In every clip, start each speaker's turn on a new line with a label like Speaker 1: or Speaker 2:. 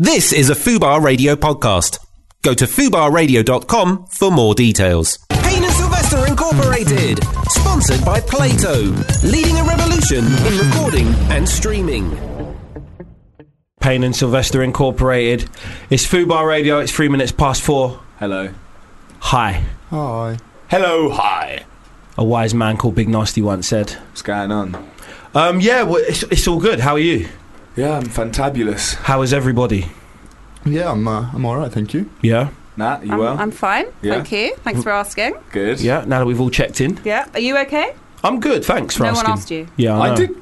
Speaker 1: This is a Fubar Radio podcast. Go to fubarradio.com for more details. Payne and Sylvester Incorporated, sponsored by Plato, leading a revolution in recording and streaming.
Speaker 2: Payne and Sylvester Incorporated. It's Fubar Radio. It's three minutes past four.
Speaker 3: Hello.
Speaker 2: Hi.
Speaker 4: Hi.
Speaker 3: Hello, hi.
Speaker 2: A wise man called Big Nasty once said.
Speaker 3: What's going on?
Speaker 2: Um, yeah, well, it's, it's all good. How are you?
Speaker 3: Yeah, I'm fantabulous.
Speaker 2: How is everybody?
Speaker 4: Yeah, I'm. Uh, I'm all right, thank you.
Speaker 2: Yeah.
Speaker 3: Nat, you
Speaker 5: I'm,
Speaker 3: well?
Speaker 5: I'm fine.
Speaker 3: Yeah.
Speaker 5: Thank you. Thanks for asking.
Speaker 3: Good.
Speaker 2: Yeah. Now that we've all checked in,
Speaker 5: Yeah. Are you okay?
Speaker 2: I'm good. Thanks for
Speaker 5: no
Speaker 2: asking.
Speaker 5: one asked you.
Speaker 2: Yeah, I,
Speaker 3: I
Speaker 2: know.
Speaker 3: did.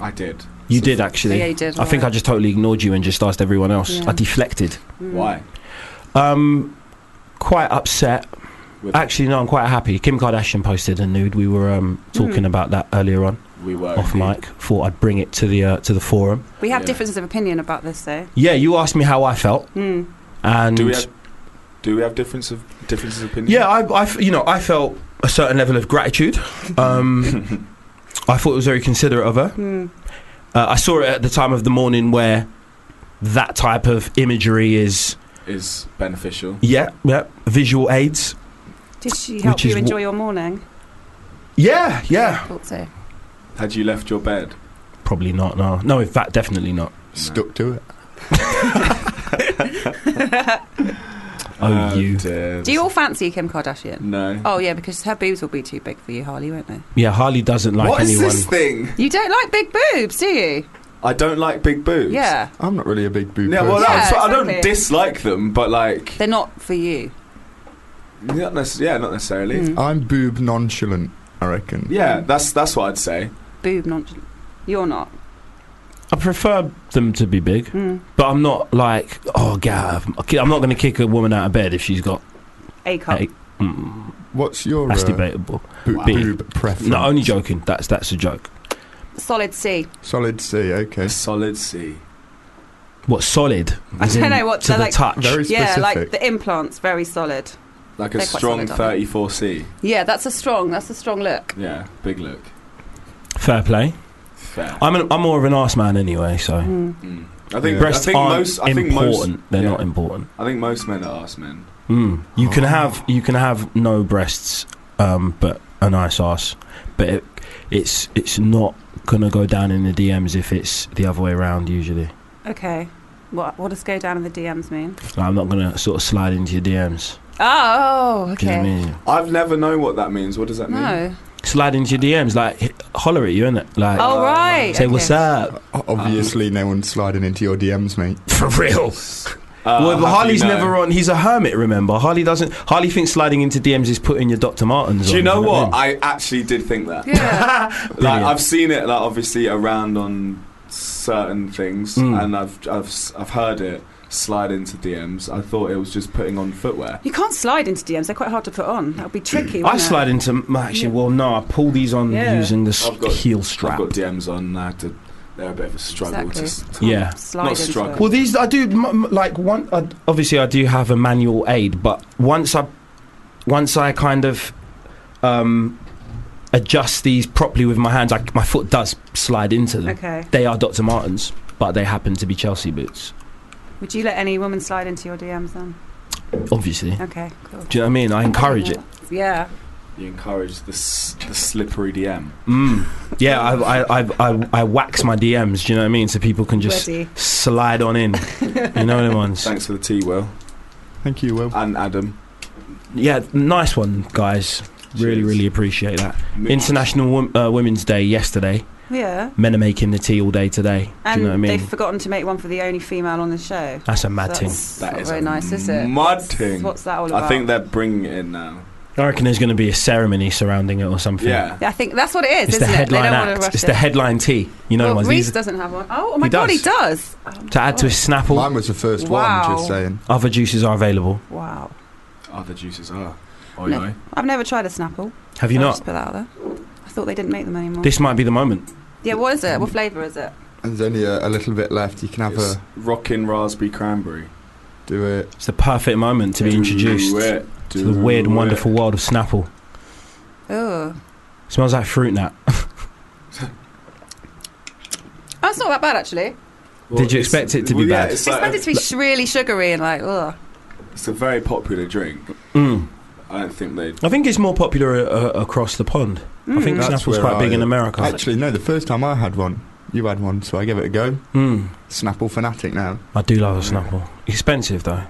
Speaker 3: I did.
Speaker 2: You did actually.
Speaker 5: Yeah, you did,
Speaker 2: I think I
Speaker 5: alright.
Speaker 2: just totally ignored you and just asked everyone else.
Speaker 5: Yeah.
Speaker 2: I deflected.
Speaker 3: Why?
Speaker 2: Um, quite upset.
Speaker 3: With-
Speaker 2: Actually, no, I'm quite happy. Kim Kardashian posted a nude. We were um,
Speaker 5: Hmm.
Speaker 2: talking about that earlier on
Speaker 3: We were.
Speaker 2: off mic. Thought I'd bring it to the uh, to the forum.
Speaker 5: We have
Speaker 3: Yeah.
Speaker 5: differences of opinion about this, though.
Speaker 2: Yeah, you asked me how I felt,
Speaker 5: Hmm.
Speaker 2: and
Speaker 3: Do we have? Do we have difference of differences of opinion?
Speaker 2: yeah, I, I f- you know, I felt a certain level of gratitude. Um, I thought it was very considerate of her.
Speaker 5: Hmm.
Speaker 2: Uh, I saw it at the time of the morning where that type of imagery is,
Speaker 3: Is beneficial.
Speaker 2: yeah, yeah, visual aids.
Speaker 5: Did she help
Speaker 2: Which is
Speaker 5: you
Speaker 2: wh-
Speaker 5: enjoy your morning?
Speaker 2: Yeah, yeah.
Speaker 5: Thought so.
Speaker 3: Had you left your bed?
Speaker 2: Probably not. No, no. In fact, definitely not.
Speaker 4: Stuck to it.
Speaker 2: Oh,
Speaker 3: Uh,
Speaker 2: you.
Speaker 3: Did.
Speaker 5: Do you all fancy Kim Kardashian?
Speaker 3: No.
Speaker 5: Oh yeah, because her boobs will be too big for you, Harley, won't they?
Speaker 2: Yeah, Harley doesn't like
Speaker 3: what is
Speaker 2: anyone.
Speaker 3: this thing?
Speaker 5: You don't like big boobs, do you?
Speaker 3: I don't like big boobs.
Speaker 5: Yeah,
Speaker 4: I'm not really a big boob
Speaker 3: Yeah, well,
Speaker 4: person.
Speaker 3: that's
Speaker 5: Yeah,
Speaker 3: what- I don't
Speaker 5: exactly.
Speaker 3: dislike them, but like,
Speaker 5: they're not for you.
Speaker 3: not nec- yeah, not necessarily.
Speaker 5: Hmm.
Speaker 4: I'm boob nonchalant. I reckon.
Speaker 3: Yeah, that's that's what I'd say.
Speaker 5: Boob nonchalant. You're not.
Speaker 2: I prefer them to be big,
Speaker 5: Hmm.
Speaker 2: but I'm not like, oh, God, I'm not going to kick a woman out of bed if she's got.
Speaker 5: A cup.
Speaker 2: Hey. Mm,
Speaker 4: What's your
Speaker 2: that's
Speaker 4: uh,
Speaker 2: debatable.
Speaker 4: bo-
Speaker 2: Big.
Speaker 4: boob preference?
Speaker 2: No, only joking. That's that's a joke.
Speaker 5: Solid C.
Speaker 4: Solid C. Okay.
Speaker 3: A solid C.
Speaker 2: What solid?
Speaker 5: I
Speaker 2: As
Speaker 5: don't
Speaker 2: in
Speaker 5: know what
Speaker 2: to
Speaker 5: they're
Speaker 2: the
Speaker 5: like.
Speaker 2: touch.
Speaker 4: Very
Speaker 5: Yeah,
Speaker 4: specific.
Speaker 5: like the implants, very solid.
Speaker 3: Like a
Speaker 5: They're quite
Speaker 3: strong
Speaker 5: solid, aren't they?
Speaker 3: 34C.
Speaker 5: Yeah, that's a strong. That's a strong look.
Speaker 3: Yeah, big look.
Speaker 2: Fair play.
Speaker 3: Fair.
Speaker 2: I'm an, I'm more of an arse man anyway, so
Speaker 5: Hmm.
Speaker 3: Mm. I think
Speaker 2: breasts
Speaker 3: I think
Speaker 2: aren't
Speaker 3: most I think
Speaker 2: important.
Speaker 3: most
Speaker 2: They're
Speaker 3: yeah. Oh.
Speaker 2: not important.
Speaker 3: I think most men are arse men.
Speaker 2: Mm. You can have you can have no breasts, um, but a nice arse. But it, it's it's not gonna go down in the DMs if it's the other way around. Usually,
Speaker 5: Okay. What what does go down in the DMs mean?
Speaker 2: Like, I'm not gonna sort of slide into your DMs.
Speaker 5: Oh,
Speaker 2: Do you know what
Speaker 5: okay.
Speaker 2: I mean?
Speaker 3: I've never known what that means. What does that mean? Uh,
Speaker 5: No.
Speaker 2: Slide into your DMs, like h- holler at you, innit? Like
Speaker 5: Oh right.
Speaker 2: uh, say
Speaker 5: okay.
Speaker 2: what's up
Speaker 4: O- Obviously, no one's sliding into your DMs, mate.
Speaker 2: for real.
Speaker 3: Uh,
Speaker 2: well,
Speaker 3: how do
Speaker 2: but Harley's
Speaker 3: you know?
Speaker 2: never on. He's a hermit. Remember, Harley doesn't. Harley thinks sliding into DMs is putting your Dr. Martens on.
Speaker 3: Do you know
Speaker 2: what I
Speaker 3: what?
Speaker 2: mean?
Speaker 3: I actually did think that.
Speaker 5: Yeah.
Speaker 3: Like
Speaker 2: Brilliant.
Speaker 3: I've seen it, like obviously around on certain things,
Speaker 2: Mm.
Speaker 3: and I've I've s- I've heard it slide into DMs. I thought it was just putting on footwear.
Speaker 5: You can't slide into DMs. They're quite hard to put on. That would be tricky.
Speaker 2: I
Speaker 5: wouldn't it?
Speaker 2: slide into m- actually. Well, no, I pull these on
Speaker 5: Yeah.
Speaker 2: using the s
Speaker 3: I've got-
Speaker 2: heel strap.
Speaker 3: I've got DMs on. I had to. They're a bit of a struggle to s to.
Speaker 5: Can't
Speaker 2: Yeah.
Speaker 5: Slide
Speaker 3: Not
Speaker 5: into
Speaker 3: struggle.
Speaker 5: it.
Speaker 2: well, these I do m- m- like one. I, obviously, I do have a manual aid, but once I, once I kind of, um, adjust these properly with my hands, I, my foot does slide into them.
Speaker 5: Okay.
Speaker 2: They are Dr. Martens, but they happen to be Chelsea boots.
Speaker 5: Would you let any woman slide into your DMs then?
Speaker 2: Obviously,
Speaker 5: Okay. Cool.
Speaker 2: do you know what I mean? I encourage it.
Speaker 5: Yeah.
Speaker 3: You encourage the s- the slippery DM.
Speaker 2: Mm. Yeah, I, I, I, I, I wax my DMs. Do you know what I mean? So people can just
Speaker 5: Ready.
Speaker 2: slide on in. You know them ones.
Speaker 3: Thanks for the tea, Will
Speaker 4: Thank you, Will.
Speaker 3: and Adam.
Speaker 2: Yeah, nice one, guys. Really,
Speaker 3: Cheers.
Speaker 2: really appreciate that. International Wom- uh, Women's Day yesterday.
Speaker 5: Yeah.
Speaker 2: Men are making the tea all day today.
Speaker 5: And
Speaker 2: Do you know what I
Speaker 5: they've
Speaker 2: mean?
Speaker 5: forgotten to make one for the only female on the show.
Speaker 2: That's a mad
Speaker 5: So
Speaker 2: thing.
Speaker 5: that's
Speaker 3: That
Speaker 5: not
Speaker 3: is
Speaker 5: very
Speaker 3: a
Speaker 5: nice, is it?
Speaker 3: mad
Speaker 5: What's-
Speaker 3: thing.
Speaker 5: What's that all about?
Speaker 3: I think they're bringing it in now.
Speaker 2: I reckon there's going to be a ceremony surrounding it or something.
Speaker 3: Yeah.
Speaker 5: Yeah, I think that's what it is,
Speaker 2: It's the
Speaker 5: isn't it? They
Speaker 2: headline
Speaker 5: don't want to
Speaker 2: act.
Speaker 5: rush
Speaker 2: It's
Speaker 5: it.
Speaker 2: the headline tea. You know, the
Speaker 5: well,
Speaker 2: ones. These,
Speaker 5: Reese does doesn't have one. Oh, oh my
Speaker 2: He
Speaker 5: god, he
Speaker 2: does.
Speaker 5: does.
Speaker 2: to add to his Snapple,
Speaker 4: Mine was the first one.
Speaker 5: Wow.
Speaker 4: Just saying.
Speaker 2: other juices are available.
Speaker 5: Wow.
Speaker 3: Other juices are. Oh,
Speaker 5: No. I've never tried a Snapple.
Speaker 2: Have you
Speaker 5: I'll
Speaker 2: not?
Speaker 5: Just put that out there. I thought they didn't make them anymore.
Speaker 2: This might be the moment.
Speaker 5: yeah, what is it? What flavour is it?
Speaker 4: And there's only a, a little bit left. You can have
Speaker 3: It's
Speaker 4: a
Speaker 3: rockin' raspberry cranberry.
Speaker 4: do it.
Speaker 2: It's the perfect moment to be introduced
Speaker 3: Do it.
Speaker 2: to the
Speaker 3: Do
Speaker 2: weird and
Speaker 3: it.
Speaker 2: wonderful world of Snapple.
Speaker 5: Oh,
Speaker 2: Smells like fruit nut.
Speaker 5: that's not that bad actually.
Speaker 3: Well,
Speaker 2: Did you
Speaker 3: it's-
Speaker 2: expect it to be
Speaker 3: well, yeah,
Speaker 2: bad?
Speaker 3: It's, like
Speaker 5: Expect
Speaker 3: a,
Speaker 5: it to be sh- really sugary and like, ugh.
Speaker 3: it's a very popular drink.
Speaker 2: Mm.
Speaker 3: I don't think they.
Speaker 2: I think it's more popular uh, across the pond. I think
Speaker 5: Mm.
Speaker 4: That's
Speaker 2: Snapple's
Speaker 4: where
Speaker 2: quite
Speaker 4: I-
Speaker 2: big in America.
Speaker 4: Actually, no. The first time I had one, you had one, so I gave it a go.
Speaker 2: Mm.
Speaker 4: Snapple fanatic now.
Speaker 2: I do love a Snapple. Expensive though,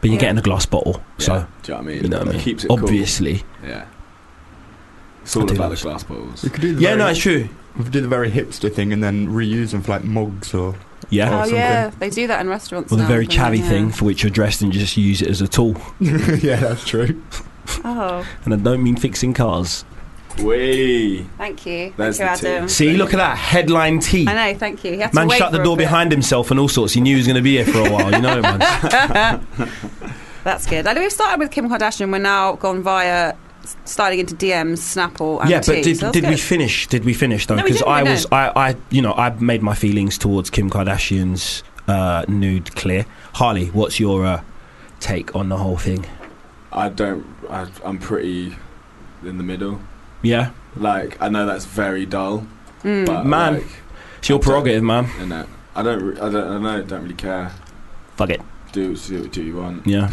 Speaker 2: but you're
Speaker 5: Yeah.
Speaker 2: getting a glass bottle, so
Speaker 3: Do you know what I mean?
Speaker 2: you know what I
Speaker 3: It
Speaker 2: mean.
Speaker 3: Keeps it
Speaker 2: Obviously,
Speaker 3: cool. Yeah. It's
Speaker 2: I
Speaker 3: all
Speaker 2: do
Speaker 3: about
Speaker 2: like
Speaker 3: the glass bottles.
Speaker 4: You could do the
Speaker 2: yeah,
Speaker 4: very,
Speaker 2: no, it's true.
Speaker 4: you could do the very hipster thing and then reuse them for like mugs or
Speaker 2: Yeah,
Speaker 5: Oh,
Speaker 4: or something.
Speaker 5: yeah, they do that in restaurants.
Speaker 2: Or the
Speaker 5: now,
Speaker 2: very
Speaker 5: don't they?
Speaker 2: chavvy thing for which you're dressed and just use it as a tool.
Speaker 4: yeah, that's true.
Speaker 5: Oh,
Speaker 2: And I don't mean fixing cars.
Speaker 3: Wee.
Speaker 5: thank you.
Speaker 3: There's
Speaker 5: thank
Speaker 3: the
Speaker 5: you,
Speaker 3: tea.
Speaker 5: Adam.
Speaker 2: See, look at that headline T.
Speaker 5: I know, thank you. He had to
Speaker 2: Man
Speaker 5: wait
Speaker 2: shut the
Speaker 5: for a
Speaker 2: door
Speaker 5: bit.
Speaker 2: behind himself and all sorts. He knew he was going to be here for a while. You know, man.
Speaker 5: That's good. I know we've started with Kim Kardashian. We're now gone via s- starting into DMs, Snapple, and
Speaker 2: yeah,
Speaker 5: tea,
Speaker 2: but did,
Speaker 5: so that's
Speaker 2: did we
Speaker 5: good.
Speaker 2: finish? Did we finish though?
Speaker 5: No, we
Speaker 2: Because
Speaker 5: didn't,
Speaker 2: I
Speaker 5: we
Speaker 2: was, I, I, you know, I made my feelings towards Kim Kardashian's uh, nude clear. Harley, what's your uh, take on the whole thing?
Speaker 3: I don't. I, I'm pretty in the middle.
Speaker 2: Yeah,
Speaker 3: Like I know that's very dull,
Speaker 5: Mm.
Speaker 3: but
Speaker 2: Man.
Speaker 3: like,
Speaker 2: it's your
Speaker 3: I don't-
Speaker 2: prerogative, man.
Speaker 3: you know, I don't. re- I don't. I know. Don't really care.
Speaker 2: Fuck it.
Speaker 3: Do do do you want?
Speaker 2: Yeah.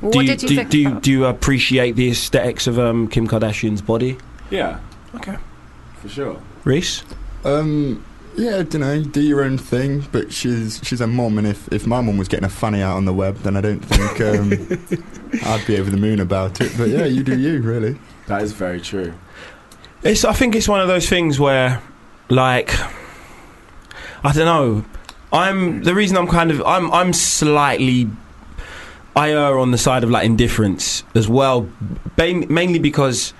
Speaker 5: What
Speaker 2: do you,
Speaker 5: did you
Speaker 2: do,
Speaker 5: think?
Speaker 2: do you
Speaker 5: about-
Speaker 2: do you appreciate the aesthetics of um, Kim Kardashian's body,
Speaker 3: Yeah.
Speaker 2: Okay.
Speaker 3: For sure.
Speaker 2: Reese?
Speaker 4: Um, yeah, I don't know. Do your own thing, but she's she's a mom, and if, if my mum was getting a fanny out on the web, then I don't think um, I'd be over the moon about it. But yeah, you do you, really.
Speaker 3: That is very true.
Speaker 2: It's. I think it's one of those things where, like, I don't know. I'm the reason I'm kind of I'm I'm slightly I err on the side of like indifference as well, ba- mainly because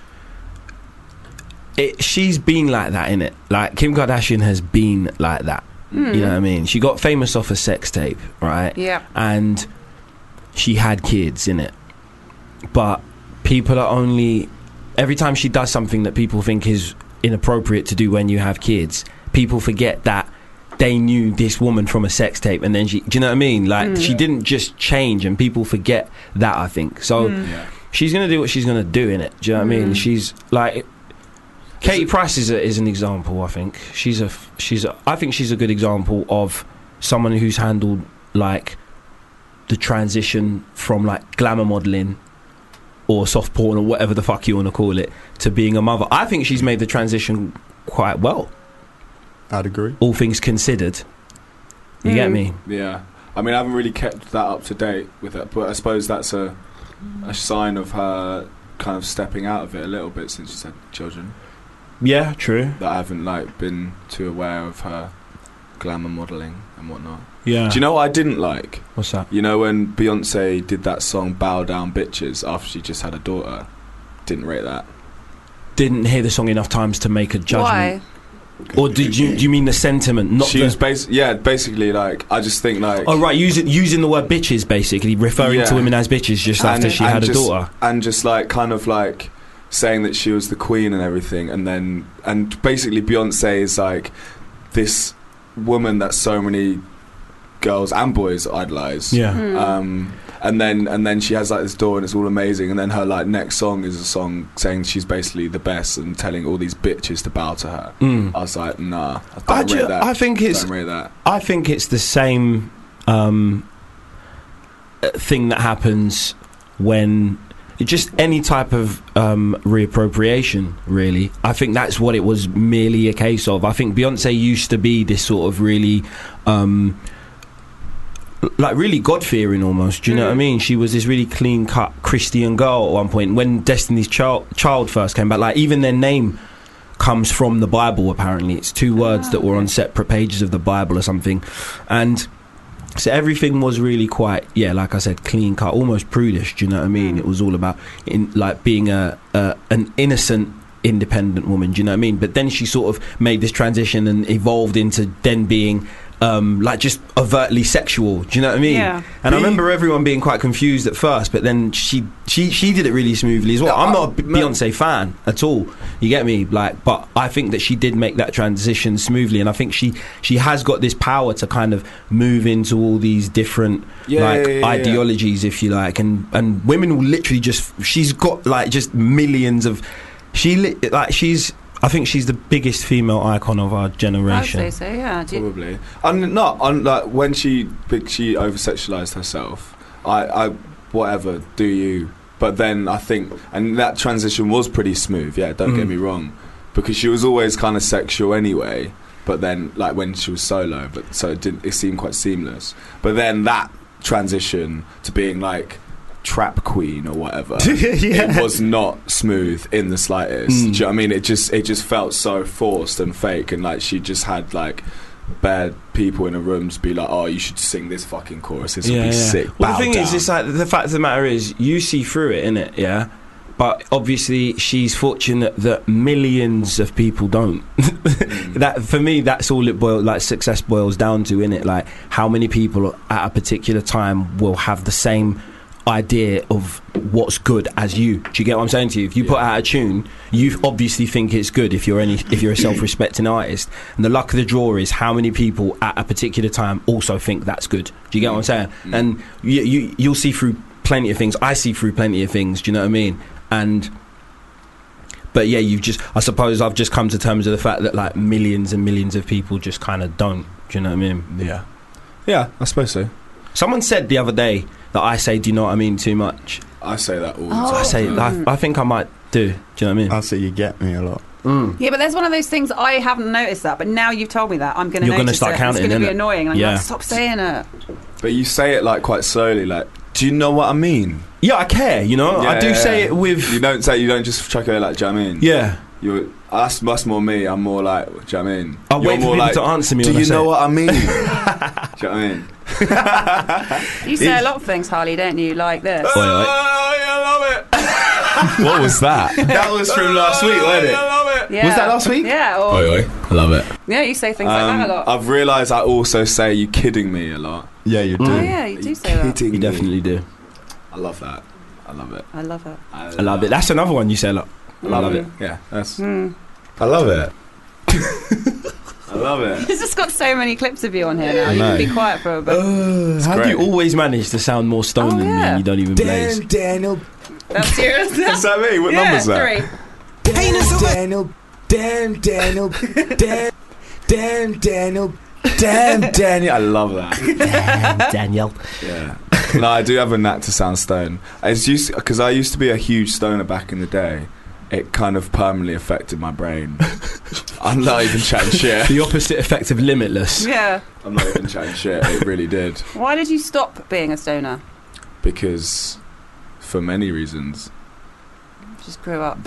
Speaker 2: it she's been like that in it. Like Kim Kardashian has been like that.
Speaker 5: Mm.
Speaker 2: You know what I mean? She got famous off a sex tape, right?
Speaker 5: Yeah.
Speaker 2: and she had kids in it. But people are only every time she does something that people think is inappropriate to do when you have kids, people forget that they knew this woman from a sex tape and then she do you know what I mean? Like
Speaker 5: Mm.
Speaker 2: she didn't just change and people forget that I think. So
Speaker 5: Mm.
Speaker 3: Yeah.
Speaker 2: she's gonna do what she's gonna do in it. Do you know what I mean?
Speaker 5: Mm.
Speaker 2: She's like Katie Price is a, is an example. I think she's a f- she's a, I think she's a good example of someone who's handled like the transition from like glamour modeling or soft porn or whatever the fuck you want to call it to being a mother. I think she's made the transition quite well,
Speaker 4: I'd agree.
Speaker 2: all things considered. You get
Speaker 5: Mm.
Speaker 2: me?
Speaker 3: Yeah. I mean, I haven't really kept that up to date with it, but I suppose that's a
Speaker 2: Mm.
Speaker 3: a sign of her kind of stepping out of it a little bit since she's had children.
Speaker 2: Yeah, true.
Speaker 3: That I haven't like been too aware of her glamour modelling and whatnot.
Speaker 2: Yeah.
Speaker 3: Do you know what I didn't like?
Speaker 2: what's that?
Speaker 3: You know when Beyonce did that song "Bow Down, Bitches" after she just had a daughter. Didn't rate that.
Speaker 2: Didn't hear the song enough times to make a judgment.
Speaker 5: Why?
Speaker 2: Or did you? Do you mean the sentiment? Not
Speaker 3: she
Speaker 2: the,
Speaker 3: was bas- yeah, basically like I just think like
Speaker 2: Oh right, using using the word bitches basically, referring to
Speaker 3: Yeah.
Speaker 2: women as bitches just
Speaker 3: And-
Speaker 2: after she
Speaker 3: and
Speaker 2: had a
Speaker 3: just-
Speaker 2: daughter.
Speaker 3: and just like kind of like saying that she was the queen and everything and then and basically Beyonce is like this woman that so many girls and boys idolize
Speaker 2: Yeah.
Speaker 5: Mm.
Speaker 3: um and then and then she has like this door and it's all amazing and then her like next song is a song saying she's basically the best and telling all these bitches to bow to her
Speaker 2: Mm.
Speaker 3: I was like nah I don't
Speaker 2: I,
Speaker 3: rate
Speaker 2: ju-
Speaker 3: that
Speaker 2: I think it's
Speaker 3: don't rate that
Speaker 2: I think it's the same um, uh, thing that happens when just any type of um, reappropriation, really. I think that's what it was merely a case of. I think Beyonce used to be this sort of really. Um, like really God fearing almost. Do you know what I
Speaker 5: Mm.
Speaker 2: mean? She was this really clean cut Christian girl at one point. When Destiny's Child, Child first came back, like even their name comes from the Bible. Apparently, it's two words
Speaker 5: Ah,
Speaker 2: that were on
Speaker 5: okay.
Speaker 2: separate pages of the Bible or something, and so everything was really quite yeah, like I said, clean cut, almost prudish. Do you know what I mean?
Speaker 5: Mm.
Speaker 2: It was all about in like being a, a an innocent. Independent woman, do you know what I mean? But then she sort of made this transition and evolved into then being um, like just overtly sexual. Do you know what I mean?
Speaker 5: Yeah.
Speaker 2: And I remember everyone being quite confused at first, but then she she she did it really smoothly as well.
Speaker 3: No,
Speaker 2: I'm
Speaker 3: I-
Speaker 2: not a B-
Speaker 3: no.
Speaker 2: Beyonce fan at all. You get me? Like, but I think that she did make that transition smoothly, and I think she she has got this power to kind of move into all these different
Speaker 3: Yeah,
Speaker 2: like
Speaker 3: yeah, yeah, yeah.
Speaker 2: ideologies, if you like, and and women will literally just she's got like just millions of she li- like she's I think she's the biggest female icon of our
Speaker 5: I'd say
Speaker 2: generation.
Speaker 5: so, yeah. Do you,
Speaker 3: Probably. And not on like when she big- she over sexualized herself. I, I whatever, do you but then I think and that transition was pretty smooth, yeah, don't get
Speaker 2: Mm.
Speaker 3: me wrong. Because she was always kinda sexual anyway, but then like when she was solo, but so it didn't it seemed quite seamless. But then that transition to being like trap queen or whatever it was not smooth in the slightest.
Speaker 2: Mm.
Speaker 3: Do you know what I mean? It just it just felt so forced and fake, and like she just had like bad people in her room to be like, "Oh, you should sing this fucking chorus. This will be sick."
Speaker 2: Well,
Speaker 3: Bow
Speaker 2: the thing is,
Speaker 3: down."
Speaker 2: it's like the fact of the matter is, you see through it, innit? Yeah. But obviously, she's fortunate that millions of people don't. that for me, that's all it boils like success boils down to, innit? Like how many people at a particular time will have the same idea of what's good as you. Do you get what I'm saying to you? If you put out a tune, you obviously think it's good if you're any if you're a self-respecting artist. And the luck of the draw is how many people at a particular time also think that's good. Do you get what I'm saying? And you, you you'll see through plenty of things. I see through plenty of things. Do you know what I mean? And but yeah, you've just I suppose I've just come to terms with the fact that like millions and millions of people just kind of don't. Do you know what I mean?
Speaker 3: yeah, yeah, I suppose so.
Speaker 2: Someone said the other day that I say, "Do you know what I mean?" too much.
Speaker 3: I say that all the
Speaker 5: Oh.
Speaker 3: time.
Speaker 2: I say, I, I think I might do. Do you know what I mean?
Speaker 4: I say you get me a lot.
Speaker 5: yeah, but there's one of those things I haven't noticed that, but now you've told me that, I'm going to
Speaker 2: You're
Speaker 5: notice
Speaker 2: gonna start
Speaker 5: it.
Speaker 2: counting,
Speaker 5: It's going to be
Speaker 2: innit?
Speaker 5: annoying. And I'm
Speaker 2: Yeah.
Speaker 5: like, stop saying it.
Speaker 3: But you say it like quite slowly, like. Do you know what I mean?
Speaker 2: yeah, I care. You know, I
Speaker 3: Yeah,
Speaker 2: do
Speaker 3: yeah,
Speaker 2: say
Speaker 3: yeah.
Speaker 2: it with
Speaker 3: You don't say you don't just chuck it away like. Do you know what I mean?
Speaker 2: yeah.
Speaker 3: You that's that's more me. I'm more like. Do you know what I mean?
Speaker 2: I
Speaker 3: You're
Speaker 2: wait for
Speaker 3: more
Speaker 2: people
Speaker 3: like.
Speaker 2: to answer me.
Speaker 3: do
Speaker 2: when I
Speaker 3: you
Speaker 2: say
Speaker 3: know
Speaker 2: it.
Speaker 3: what I mean? do you know what I mean?
Speaker 5: You say a lot of things, Harley, don't you? Like this.
Speaker 3: Uh,
Speaker 2: Wait, wait.
Speaker 3: I love
Speaker 1: it. What was that?
Speaker 3: it. That was from last week, wasn't it? I love it.
Speaker 5: Yeah.
Speaker 3: Was that last week? Oh, Um,
Speaker 5: Yeah. Or,
Speaker 3: I love it.
Speaker 5: Yeah, you say things like that a lot.
Speaker 3: I've realised I also say "you kidding me" a lot.
Speaker 4: Yeah, you do.
Speaker 2: Uh,
Speaker 5: oh, yeah, you
Speaker 3: Are
Speaker 5: do say that.
Speaker 3: kidding
Speaker 2: You
Speaker 3: me?
Speaker 2: definitely do.
Speaker 3: I love that. I love it.
Speaker 5: I love it.
Speaker 2: I love it. That's another one you say a lot.
Speaker 3: I love it. Yeah, that's. Mm. I love it. I love it.
Speaker 5: He's just got so many clips of you on here now. You
Speaker 4: know.
Speaker 5: can be quiet for a bit.
Speaker 3: Uh,
Speaker 2: How do
Speaker 3: great.
Speaker 2: you always manage to sound more stoned
Speaker 5: Oh,
Speaker 2: than me?
Speaker 5: yeah.
Speaker 2: And you don't even blaze.
Speaker 3: Daniel.
Speaker 5: That's yours.
Speaker 3: Is that me? What
Speaker 5: yeah,
Speaker 3: number's that?
Speaker 5: three.
Speaker 1: Payne and Sylvester.
Speaker 3: Daniel. Damn Daniel. Damn. Damn Daniel. Damn Daniel. I love that.
Speaker 2: Daniel.
Speaker 3: Yeah. no, I do have a knack to sound stone. It's used because I used to be a huge stoner back in the day. It kind of permanently affected my brain. I'm not even chatting shit.
Speaker 2: The opposite effect of limitless.
Speaker 5: Yeah.
Speaker 3: I'm not even chatting shit. It really did
Speaker 5: Why did you stop being a stoner?
Speaker 3: because, for many reasons.
Speaker 5: Just grew up.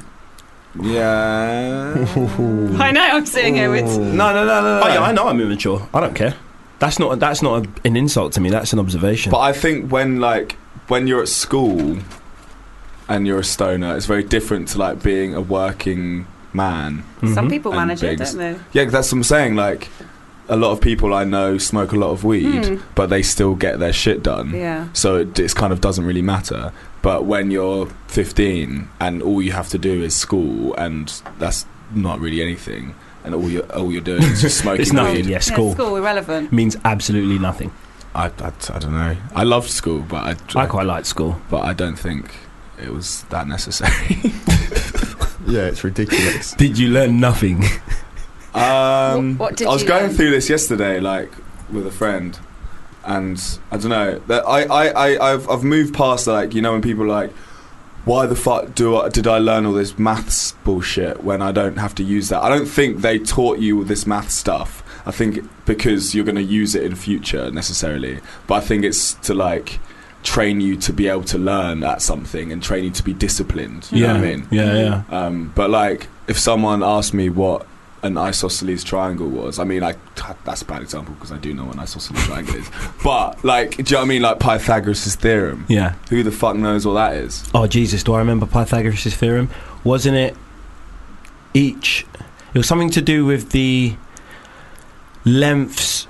Speaker 3: Yeah. Mm.
Speaker 5: I know. I'm sitting here with.
Speaker 3: No, no, no, no. no.
Speaker 2: Oh yeah, I know I'm immature. I don't care. That's not that's not a, an insult to me. That's an observation.
Speaker 3: But I think when like when you're at school and you're a stoner, it's very different to like being a working man.
Speaker 5: Some
Speaker 2: Mhm.
Speaker 5: people
Speaker 3: Mm-hmm. And
Speaker 5: manage it,
Speaker 3: bigs.
Speaker 5: don't they?
Speaker 3: Yeah, that's what I'm saying. Like, a lot of people I know smoke a lot of weed,
Speaker 5: Hmm.
Speaker 3: but they still get their shit done.
Speaker 5: Yeah.
Speaker 3: So it just kind of doesn't really matter. But when you're 15 and all you have to do is school, and that's not really anything, and all you're all you're doing is just smoking
Speaker 2: it's nothing.
Speaker 3: weed.
Speaker 2: Yeah,
Speaker 5: Yeah,
Speaker 2: school
Speaker 5: school irrelevant.
Speaker 2: means absolutely nothing.
Speaker 3: I, I, I don't know. I loved school, but I,
Speaker 2: I quite liked school.
Speaker 3: but I don't think it was that necessary.
Speaker 4: Yeah, it's ridiculous.
Speaker 2: Did you learn nothing?
Speaker 3: Um,
Speaker 5: What- what did
Speaker 3: I was
Speaker 5: you
Speaker 3: going
Speaker 5: learn?
Speaker 3: through this yesterday, like with a friend, and I don't know. That I, I, I I've, I've moved past the, like you know when people are like, why the fuck do I, did I learn all this maths bullshit when I don't have to use that? I don't think they taught you all this math stuff. I think because you're going to use it in future necessarily, but I think it's to like train you to be able to learn at something and train you to be disciplined. You know what I mean?
Speaker 2: Yeah, yeah.
Speaker 3: Um, but like, if someone asked me what an isosceles triangle was, I mean, I that's a bad example because I do know what an isosceles triangle is. But like, do you know what I mean? Like Pythagoras' theorem.
Speaker 2: Yeah.
Speaker 3: Who the fuck knows what that is?
Speaker 2: Oh Jesus, do I remember Pythagoras' theorem? Wasn't it each it was something to do with the lengths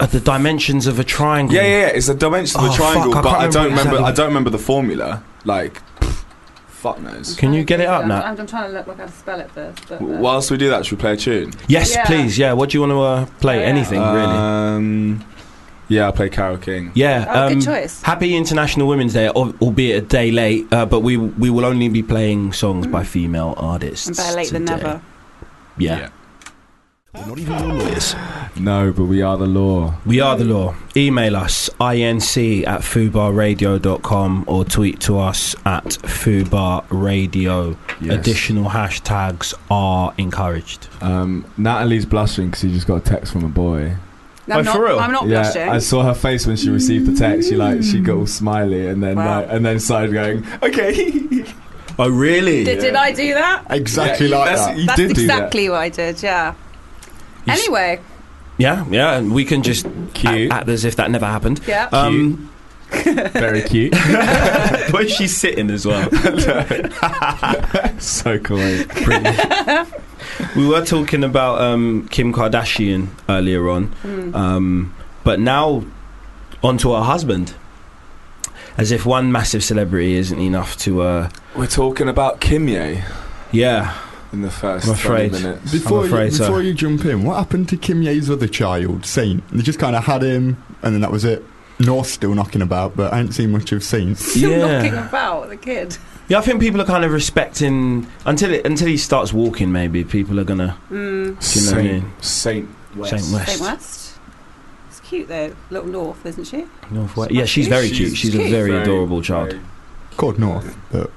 Speaker 2: uh, the dimensions of a triangle.
Speaker 3: Yeah, yeah, yeah. It's the dimensions of
Speaker 2: Oh,
Speaker 3: the triangle,
Speaker 2: fuck, I
Speaker 3: but I
Speaker 2: can't
Speaker 3: don't
Speaker 2: remember
Speaker 3: remember. I
Speaker 2: exactly.
Speaker 3: don't remember the formula. Like, pff, fuck knows.
Speaker 2: Can you get it up
Speaker 5: I'm,
Speaker 2: now?
Speaker 5: I'm, I'm trying to look like how to spell it first. But, uh,
Speaker 3: W- Whilst we do that, should we play a tune?
Speaker 2: Yes,
Speaker 5: Yeah.
Speaker 2: please. Yeah, what do you want to uh, play?
Speaker 5: Yeah.
Speaker 2: Anything really?
Speaker 3: Um, Yeah, I play Carol King.
Speaker 2: Yeah.
Speaker 5: Oh,
Speaker 2: um,
Speaker 5: good choice.
Speaker 2: Happy International Women's Day, al- albeit a day late, uh, but we we will only be playing songs by female artists.
Speaker 5: And better late than
Speaker 2: today.
Speaker 5: never.
Speaker 2: Yeah.
Speaker 6: Not even your lawyers.
Speaker 3: No, but we are the law.
Speaker 2: We are the law. Email us, inc at foobarradio.com or tweet to us at foobarradio.
Speaker 3: Yes.
Speaker 2: Additional hashtags are encouraged.
Speaker 3: Um, Natalie's blushing because she just got a text from a boy.
Speaker 5: No, I'm
Speaker 2: Oh,
Speaker 5: not,
Speaker 2: for real?
Speaker 5: I'm not
Speaker 3: yeah,
Speaker 5: blushing. Mm.
Speaker 3: I saw her face when she received the text. She like she got all smiley and then
Speaker 5: Wow.
Speaker 3: like, and then started going, okay.
Speaker 2: Oh, really?
Speaker 5: did, did I do that?
Speaker 4: Exactly
Speaker 3: Yeah,
Speaker 4: like
Speaker 3: that's-
Speaker 4: that.
Speaker 3: You
Speaker 5: That's
Speaker 3: did do that.
Speaker 5: exactly what I did, yeah.
Speaker 2: You s-
Speaker 5: anyway,
Speaker 2: yeah, yeah. And we can just
Speaker 3: Cute.
Speaker 2: a- act as if that never happened.
Speaker 5: yeah.
Speaker 2: Um,
Speaker 3: Very cute.
Speaker 2: where is she sitting as well?
Speaker 3: so cool.
Speaker 2: we were talking about um, Kim Kardashian earlier on,
Speaker 5: Mm.
Speaker 2: um, but now onto her husband. As if one massive celebrity isn't enough to, uh,
Speaker 3: We're talking about Kimye
Speaker 2: yeah.
Speaker 3: in the 1st
Speaker 2: I'm afraid.
Speaker 3: 20 minutes.
Speaker 4: Before,
Speaker 2: afraid
Speaker 4: you,
Speaker 2: so.
Speaker 4: before you jump in, what happened to Kim Ye's other child, Saint? They just kind of had him, and then that was it. North's still knocking about, but I haven't seen much of Saint.
Speaker 5: Still
Speaker 2: yeah.
Speaker 5: knocking about the kid.
Speaker 2: Yeah, I think people are kind of respecting until it, until he starts walking. Maybe people are gonna
Speaker 5: Mm.
Speaker 2: Do you know what I mean?
Speaker 3: Saint, Saint West.
Speaker 2: Saint West.
Speaker 5: Saint West. It's cute though. Little North, isn't she?
Speaker 2: North West.
Speaker 5: She's
Speaker 2: Yeah, she's very cute.
Speaker 5: cute.
Speaker 2: She's
Speaker 5: She's
Speaker 2: a very
Speaker 3: cute.
Speaker 2: adorable child.
Speaker 3: Very
Speaker 4: Called North, but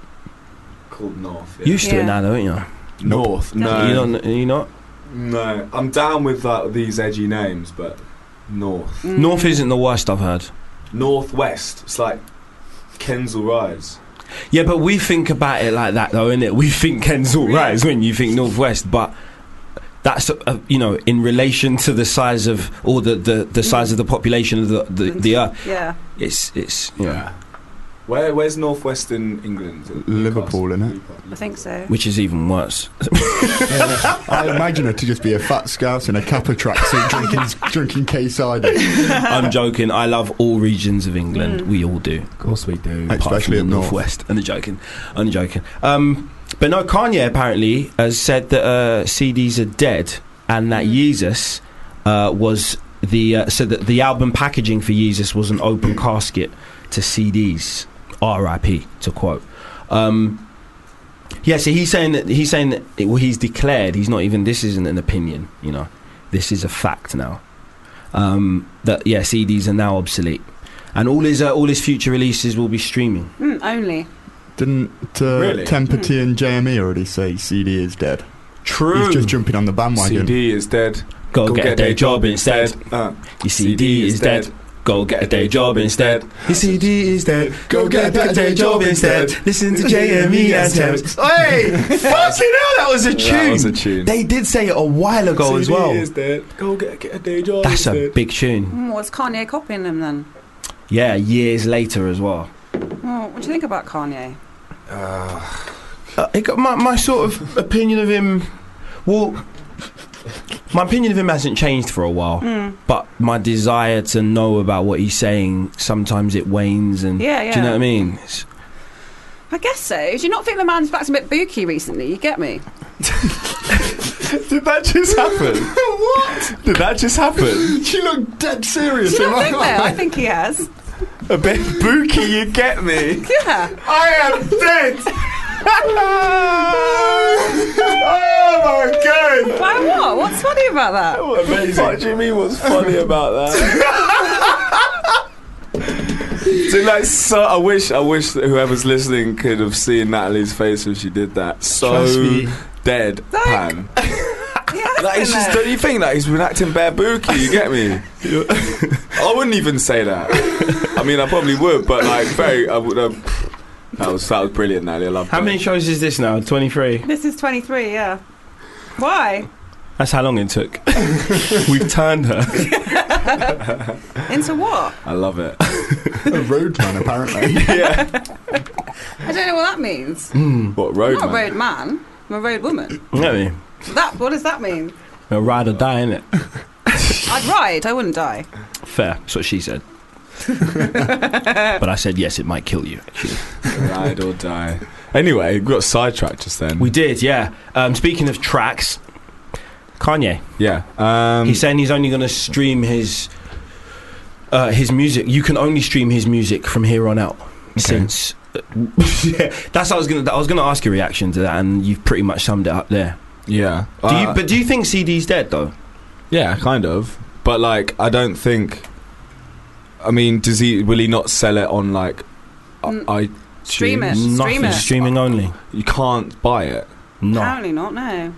Speaker 3: Called North. yeah.
Speaker 2: You used to it
Speaker 5: Yeah.
Speaker 2: now, though, ain't you?
Speaker 3: North. No.
Speaker 2: You don't. You not.
Speaker 3: No. I'm down with uh, these edgy names, but North.
Speaker 5: Mm.
Speaker 2: North isn't the worst I've heard.
Speaker 3: Northwest. It's like Kensal Rise.
Speaker 2: Yeah, but we think about it like that, though, innit? We think Ken's all right when you think Northwest, but that's uh, you know in relation to the size of or the the, the size of the population of the the, the earth.
Speaker 5: Yeah.
Speaker 2: It's it's you know,
Speaker 3: Where, where's Northwest in England?
Speaker 4: Liverpool, innit?
Speaker 5: I think so.
Speaker 2: which is even worse.
Speaker 4: I imagine her to just be a fat scout in a kappa tracksuit drinking, drinking K cider,
Speaker 2: I'm joking. I love all regions of England.
Speaker 5: Mm.
Speaker 2: We all do.
Speaker 3: Of course we do.
Speaker 2: Apart
Speaker 4: especially
Speaker 2: from
Speaker 4: up
Speaker 2: the
Speaker 4: north.
Speaker 2: northwest. Only joking, only joking. Um, but no, Kanye apparently has said that uh, CDs are dead, and that
Speaker 5: Mm.
Speaker 2: Jesus uh, was the uh, said that the album packaging for Jesus was an open casket to CDs. R.I.P. To quote. Um, yeah, so he's saying that he's saying that well, he's declared he's not even this isn't an opinion, you know, this is a fact now. Um, that yeah, CDs are now obsolete, and all his uh, all his future releases will be streaming.
Speaker 5: Mm, only.
Speaker 4: Didn't uh,
Speaker 3: Really?
Speaker 4: Tempety and JME already say CD is dead?
Speaker 2: True.
Speaker 4: He's just jumping on the bandwagon.
Speaker 3: CD is dead.
Speaker 2: go, get, a day job instead.
Speaker 3: Uh,
Speaker 2: Your CD is dead. Go get a day job instead. Your CD is dead. Go get a day job instead. Listen to JME and Thames. Hey, fucking hell, that was a tune.
Speaker 3: That was a tune.
Speaker 2: they did say it a while ago as
Speaker 3: CD
Speaker 2: well.
Speaker 3: is dead. Go get, get a day job
Speaker 2: That's a
Speaker 3: instead.
Speaker 2: big tune.
Speaker 5: Mm, was Kanye copying them then?
Speaker 2: Yeah, years later as well.
Speaker 5: Oh, what do you think about Kanye?
Speaker 3: Uh,
Speaker 2: Uh, it got my, my sort of opinion of him. Well, my opinion of him hasn't changed for a while,
Speaker 5: Mm.
Speaker 2: but my desire to know about what he's saying sometimes it wanes. And
Speaker 5: Yeah, yeah.
Speaker 2: do you know what I mean? It's-
Speaker 5: I guess so. Do you not think the man's back's a bit booky recently? You get me?
Speaker 3: did that just happen? what? Did that just happen?
Speaker 4: She looked dead
Speaker 5: Do
Speaker 4: serious.
Speaker 5: you
Speaker 4: am
Speaker 5: not
Speaker 4: I
Speaker 5: think
Speaker 4: right?
Speaker 5: that? I think he has.
Speaker 3: A bit booky, you get me?
Speaker 5: Yeah.
Speaker 3: I am dead! oh my god!
Speaker 5: Why what? What's funny about that?
Speaker 3: What What do you mean? What's funny about that? Dude, like, so I wish, I wish that whoever's listening could have seen Natalie's face when she did that. So
Speaker 2: Trust me.
Speaker 3: dead
Speaker 5: Like-
Speaker 3: pan.
Speaker 5: He has
Speaker 3: Like,
Speaker 5: been
Speaker 3: it's just,
Speaker 5: there.
Speaker 3: don't you think that he's been acting bare booky? You get me? I wouldn't even say that. I mean, I probably would, but like, very. I would. Um, that was that was brilliant, Natalie. I love.
Speaker 2: How many shows is this now? 23.
Speaker 5: This is 23, yeah. Why?
Speaker 2: That's how long it took. We've turned her.
Speaker 5: Into what?
Speaker 3: I love it.
Speaker 4: a roadman, apparently.
Speaker 3: yeah.
Speaker 5: I don't know what that means.
Speaker 3: What road?
Speaker 5: I'm not
Speaker 3: man?
Speaker 5: a road man. I'm a road woman.
Speaker 2: You know what I mean?
Speaker 5: That. What does that mean?
Speaker 2: A ride or die, innit?
Speaker 5: I'd ride. I wouldn't die.
Speaker 2: Fair. That's what she said. but I said, yes, it might kill you.
Speaker 3: Ride or die. Anyway, we got sidetracked just then.
Speaker 2: We did, yeah. Um, speaking of tracks, Kanye.
Speaker 3: yeah. Um,
Speaker 2: He's saying he's only going to stream his uh, his music. You can only stream his music from here on out. Since uh, yeah, that's what I was gonna. I was gonna ask your reaction to that, and you've pretty much summed it up there.
Speaker 3: Yeah.
Speaker 2: Do
Speaker 3: Uh,
Speaker 2: you, but do you think CD's dead though?
Speaker 3: Yeah, kind of. But like, I don't think. I mean, does he? Will he not sell it on like?
Speaker 5: Mm.
Speaker 3: I.
Speaker 5: Stream it. Stream
Speaker 2: Nothing.
Speaker 5: it.
Speaker 2: Streaming only.
Speaker 3: You can't buy it.
Speaker 2: No.
Speaker 5: Apparently not. No.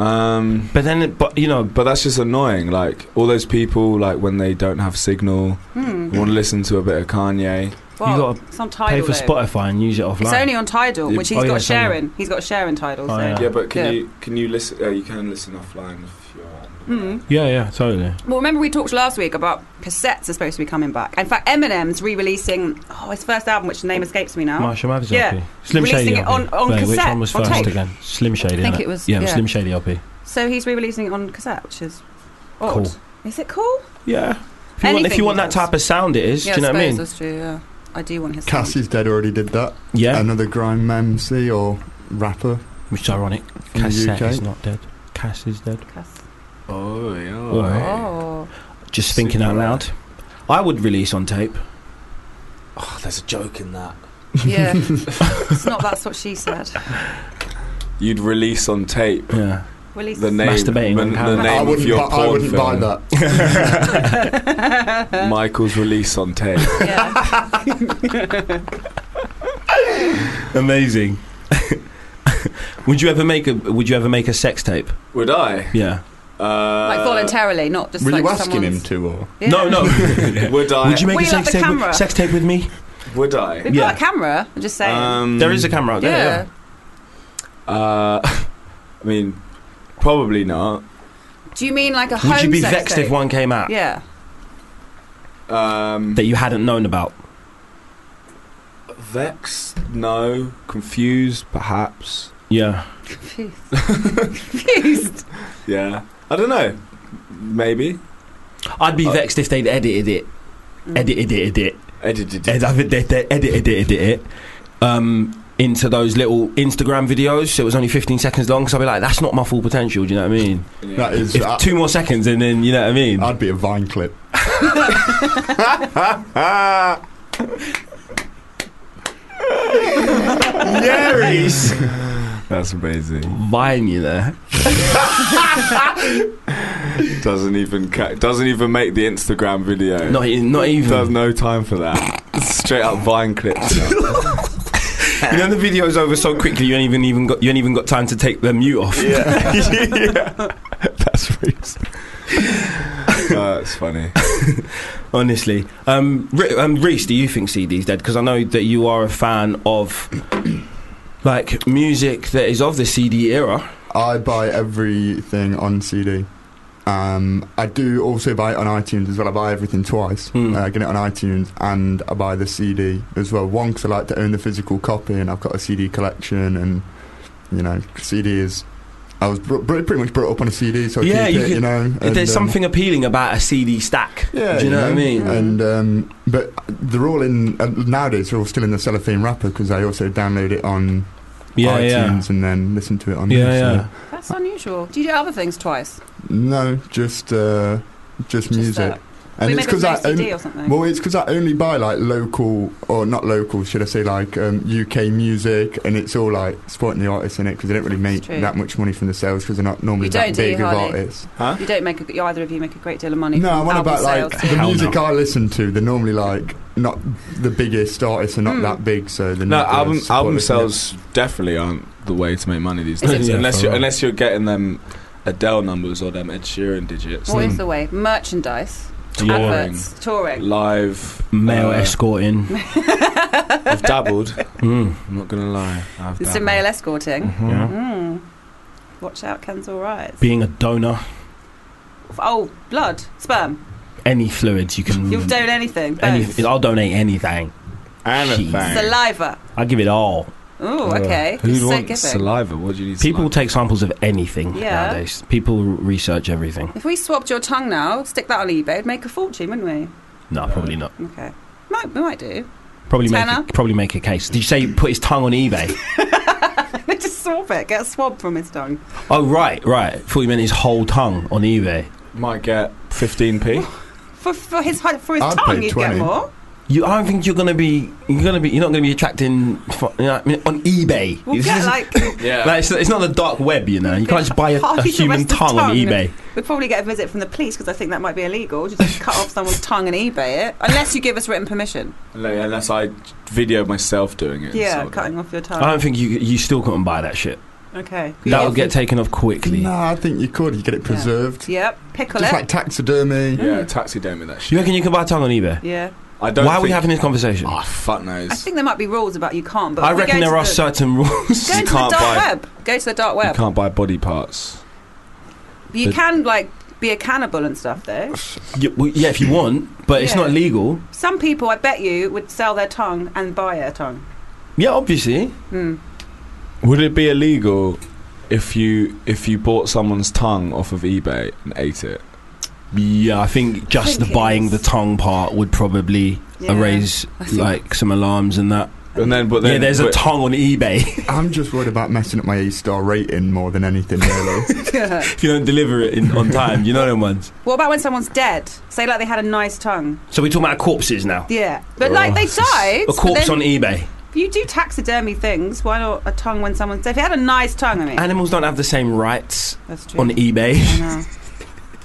Speaker 3: Um,
Speaker 2: But then, it, but you know,
Speaker 3: but that's just annoying. Like all those people, like when they don't have signal,
Speaker 5: Hmm.
Speaker 3: want to listen to a bit of Kanye.
Speaker 5: Well,
Speaker 2: gotta
Speaker 5: it's on Tidal.
Speaker 2: pay for
Speaker 5: though.
Speaker 2: Spotify and use it offline.
Speaker 5: It's only on Tidal,
Speaker 3: Yeah.
Speaker 5: which he's
Speaker 2: Oh, yeah,
Speaker 5: got
Speaker 2: it's on there.
Speaker 5: sharing. He's got sharing Tidal. So.
Speaker 2: Oh, yeah.
Speaker 3: Yeah, but can
Speaker 5: Yeah.
Speaker 3: you can you listen? Uh, you can listen offline if you're.
Speaker 5: Mm.
Speaker 2: yeah, yeah, totally.
Speaker 5: Well, remember we talked last week about cassettes are supposed to be coming back. In fact, Eminem's re-releasing oh, his first album, which the name escapes me now.
Speaker 2: Marshall Mathers
Speaker 5: Yeah.
Speaker 2: LP. Slim
Speaker 5: Releasing
Speaker 2: Shady
Speaker 5: it on-
Speaker 2: LP.
Speaker 5: on
Speaker 2: Wait, Which
Speaker 5: cassette,
Speaker 2: one was
Speaker 5: on
Speaker 2: first
Speaker 5: tape.
Speaker 2: again? Slim Shady.
Speaker 5: I think
Speaker 2: innit?
Speaker 5: it was-
Speaker 2: Yeah, it was
Speaker 5: yeah.
Speaker 2: Slim Shady LP.
Speaker 5: So he's re-releasing it on cassette, which is odd.
Speaker 2: Cool.
Speaker 5: Is it cool?
Speaker 2: Yeah. If you want, if
Speaker 5: Anything
Speaker 2: you want
Speaker 5: he
Speaker 2: that
Speaker 5: does.
Speaker 2: type of sound, it is.
Speaker 5: yeah,
Speaker 2: do you know
Speaker 5: I
Speaker 2: what I
Speaker 5: suppose
Speaker 2: mean?
Speaker 5: that's true. Yeah, I do want his. sound.
Speaker 4: Cassie's dead already did that.
Speaker 2: Yeah.
Speaker 4: Another grime memsy or rapper
Speaker 2: Which is ironic.
Speaker 4: from
Speaker 2: Cassette
Speaker 4: the UK.
Speaker 2: is not dead. Cass is dead.
Speaker 5: Cass-
Speaker 3: Oh yeah.
Speaker 5: Oh,
Speaker 2: Just thinking out loud. I would release on tape.
Speaker 1: Oh,
Speaker 3: there's a joke in that.
Speaker 5: yeah. it's not. That's what she said.
Speaker 3: You'd release on tape
Speaker 2: Yeah.
Speaker 5: Release.
Speaker 3: the name,
Speaker 2: Masturbating
Speaker 3: the,
Speaker 2: on
Speaker 3: the
Speaker 2: camera.
Speaker 3: name
Speaker 4: I
Speaker 3: of
Speaker 4: wouldn't,
Speaker 3: your
Speaker 4: bu- I
Speaker 3: porn
Speaker 4: wouldn't buy
Speaker 3: film.
Speaker 4: that.
Speaker 3: Michael's release on tape.
Speaker 5: yeah.
Speaker 2: Amazing. would you ever make a Would you ever make a sex tape?
Speaker 3: Would I?
Speaker 2: Yeah.
Speaker 3: Uh,
Speaker 5: like voluntarily, not just
Speaker 4: Were
Speaker 5: like
Speaker 4: you asking him
Speaker 5: someone's-
Speaker 4: to, or
Speaker 5: Yeah.
Speaker 2: No, no.
Speaker 3: Would I?
Speaker 2: Would you make
Speaker 5: Well,
Speaker 2: a
Speaker 5: you like
Speaker 2: sex
Speaker 5: the
Speaker 2: tape?
Speaker 5: camera.
Speaker 2: With, sex tape with me?
Speaker 3: Would I?
Speaker 5: We've
Speaker 2: Yeah.
Speaker 5: got a camera. I'm just saying.
Speaker 4: Uh,
Speaker 3: Um,
Speaker 2: There is a camera out there.
Speaker 5: yeah.
Speaker 3: Uh, I mean, probably not.
Speaker 5: Do you mean like a
Speaker 2: yeah.
Speaker 5: home?
Speaker 2: Would you be
Speaker 5: sex
Speaker 2: vexed
Speaker 5: tape?
Speaker 2: if one came out
Speaker 5: Yeah.
Speaker 3: Um,
Speaker 2: that you hadn't known about?
Speaker 3: vexed? No. Confused? Perhaps.
Speaker 2: Yeah.
Speaker 5: Confused. Confused.
Speaker 3: Yeah. I don't know. Maybe.
Speaker 2: I'd be
Speaker 3: Uh,
Speaker 2: vexed if they'd edited it.
Speaker 5: Mm.
Speaker 2: Edited it, edited it.
Speaker 3: Edited.
Speaker 2: Ed- I've ed- ed- edited it, edited it um, into those little Instagram videos. So it was only 15 seconds long. So I'd be like, that's not my full potential. Do you know what I mean?
Speaker 3: Yeah.
Speaker 4: that is
Speaker 2: If
Speaker 4: I-
Speaker 2: two more seconds and then, you know what I mean?
Speaker 4: I'd be a Vine clip.
Speaker 2: Yes!
Speaker 3: That's amazing.
Speaker 2: Vine you there.
Speaker 3: Doesn't even ca- doesn't even make the Instagram video.
Speaker 2: Not, e- not even.
Speaker 3: There's no time for that. Straight up Vine clips.
Speaker 2: You know the video's over so quickly you ain't even, even got you ain't even got time to take the mute off.
Speaker 3: yeah. That's reason. Oh, that's funny.
Speaker 2: Honestly, um, Re- um, Reese, do you think CD's dead? Because I know that you are a fan of like music that is of the CD era.
Speaker 4: I buy everything on CD. Um, I do also buy it on iTunes as well. I buy everything twice.
Speaker 2: Hmm.
Speaker 4: Uh, I get it on iTunes and I buy the CD as well. One, because I like to own the physical copy and I've got a CD collection and, you know, CD is. I was br- br- pretty much brought up on a CD, so I
Speaker 2: Yeah,
Speaker 4: keep
Speaker 2: you
Speaker 4: it,
Speaker 2: could-
Speaker 4: you know. and, um,
Speaker 2: There's something appealing about a CD stack.
Speaker 4: Yeah,
Speaker 2: do you know, what I mean?
Speaker 5: Mhm.
Speaker 4: And um, but they're all in uh, nowadays. They're all still in the cellophane wrapper because I also download it on
Speaker 2: Yeah, yeah,
Speaker 4: iTunes and then listen to it on.
Speaker 2: yeah,
Speaker 4: there, so-
Speaker 2: yeah.
Speaker 5: That's unusual. Do you do other things twice?
Speaker 4: No, just uh, just
Speaker 5: Just
Speaker 4: music.
Speaker 5: that. we make it
Speaker 4: I
Speaker 5: an
Speaker 4: only,
Speaker 5: CD or something.
Speaker 4: well, it's 'cause I only buy like local or not local, should I say like um, UK music, and it's all like supporting the artists in it 'cause they don't really make
Speaker 5: It's true.
Speaker 4: that much money from the sales 'cause they're not normally
Speaker 5: You
Speaker 4: that
Speaker 5: don't, do you,
Speaker 4: big of
Speaker 5: Harley?
Speaker 4: artists.
Speaker 5: you don't make a, either of you make a great deal of money.
Speaker 4: No,
Speaker 5: from
Speaker 4: I want
Speaker 5: album
Speaker 4: about like
Speaker 5: sales.
Speaker 4: the
Speaker 2: Hell
Speaker 4: music
Speaker 2: no.
Speaker 4: I listen to. They're normally like not the biggest artists are not
Speaker 5: Mm.
Speaker 4: that big, so they're
Speaker 3: No,
Speaker 4: not
Speaker 3: album
Speaker 4: the
Speaker 3: album
Speaker 4: supporters in it.
Speaker 3: sales definitely aren't the way to make money these
Speaker 5: Is it-
Speaker 3: days.
Speaker 2: Yeah,
Speaker 3: unless
Speaker 2: for
Speaker 3: you're
Speaker 2: real.
Speaker 3: unless you're getting them Adele numbers or them Ed Sheeran digits.
Speaker 5: What
Speaker 4: Mm.
Speaker 5: is the way? Merchandise,
Speaker 2: Touring.
Speaker 5: adverts, touring.
Speaker 3: Live
Speaker 2: Male
Speaker 3: uh,
Speaker 2: escorting.
Speaker 3: I've dabbled.
Speaker 2: Mm.
Speaker 3: I'm not gonna lie. I've
Speaker 5: It's a
Speaker 3: dabbled.
Speaker 5: male escorting.
Speaker 2: Yeah.
Speaker 5: Mm. Watch out, Ken's all right.
Speaker 2: Being a donor,
Speaker 5: Oh, blood, sperm.
Speaker 2: any fluids you can.
Speaker 5: You'll donate anything.
Speaker 2: Mm. any,
Speaker 5: Bones.
Speaker 2: I'll donate anything.
Speaker 3: Anything.
Speaker 2: Jeez.
Speaker 5: Saliva.
Speaker 2: I give it all.
Speaker 5: Oh, okay.
Speaker 3: Who
Speaker 5: He's so
Speaker 3: wants
Speaker 5: giving.
Speaker 3: saliva? What do you need?
Speaker 2: People take samples of anything
Speaker 5: Yeah.
Speaker 2: nowadays. People research everything.
Speaker 5: If we swapped your tongue now, stick that on eBay, it'd make a fortune, wouldn't
Speaker 2: No, probably not.
Speaker 5: we? Okay. Might, we might do.
Speaker 2: Probably make a,
Speaker 5: Tenner?
Speaker 2: probably make a case. Did you say he put his tongue on eBay?
Speaker 5: We just swap it. Get a swab from his tongue.
Speaker 2: oh right, right. Thought you meant his whole tongue on eBay.
Speaker 3: Might get 15p.
Speaker 5: for, for his hu- for his
Speaker 4: I'd
Speaker 5: tongue,
Speaker 4: pay
Speaker 5: you'd
Speaker 4: 20.
Speaker 5: get more.
Speaker 2: You, I don't think you're gonna be. You're gonna be. You're not gonna be attracting. fu- You know, what I mean, on eBay.
Speaker 5: We'll
Speaker 2: This
Speaker 5: get
Speaker 2: is-
Speaker 5: like
Speaker 3: Yeah.
Speaker 2: like, it's, it's not the dark web, you know. You can't just buy a, a
Speaker 5: Parties
Speaker 2: human
Speaker 5: arrested
Speaker 2: tongue on
Speaker 5: tongue.
Speaker 2: eBay.
Speaker 5: we'd probably get a visit from the police because I think that might be illegal. Just cut off someone's tongue and eBay it, unless you give us written permission.
Speaker 3: Like, unless I video myself doing it. and
Speaker 5: yeah,
Speaker 3: sort of-
Speaker 5: cutting off your tongue.
Speaker 2: I don't think you you still couldn't buy that shit.
Speaker 5: okay.
Speaker 2: Uh, That would get taken off quickly.
Speaker 4: Nah, I think you could. You get it preserved.
Speaker 5: Yep. Pickle
Speaker 4: Just
Speaker 5: it.
Speaker 4: like taxidermy.
Speaker 3: Yeah, taxidermy that shit.
Speaker 2: You reckon you can buy a tongue on eBay?
Speaker 5: yeah.
Speaker 3: I don't.
Speaker 2: Why are we
Speaker 3: think-
Speaker 2: having this conversation?
Speaker 3: Ah, fuck knows.
Speaker 5: I think there might be rules about you can't. But
Speaker 2: I
Speaker 5: if we
Speaker 2: reckon
Speaker 5: go
Speaker 2: there
Speaker 5: to
Speaker 2: are
Speaker 5: the,
Speaker 2: certain rules.
Speaker 5: Go
Speaker 3: You
Speaker 5: to the
Speaker 3: can't
Speaker 5: dark
Speaker 3: buy-
Speaker 5: web. Go to the dark
Speaker 3: you
Speaker 5: web.
Speaker 3: can't buy body parts.
Speaker 5: You,
Speaker 3: But-
Speaker 5: can like be a cannibal and stuff though.
Speaker 2: You- well, yeah, if you want, but it's
Speaker 5: Yeah.
Speaker 2: not legal.
Speaker 5: Some people, I bet you, would sell their tongue and buy a tongue.
Speaker 2: Yeah, obviously.
Speaker 5: Hmm.
Speaker 3: Would it be illegal if you if you bought someone's tongue off of eBay and ate it?
Speaker 2: Yeah, I think just
Speaker 5: think
Speaker 2: the
Speaker 5: it
Speaker 2: buying
Speaker 5: is.
Speaker 2: the tongue part would probably
Speaker 5: Yeah.
Speaker 2: raise
Speaker 5: I think-
Speaker 2: like some alarms and that.
Speaker 3: And then, but then,
Speaker 2: yeah, there's a
Speaker 3: but,
Speaker 2: tongue on eBay.
Speaker 4: I'm just worried about messing up my A star rating more than anything, really.
Speaker 2: if you don't deliver it in, on time, you know them ones.
Speaker 5: what about when someone's dead? Say like they had a nice tongue.
Speaker 2: So we're talking about corpses now.
Speaker 5: Yeah, but like they died.
Speaker 2: Oh, A
Speaker 5: but
Speaker 2: corpse
Speaker 5: then
Speaker 2: on e- eBay.
Speaker 5: You do taxidermy things. Why not a tongue when someone's dead? If you had a nice tongue, I mean,
Speaker 2: Animals don't have the same rights
Speaker 5: that's true.
Speaker 2: on eBay.
Speaker 5: No.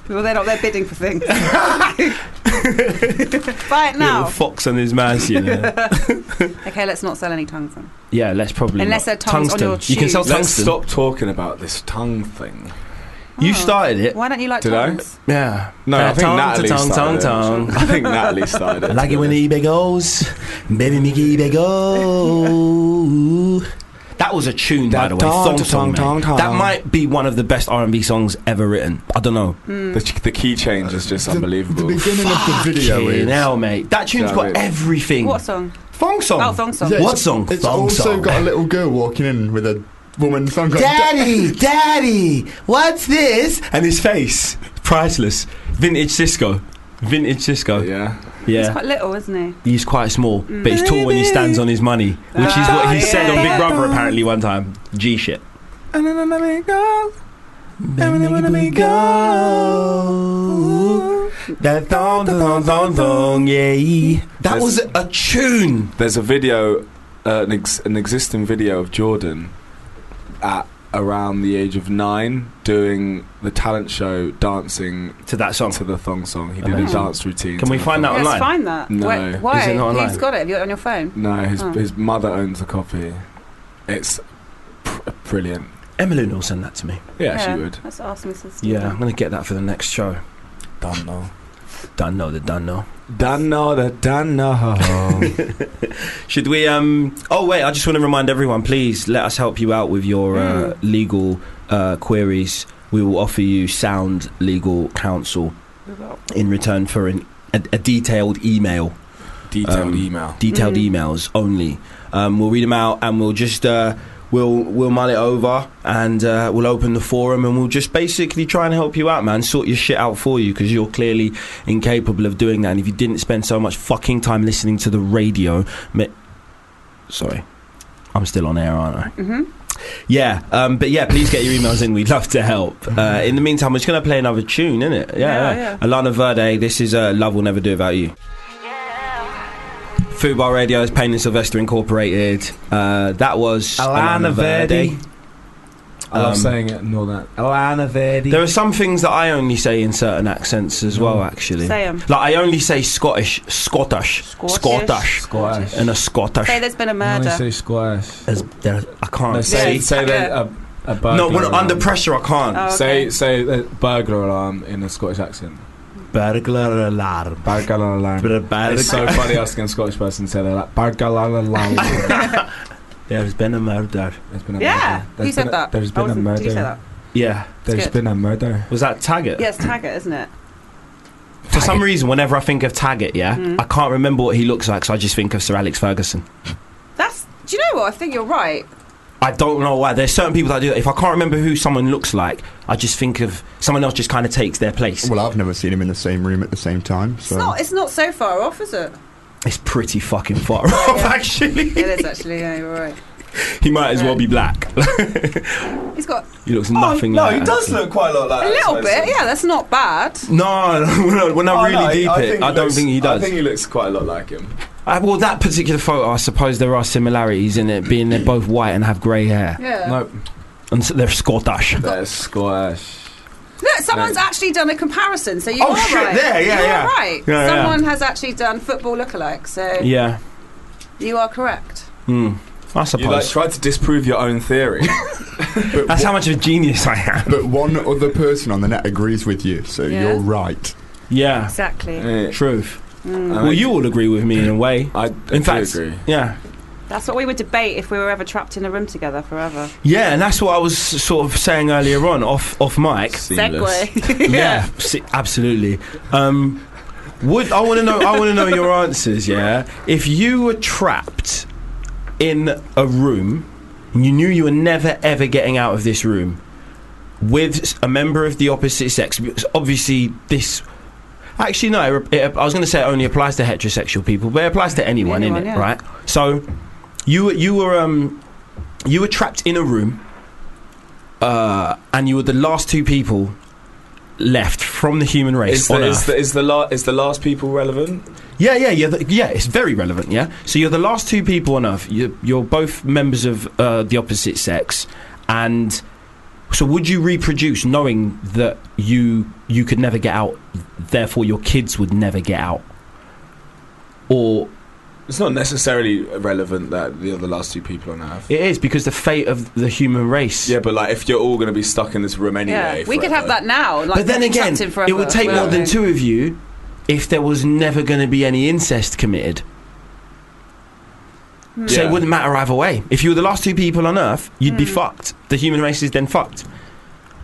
Speaker 5: Well, they're not. They're bidding for things. Buy it
Speaker 2: Little
Speaker 5: now.
Speaker 2: fox and his mouse, you know.
Speaker 5: Okay, let's not sell any tongues then.
Speaker 2: yeah, let's probably.
Speaker 5: Unless
Speaker 2: not.
Speaker 5: they're tongues on
Speaker 2: tungsten.
Speaker 5: your
Speaker 2: You can sell
Speaker 5: shoes.
Speaker 3: Let's
Speaker 2: tungsten.
Speaker 3: stop talking about this tongue thing.
Speaker 2: You
Speaker 5: Oh.
Speaker 2: started it.
Speaker 5: Why don't you like
Speaker 3: Did I?
Speaker 5: tongues?
Speaker 2: Yeah.
Speaker 3: No,
Speaker 2: Uh,
Speaker 3: I think
Speaker 2: tongue to
Speaker 3: Natalie
Speaker 2: tongue,
Speaker 3: started
Speaker 2: tongue,
Speaker 3: it. I think Natalie started it.
Speaker 2: I like it when eBay goes, baby make eBay go. That was a tune, by
Speaker 3: That
Speaker 2: the way.
Speaker 3: dong,
Speaker 2: Song, song,
Speaker 3: dong, dong,
Speaker 2: man.
Speaker 3: dong.
Speaker 2: That might be one of the best R&B songs ever written. I don't know.
Speaker 3: the, the key change is just
Speaker 4: the
Speaker 3: unbelievable.
Speaker 4: beginning of the video
Speaker 2: Fucking
Speaker 4: is.
Speaker 2: hell, mate. That tune's
Speaker 3: Yeah,
Speaker 2: got
Speaker 3: mate.
Speaker 2: everything.
Speaker 5: What song?
Speaker 2: Thong song.
Speaker 5: Oh, thong song.
Speaker 4: Yeah,
Speaker 2: What
Speaker 4: it's-
Speaker 2: song?
Speaker 4: It's
Speaker 2: Thong
Speaker 4: also
Speaker 2: song.
Speaker 4: got a little girl walking in with a woman. So I'm going,
Speaker 2: Daddy, daddy, what's this? And his face, priceless. Vintage Cisco. Vintage Cisco. Yeah.
Speaker 3: yeah.
Speaker 5: He's quite little, isn't he?
Speaker 2: He's quite small, but he's tall when he stands on his money, which is what he
Speaker 5: Ah,
Speaker 2: said on Big
Speaker 5: yeah.
Speaker 2: Brother apparently one time. G shit. That thong, thong, thong, thong, yeah. That was a tune.
Speaker 3: There's a video, uh, an, ex- an existing video of Jordan at around the age of nine doing the talent show dancing
Speaker 2: To that song.
Speaker 3: to the thong song. He did
Speaker 2: Amazing.
Speaker 3: a dance routine.
Speaker 2: Can
Speaker 3: to
Speaker 2: we
Speaker 3: the
Speaker 2: find that
Speaker 3: thong-
Speaker 5: Let's
Speaker 2: online?
Speaker 5: find that.
Speaker 3: No.
Speaker 5: Wait,
Speaker 3: Is it
Speaker 5: why?
Speaker 2: not online?
Speaker 5: Who's got it? Have you got it on your phone?
Speaker 3: No, his,
Speaker 5: Oh.
Speaker 3: his mother owns the copy. It's pr- brilliant.
Speaker 2: Emily will send that to me.
Speaker 3: Yeah, she would.
Speaker 5: Let's ask Mrs.
Speaker 2: Yeah, I'm going to get that for the next show.
Speaker 3: Don't know.
Speaker 2: Done, no, the done, no.
Speaker 3: Don't know that don't know.
Speaker 2: Should we? Um. Oh wait, I just want to remind everyone. Please let us help you out with your uh,
Speaker 5: Mm.
Speaker 2: legal uh, queries. We will offer you sound legal counsel in return for an, a, a detailed email.
Speaker 3: Detailed
Speaker 2: Um,
Speaker 3: email.
Speaker 2: Detailed
Speaker 5: Mm.
Speaker 2: emails only. Um, we'll read them out and we'll just uh, we'll we'll mull it over and uh, we'll open the forum and we'll just basically try and help you out, man. Sort your shit out for you because you're clearly incapable of doing that. And if you didn't spend so much fucking time listening to the radio, me- sorry, I'm still on air, aren't I?
Speaker 5: hmm
Speaker 2: Yeah, um, but yeah, please get your emails in. We'd love to help. Uh, in the meantime, we're just going to play another tune, innit? Yeah,
Speaker 5: Yeah,
Speaker 2: yeah. Alana Verde, this is uh, Love Will Never Do Without You. Food Bar Radio is Payne and Sylvester Incorporated. Uh, that was
Speaker 3: Alana Verde. I love
Speaker 2: Um,
Speaker 3: saying it and all that. Alana Verdi.
Speaker 2: There are some things that I only say in certain accents as well, actually.
Speaker 5: Say 'em.
Speaker 2: Like, I only say Scottish, Scottish,
Speaker 5: Scottish.
Speaker 2: Scottish,
Speaker 3: Squash.
Speaker 2: and a Scottish.
Speaker 5: Say there's been a murder.
Speaker 3: say squash.
Speaker 2: As- there- I can't
Speaker 5: say-
Speaker 2: say.
Speaker 5: Yeah. say that a-
Speaker 3: a
Speaker 2: No, when under pressure, I can't.
Speaker 5: Oh,
Speaker 3: Say
Speaker 5: okay.
Speaker 3: say a burglar alarm in a Scottish accent.
Speaker 2: Burglar alarm.
Speaker 3: Burglar alarm. It's so funny asking a Scottish person to say that. Like, burglar alarm.
Speaker 2: There's been a murder.
Speaker 3: There's been a
Speaker 5: Yeah,
Speaker 3: murder.
Speaker 5: who
Speaker 3: There's
Speaker 5: said
Speaker 3: been a-
Speaker 5: that?
Speaker 3: There's
Speaker 5: I
Speaker 3: been a
Speaker 5: wasn't-
Speaker 3: murder.
Speaker 5: Did you say that?
Speaker 2: Yeah.
Speaker 5: It's
Speaker 3: There's
Speaker 5: good.
Speaker 3: been a murder.
Speaker 2: Was that Taggart?
Speaker 5: Yes, Taggart, isn't it?
Speaker 2: For some reason, whenever I think of Taggart, yeah,
Speaker 5: Mm.
Speaker 2: I can't remember what he looks like, so I just think of Sir Alex Ferguson.
Speaker 5: That's. Do you know what? I think you're right.
Speaker 2: I don't know why. There's certain people that do that. If I can't remember who someone looks like, I just think of someone else just kind of takes their place.
Speaker 4: Well, I've never seen him in the same room at the same time.
Speaker 5: It's
Speaker 4: So.
Speaker 5: not. It's not so far off, is it?
Speaker 2: It's pretty fucking far off, actually.
Speaker 5: It is actually. Yeah, you're right.
Speaker 2: he might as well be black.
Speaker 5: He's got
Speaker 2: he looks nothing
Speaker 3: no,
Speaker 2: like
Speaker 3: he
Speaker 2: that.
Speaker 3: does look quite a lot like
Speaker 5: a little bit. Yeah, that's not bad.
Speaker 2: No, no, when I- when
Speaker 3: Oh,
Speaker 2: I really deep it, I, don't think he does.
Speaker 3: I think he looks quite a lot like him.
Speaker 2: Uh, well, that particular photo, I suppose there are similarities in it, being they're both white and have grey hair.
Speaker 5: Yeah.
Speaker 3: Nope.
Speaker 2: And so they're Scottish.
Speaker 3: That's squash.
Speaker 5: Look, someone's actually done a comparison, so you
Speaker 2: Oh,
Speaker 5: are
Speaker 2: shit,
Speaker 5: right.
Speaker 2: there, yeah,
Speaker 5: you
Speaker 2: yeah.
Speaker 5: are right.
Speaker 2: Yeah, yeah.
Speaker 5: Someone has actually done football lookalike, so
Speaker 2: Yeah.
Speaker 5: you are correct.
Speaker 2: Mm. I
Speaker 3: You like
Speaker 2: suppose.
Speaker 3: tried to disprove your own theory.
Speaker 2: That's how much of a genius I am.
Speaker 4: But one other person on the net agrees with you, so
Speaker 5: Yeah.
Speaker 4: you're right.
Speaker 2: Yeah.
Speaker 5: Exactly.
Speaker 3: Eh,
Speaker 2: Truth.
Speaker 5: Mm.
Speaker 2: Well, you all agree with me in a way.
Speaker 3: I
Speaker 2: In
Speaker 3: in
Speaker 2: fact-
Speaker 3: fact, agree.
Speaker 2: Yeah.
Speaker 5: That's what we would debate if we were ever trapped in a room together forever.
Speaker 2: Yeah, and that's what I was sort of saying earlier on, off off mic.
Speaker 5: Segway.
Speaker 2: yeah, si- absolutely. Um, would I want to know? I want to know your answers. Yeah, if you were trapped in a room and you knew you were never ever getting out of this room with s- a member of the opposite sex, because obviously this. Actually, no. It, it, I was going to say it only applies to heterosexual people, but it applies to anyone,
Speaker 5: Anyone,
Speaker 2: innit?
Speaker 5: yeah.
Speaker 2: Right. So, you were- you were um, you were trapped in a room, uh, and you were the last two people left from the human race
Speaker 3: Is
Speaker 2: on
Speaker 3: the, is,
Speaker 2: Earth.
Speaker 3: the, is, the la- is the last people relevant?
Speaker 2: yeah, yeah, yeah, the, yeah. It's very relevant. Yeah. So you're the last two people on Earth. You're, you're both members of uh, the opposite sex, and so would you reproduce knowing that you you could never get out? Therefore, your kids would never get out. Or
Speaker 3: It's not necessarily relevant that the other last two people on Earth.
Speaker 2: it is because the fate of the human race.
Speaker 3: Yeah, but like if you're all going to be stuck in this room anyway,
Speaker 5: yeah. We could have
Speaker 3: forever.
Speaker 5: that now. Like,
Speaker 2: but then
Speaker 5: we'd be
Speaker 2: again,
Speaker 5: trapped in forever,
Speaker 2: it would take more
Speaker 5: wouldn't
Speaker 2: than
Speaker 5: we?
Speaker 2: two of you if there was never going to be any incest committed.
Speaker 5: Hmm.
Speaker 2: So
Speaker 3: Yeah.
Speaker 2: it wouldn't matter either way. If you were the last two people on Earth, you'd be
Speaker 5: Mm.
Speaker 2: fucked. The human race is then fucked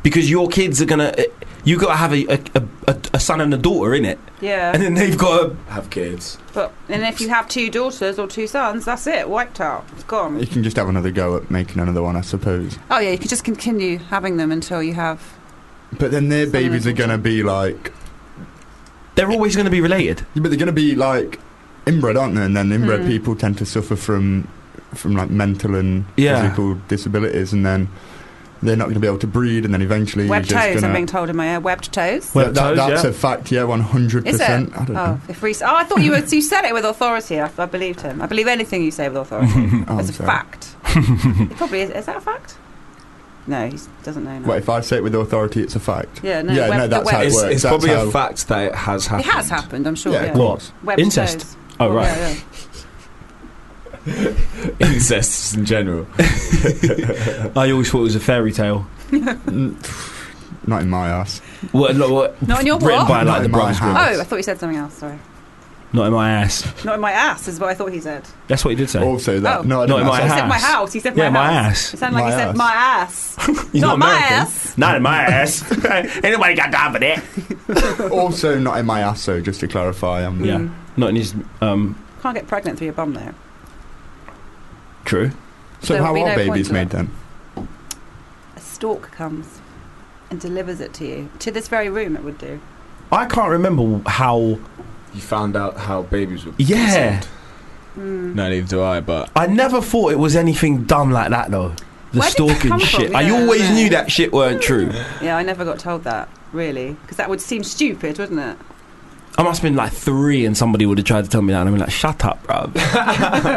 Speaker 2: because your kids are gonna. eh, You gotta have a a, a, a son and a daughter in it,
Speaker 5: Yeah.
Speaker 2: and then they've got.
Speaker 3: Have kids.
Speaker 5: But and if you have two daughters or two sons, that's it. Wiped out. It's
Speaker 4: You
Speaker 5: gone.
Speaker 4: can just have another go at making another one, I suppose.
Speaker 5: Oh yeah, you could just continue having them until you have.
Speaker 4: But then their
Speaker 5: Some of
Speaker 4: babies are
Speaker 5: them-
Speaker 4: going to be like.
Speaker 2: They're always going to be related.
Speaker 4: But they're going to be like inbred, aren't they? And then inbred
Speaker 5: Hmm.
Speaker 4: people tend to suffer from from like mental and
Speaker 2: Yeah.
Speaker 4: physical disabilities, and then they're not going to be able to breed, and then eventually
Speaker 5: Webbed
Speaker 4: you're just
Speaker 5: toes, I'm
Speaker 4: gonna-
Speaker 5: being told in my ear. Webbed toes.
Speaker 2: Webbed
Speaker 4: That- that-
Speaker 2: toes,
Speaker 4: that's
Speaker 2: yeah.
Speaker 4: a fact, yeah, 100%. I don't
Speaker 5: Oh,
Speaker 4: know.
Speaker 5: if Reese. Oh, I thought you were. You said it with authority. I, I believed him. I believe anything you say with authority.
Speaker 4: Oh,
Speaker 5: It's a
Speaker 4: I'm sorry.
Speaker 5: fact. it probably is. Is that a fact? No, he doesn't know. Now.
Speaker 4: What if I say it with authority, it's a fact?
Speaker 5: Yeah, no.
Speaker 4: Yeah,
Speaker 5: webbed-
Speaker 4: no, that's
Speaker 5: the
Speaker 4: how it
Speaker 5: webbed-
Speaker 3: It's,
Speaker 4: works,
Speaker 3: it's
Speaker 4: that's
Speaker 3: probably
Speaker 4: how-
Speaker 3: a fact that it has
Speaker 5: It
Speaker 3: happened.
Speaker 5: has happened. I'm sure.
Speaker 4: yeah,
Speaker 5: Yeah.
Speaker 4: of course.
Speaker 5: Webbed
Speaker 2: Incest.
Speaker 5: toes.
Speaker 2: Oh
Speaker 5: Well,
Speaker 2: right.
Speaker 5: yeah, yeah.
Speaker 3: Incests in general.
Speaker 2: I always thought it was a fairy tale.
Speaker 4: Mm, Not in my ass.
Speaker 2: What, lo- what-
Speaker 5: Not in your
Speaker 2: written
Speaker 5: what?
Speaker 2: by
Speaker 4: Not
Speaker 2: like the
Speaker 4: in my
Speaker 2: brothers. Grimm.
Speaker 4: house.
Speaker 5: Oh, I thought you said something else. Sorry.
Speaker 2: Not in my ass.
Speaker 5: Not in my ass is what I thought he said.
Speaker 2: That's what he did say.
Speaker 4: Also, that.
Speaker 5: Oh.
Speaker 4: No, I
Speaker 2: Not in
Speaker 4: don't know.
Speaker 2: my
Speaker 5: he
Speaker 2: house.
Speaker 5: said my house. He said
Speaker 2: yeah, my
Speaker 5: house.
Speaker 2: ass.
Speaker 5: It sounded like
Speaker 4: My
Speaker 5: he said
Speaker 4: ass.
Speaker 5: my ass.
Speaker 2: He's
Speaker 5: Not my
Speaker 2: American.
Speaker 5: ass.
Speaker 2: Not in my ass. Ain't nobody got time for that.
Speaker 4: also, not in my ass, so just to clarify. um, I'm
Speaker 2: Yeah. Not in his. Um,
Speaker 5: Hmm. Can't get pregnant through your bum though.
Speaker 2: true.
Speaker 4: So,
Speaker 5: There will
Speaker 4: how
Speaker 5: be
Speaker 4: are
Speaker 5: no point
Speaker 4: babies
Speaker 5: to that.
Speaker 4: made then?
Speaker 5: A stork comes and delivers it to you. To this very room, it would do.
Speaker 2: I can't remember how.
Speaker 3: You found out how babies were.
Speaker 2: Yeah.
Speaker 3: conceived.
Speaker 5: Mm.
Speaker 3: No, neither do I. But
Speaker 2: I never thought it was anything dumb like that though. The
Speaker 5: Where did that
Speaker 2: stalking
Speaker 5: come from?
Speaker 2: shit.
Speaker 5: Yeah,
Speaker 2: I always
Speaker 5: yeah.
Speaker 2: knew that shit weren't true.
Speaker 5: Yeah, I never got told that really, because that would seem stupid, wouldn't it?
Speaker 2: I must have been like three, and somebody would have tried to tell me that, and I'd be like, "Shut up, bro,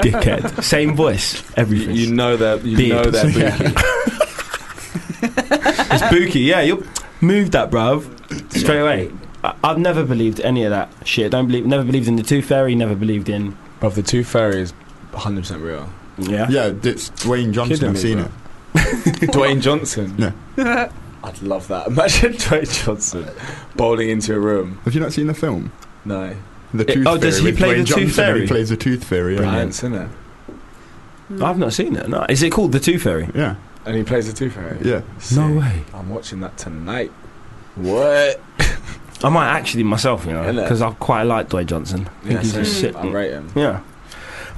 Speaker 2: dickhead." Same voice,
Speaker 3: you,
Speaker 2: everything.
Speaker 3: you know that you
Speaker 2: Beard.
Speaker 3: know that.
Speaker 4: Yeah.
Speaker 3: bookie.
Speaker 2: it's booky, yeah. You move that, bruv, straight away. I- I've never believed any of that shit. Don't believe. Never believed in the tooth fairy. Never believed in.
Speaker 3: Of the two fairies, 100 percent real.
Speaker 2: Yeah.
Speaker 4: Yeah, it's Dwayne Johnson.
Speaker 3: Kidding
Speaker 4: I've
Speaker 3: me,
Speaker 4: seen
Speaker 3: bro.
Speaker 4: it.
Speaker 3: Dwayne Johnson.
Speaker 4: Yeah.
Speaker 3: I'd love that. Imagine Dwayne Johnson bowling into a room.
Speaker 4: Have you not seen the film?
Speaker 3: No,
Speaker 4: The
Speaker 2: Eh,
Speaker 4: Tooth
Speaker 2: oh, does he
Speaker 4: Fairy with
Speaker 2: play
Speaker 4: Dwayne
Speaker 2: the Tooth
Speaker 4: Johnson and
Speaker 2: Fairy?
Speaker 4: He plays the Tooth Fairy. Yeah.
Speaker 3: I haven't seen it.
Speaker 2: I've not seen it. No, is it called the tooth fairy?
Speaker 4: Yeah,
Speaker 3: And he plays the two fairy.
Speaker 4: yeah.
Speaker 2: No way.
Speaker 3: I'm watching that tonight. What?
Speaker 2: I might actually myself, you know,
Speaker 3: Innit?
Speaker 2: because I quite like Dwayne Johnson. I think
Speaker 3: Yeah,
Speaker 2: he's a
Speaker 3: same.
Speaker 2: sick.
Speaker 3: I rate him.
Speaker 2: Yeah. I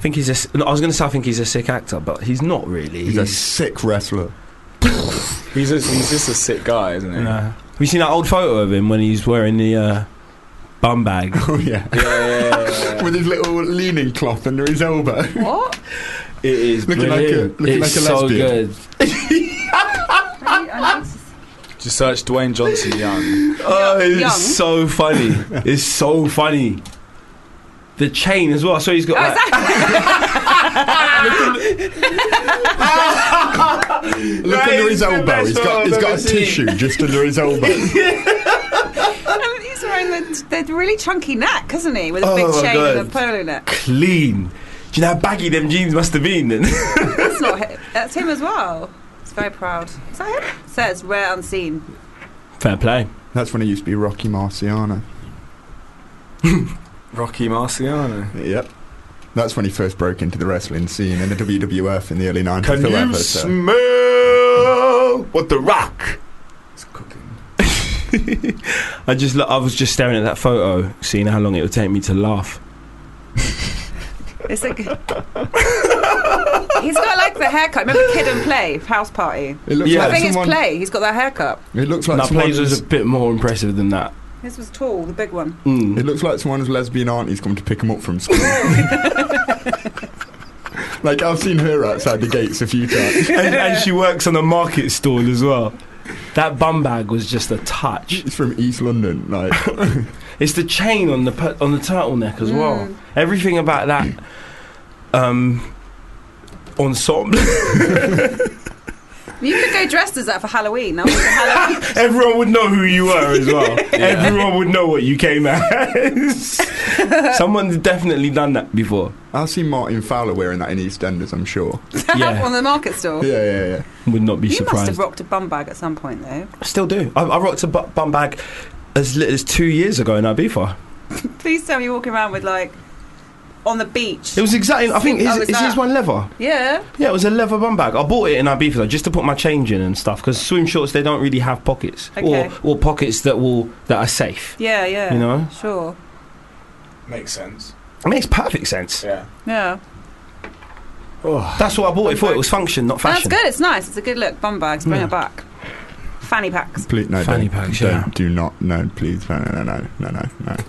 Speaker 2: think he's a. s- no, I was going to say I think he's a sick actor, but he's not really.
Speaker 4: He's a sick wrestler.
Speaker 3: He's just, he's just a sick guy, isn't he?
Speaker 2: Nah. Have you seen that old photo of him when he's wearing the uh, bum bag.
Speaker 4: Oh yeah.
Speaker 3: Yeah, yeah, yeah, yeah.
Speaker 4: With his little leaning cloth under his elbow.
Speaker 5: What?
Speaker 2: It is
Speaker 4: Looking like a-
Speaker 2: brilliant.
Speaker 4: looking
Speaker 2: it's
Speaker 4: like a
Speaker 2: so
Speaker 4: lesbian.
Speaker 2: good.
Speaker 5: I need to-
Speaker 3: Just search Dwayne Johnson Young.
Speaker 2: Oh, it's
Speaker 5: Young.
Speaker 2: so funny. it's so funny. The chain as well. So he's got.
Speaker 5: Oh,
Speaker 2: like-
Speaker 5: is that?
Speaker 4: Look
Speaker 2: That
Speaker 4: under
Speaker 2: is
Speaker 4: his
Speaker 2: the
Speaker 4: elbow.
Speaker 2: best
Speaker 4: He's
Speaker 2: one
Speaker 4: got
Speaker 2: I've
Speaker 4: he's
Speaker 2: ever
Speaker 4: got a
Speaker 2: seen.
Speaker 4: tissue just under his elbow.
Speaker 5: Um, he's wearing the, the really chunky neck, isn't he? With a
Speaker 2: Oh my
Speaker 5: big chain
Speaker 2: God.
Speaker 5: and a pearl in it.
Speaker 2: clean. Do you know how baggy them jeans must have been then?
Speaker 5: That's not him. That's him as well. He's very proud. Is that him? Says rare unseen.
Speaker 2: Fair play.
Speaker 4: That's when it used to be Rocky Marciano.
Speaker 3: Rocky Marciano.
Speaker 4: Yep. That's when he first broke into the wrestling scene in the WWF in the early 90s. or whatever, so-
Speaker 2: smell what the rock?
Speaker 3: It's cooking.
Speaker 2: I just, lo- I was just staring at that photo, seeing how long it would take me to laugh.
Speaker 5: It's like he's got like the haircut. Remember Kid and Play House Party?
Speaker 4: It looks
Speaker 2: Yeah.
Speaker 5: I
Speaker 4: like
Speaker 5: think
Speaker 4: someone,
Speaker 5: it's Play. He's got that haircut.
Speaker 4: It looks
Speaker 2: Now,
Speaker 4: like
Speaker 2: Plays was
Speaker 4: someone's,
Speaker 2: a bit more impressive than that.
Speaker 5: This was tall, the big one.
Speaker 2: Mm.
Speaker 4: it looks like someone's lesbian auntie's come to pick him up from school. like I've seen her outside the gates a few times.
Speaker 2: and, and she works on a market stall as well. That bum bag was just a touch.
Speaker 4: It's from East London, like
Speaker 2: It's the chain on the pu- on the turtleneck as well.
Speaker 5: Mm.
Speaker 2: Everything about that um, ensemble.
Speaker 5: You could go dressed as that for Halloween. That was a Halloween.
Speaker 2: Everyone would know who you were as well. Everyone would know what you came as. Someone's definitely done that before.
Speaker 4: I've seen Martin Fowler wearing that in EastEnders, I'm sure.
Speaker 2: Yeah.
Speaker 5: on the market store.
Speaker 4: Yeah, yeah, yeah.
Speaker 2: Would not be
Speaker 5: You must
Speaker 2: surprised.
Speaker 5: have rocked a bum bag at some point, though.
Speaker 2: I still do. I, I rocked a bu- bum bag as little as two years ago in Ibiza.
Speaker 5: Please tell me you're walking around with like on the beach.
Speaker 2: It was exactly. I think
Speaker 5: Oh,
Speaker 2: is,
Speaker 5: is
Speaker 2: is
Speaker 5: that-
Speaker 2: this one leather?
Speaker 5: yeah.
Speaker 2: Yeah, it was a leather bum bag. I bought it in Ibiza though, just to put my change in and stuff because swim shorts they don't really have pockets
Speaker 5: Okay.
Speaker 2: or or pockets that will that are safe.
Speaker 5: Yeah. Yeah.
Speaker 2: You know,
Speaker 5: Sure.
Speaker 3: Makes sense.
Speaker 2: it makes perfect sense.
Speaker 3: Yeah.
Speaker 5: Yeah.
Speaker 2: That's what I bought it for. It was function, not
Speaker 5: That's
Speaker 2: fashion.
Speaker 5: good. It's nice. It's a good look. Bum bags. Bring
Speaker 2: Yeah.
Speaker 5: it back. Fanny packs.
Speaker 4: Please, no,
Speaker 2: Fanny
Speaker 4: don't,
Speaker 2: packs,
Speaker 4: don't,
Speaker 2: yeah.
Speaker 4: do not, no, please, no, no, no, no, no, no, no.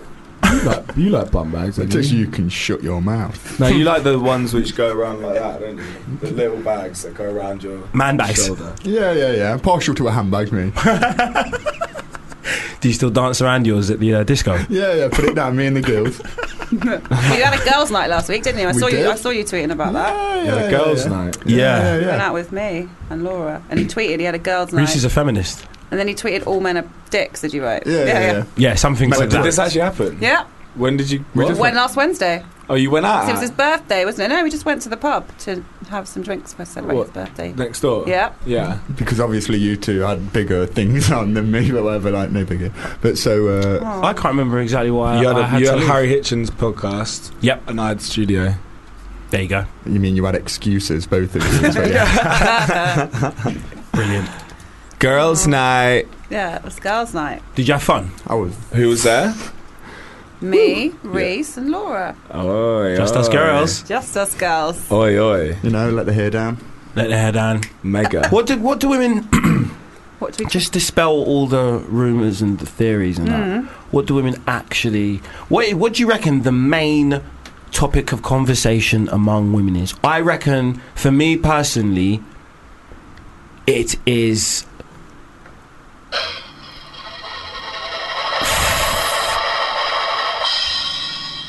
Speaker 7: You like, you like bum bags, don't
Speaker 4: Just
Speaker 7: you?
Speaker 4: you can shut your mouth.
Speaker 3: No, you like the ones which go around like that, don't you? The little bags that go around your
Speaker 2: Man bags.
Speaker 3: shoulder.
Speaker 4: Yeah, yeah, yeah. I'm partial to a handbag, me.
Speaker 2: Do you still dance around yours at the uh, disco?
Speaker 4: Yeah, yeah. Put it down, me and the girls.
Speaker 5: You had a girls' night last week, didn't you? I
Speaker 4: We
Speaker 5: saw
Speaker 4: did.
Speaker 5: you. I saw you tweeting about
Speaker 4: Yeah,
Speaker 5: that.
Speaker 3: Yeah, the girls' night.
Speaker 4: Yeah,
Speaker 2: Yeah.
Speaker 4: yeah,
Speaker 5: He went
Speaker 4: yeah.
Speaker 5: out with me and Laura, and he tweeted he had a girls' night,
Speaker 2: Reese is a feminist.
Speaker 5: and then he tweeted all men are dicks. Did you write?
Speaker 4: Yeah, yeah, yeah.
Speaker 2: Yeah, something
Speaker 3: Wait,
Speaker 2: like
Speaker 3: did
Speaker 2: that.
Speaker 3: this actually happen?
Speaker 5: Yeah,
Speaker 3: When did you?
Speaker 4: We
Speaker 3: what?
Speaker 4: just
Speaker 5: went last Wednesday.
Speaker 3: oh, you went out
Speaker 5: So it
Speaker 2: Ah.
Speaker 5: was his birthday, wasn't it? No, we just went to the pub to have some drinks for celebrate
Speaker 3: What?
Speaker 5: his birthday.
Speaker 3: next door.
Speaker 5: Yeah,
Speaker 3: Yeah.
Speaker 4: Because obviously you two had bigger things on than me, but whatever, like no bigger. But so, uh,
Speaker 2: I can't remember exactly why
Speaker 3: you
Speaker 2: I,
Speaker 3: had, a,
Speaker 2: I had
Speaker 3: you
Speaker 2: to
Speaker 3: had
Speaker 2: leave.
Speaker 3: Harry Hitchens podcast.
Speaker 2: Yep.
Speaker 3: And I had studio.
Speaker 2: There you go.
Speaker 4: you mean you had excuses, both of you? So, yeah.
Speaker 2: Brilliant.
Speaker 3: Girls' night.
Speaker 5: yeah, it was girls' night.
Speaker 2: Did you have fun?
Speaker 4: I was.
Speaker 3: Who was there?
Speaker 5: Me, Reese, and Laura.
Speaker 3: Oh,
Speaker 2: Just us girls.
Speaker 5: Just us girls.
Speaker 3: Oi, oi.
Speaker 4: You know, let the hair down.
Speaker 2: Let their hair down.
Speaker 3: Mega.
Speaker 2: What do what do women
Speaker 5: What do we?
Speaker 2: just dispel all the rumours and the theories and that?
Speaker 5: Mm.
Speaker 2: What do women actually? What what do you reckon the main topic of conversation among women is? I reckon, for me personally, it is.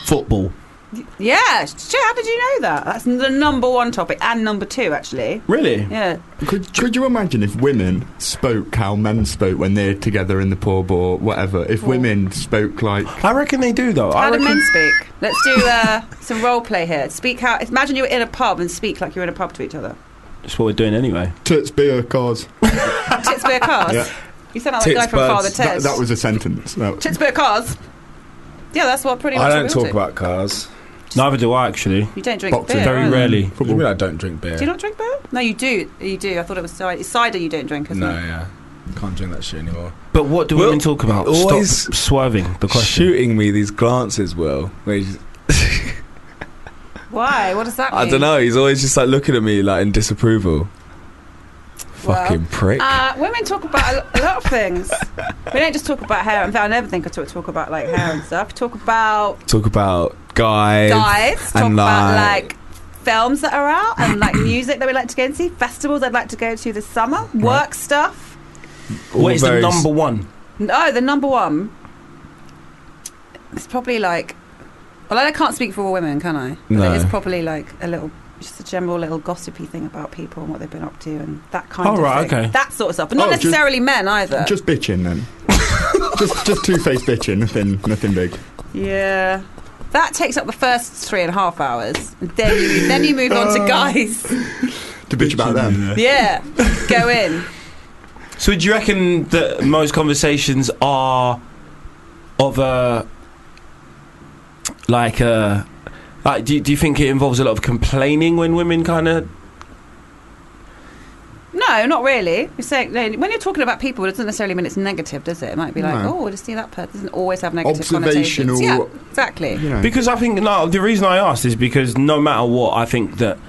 Speaker 2: Football.
Speaker 5: Yeah, shit, how did you know that? That's the number one topic, and number two actually.
Speaker 2: Really?
Speaker 5: Yeah,
Speaker 4: Could, could you imagine if women spoke how men spoke when they're together in the pub or whatever? If women spoke like
Speaker 2: I reckon they do though. I
Speaker 5: How do
Speaker 2: reckon
Speaker 5: men speak? Let's do uh, some role play here. Speak how. Imagine you're in a pub and speak like you're in a pub to each other.
Speaker 2: that's what we're doing anyway.
Speaker 4: tits, beer, cars.
Speaker 5: Tits beer cars.
Speaker 4: Yeah.
Speaker 5: You sound like the
Speaker 3: Tits
Speaker 5: guy from
Speaker 3: birds.
Speaker 5: Father
Speaker 4: That,
Speaker 5: Ted.
Speaker 4: that was a sentence. That-
Speaker 5: tits beer cars. Yeah, that's what pretty much.
Speaker 3: I
Speaker 5: what
Speaker 3: don't
Speaker 5: we all
Speaker 3: talk
Speaker 5: do.
Speaker 3: about cars.
Speaker 2: Neither do I actually.
Speaker 5: You don't drink
Speaker 4: boxing.
Speaker 5: beer.
Speaker 2: Very
Speaker 5: either.
Speaker 2: rarely.
Speaker 3: What do you mean I don't drink beer?
Speaker 5: Do you not drink beer? No, you do. You do. I thought it was cider. It's cider you don't drink, isn't
Speaker 3: no,
Speaker 5: it?
Speaker 3: yeah. Can't drink that shit anymore.
Speaker 2: But what do
Speaker 3: Well,
Speaker 2: women talk about?
Speaker 3: always
Speaker 2: Stop swerving the question.
Speaker 3: Shooting me these glances, Will. where he's-
Speaker 5: Why? What does that mean?
Speaker 3: I don't know. He's always just like looking at me like in disapproval.
Speaker 5: Well,
Speaker 8: Fucking prick.
Speaker 5: Uh, women talk about a, lo- a lot of things. we don't just talk about hair. In fact, I never think I talk, talk about like hair and stuff. Talk about
Speaker 3: Talk about guys.
Speaker 5: diets. Talk
Speaker 3: and
Speaker 5: about
Speaker 3: like-
Speaker 5: like films that are out and like music that we like to go and see. Festivals I'd like to go to this summer. Work stuff.
Speaker 2: What is the
Speaker 3: very s-
Speaker 2: number one?
Speaker 5: No, the number one. It's probably like. Well, I can't speak for all women, can I? But
Speaker 3: No.
Speaker 5: It's probably like a little, just a general little gossipy thing about people and what they've been up to and that kind
Speaker 2: Oh,
Speaker 5: of
Speaker 2: right,
Speaker 5: thing.
Speaker 2: okay.
Speaker 5: That sort of stuff, but not
Speaker 4: Oh, just-
Speaker 5: necessarily men either.
Speaker 4: Just bitching then. just just two faced bitching. Nothing nothing big.
Speaker 5: Yeah. That takes up the first three and a half hours. Then you, then you move
Speaker 2: Oh.
Speaker 5: on to guys.
Speaker 4: To bitch about them.
Speaker 5: Yeah. Go in.
Speaker 2: So do you reckon that most conversations are of a like a like, do, do you think it involves a lot of complaining when women kind of
Speaker 5: No, not really. You're saying, no, when you're talking about people, it doesn't necessarily mean it's negative, does it? It might be like,
Speaker 4: No.
Speaker 5: oh, I just see that person. It doesn't always have negative
Speaker 4: Observational-
Speaker 5: connotations. Yeah, exactly.
Speaker 4: You know.
Speaker 2: because I think no the reason I asked is because no matter what I think that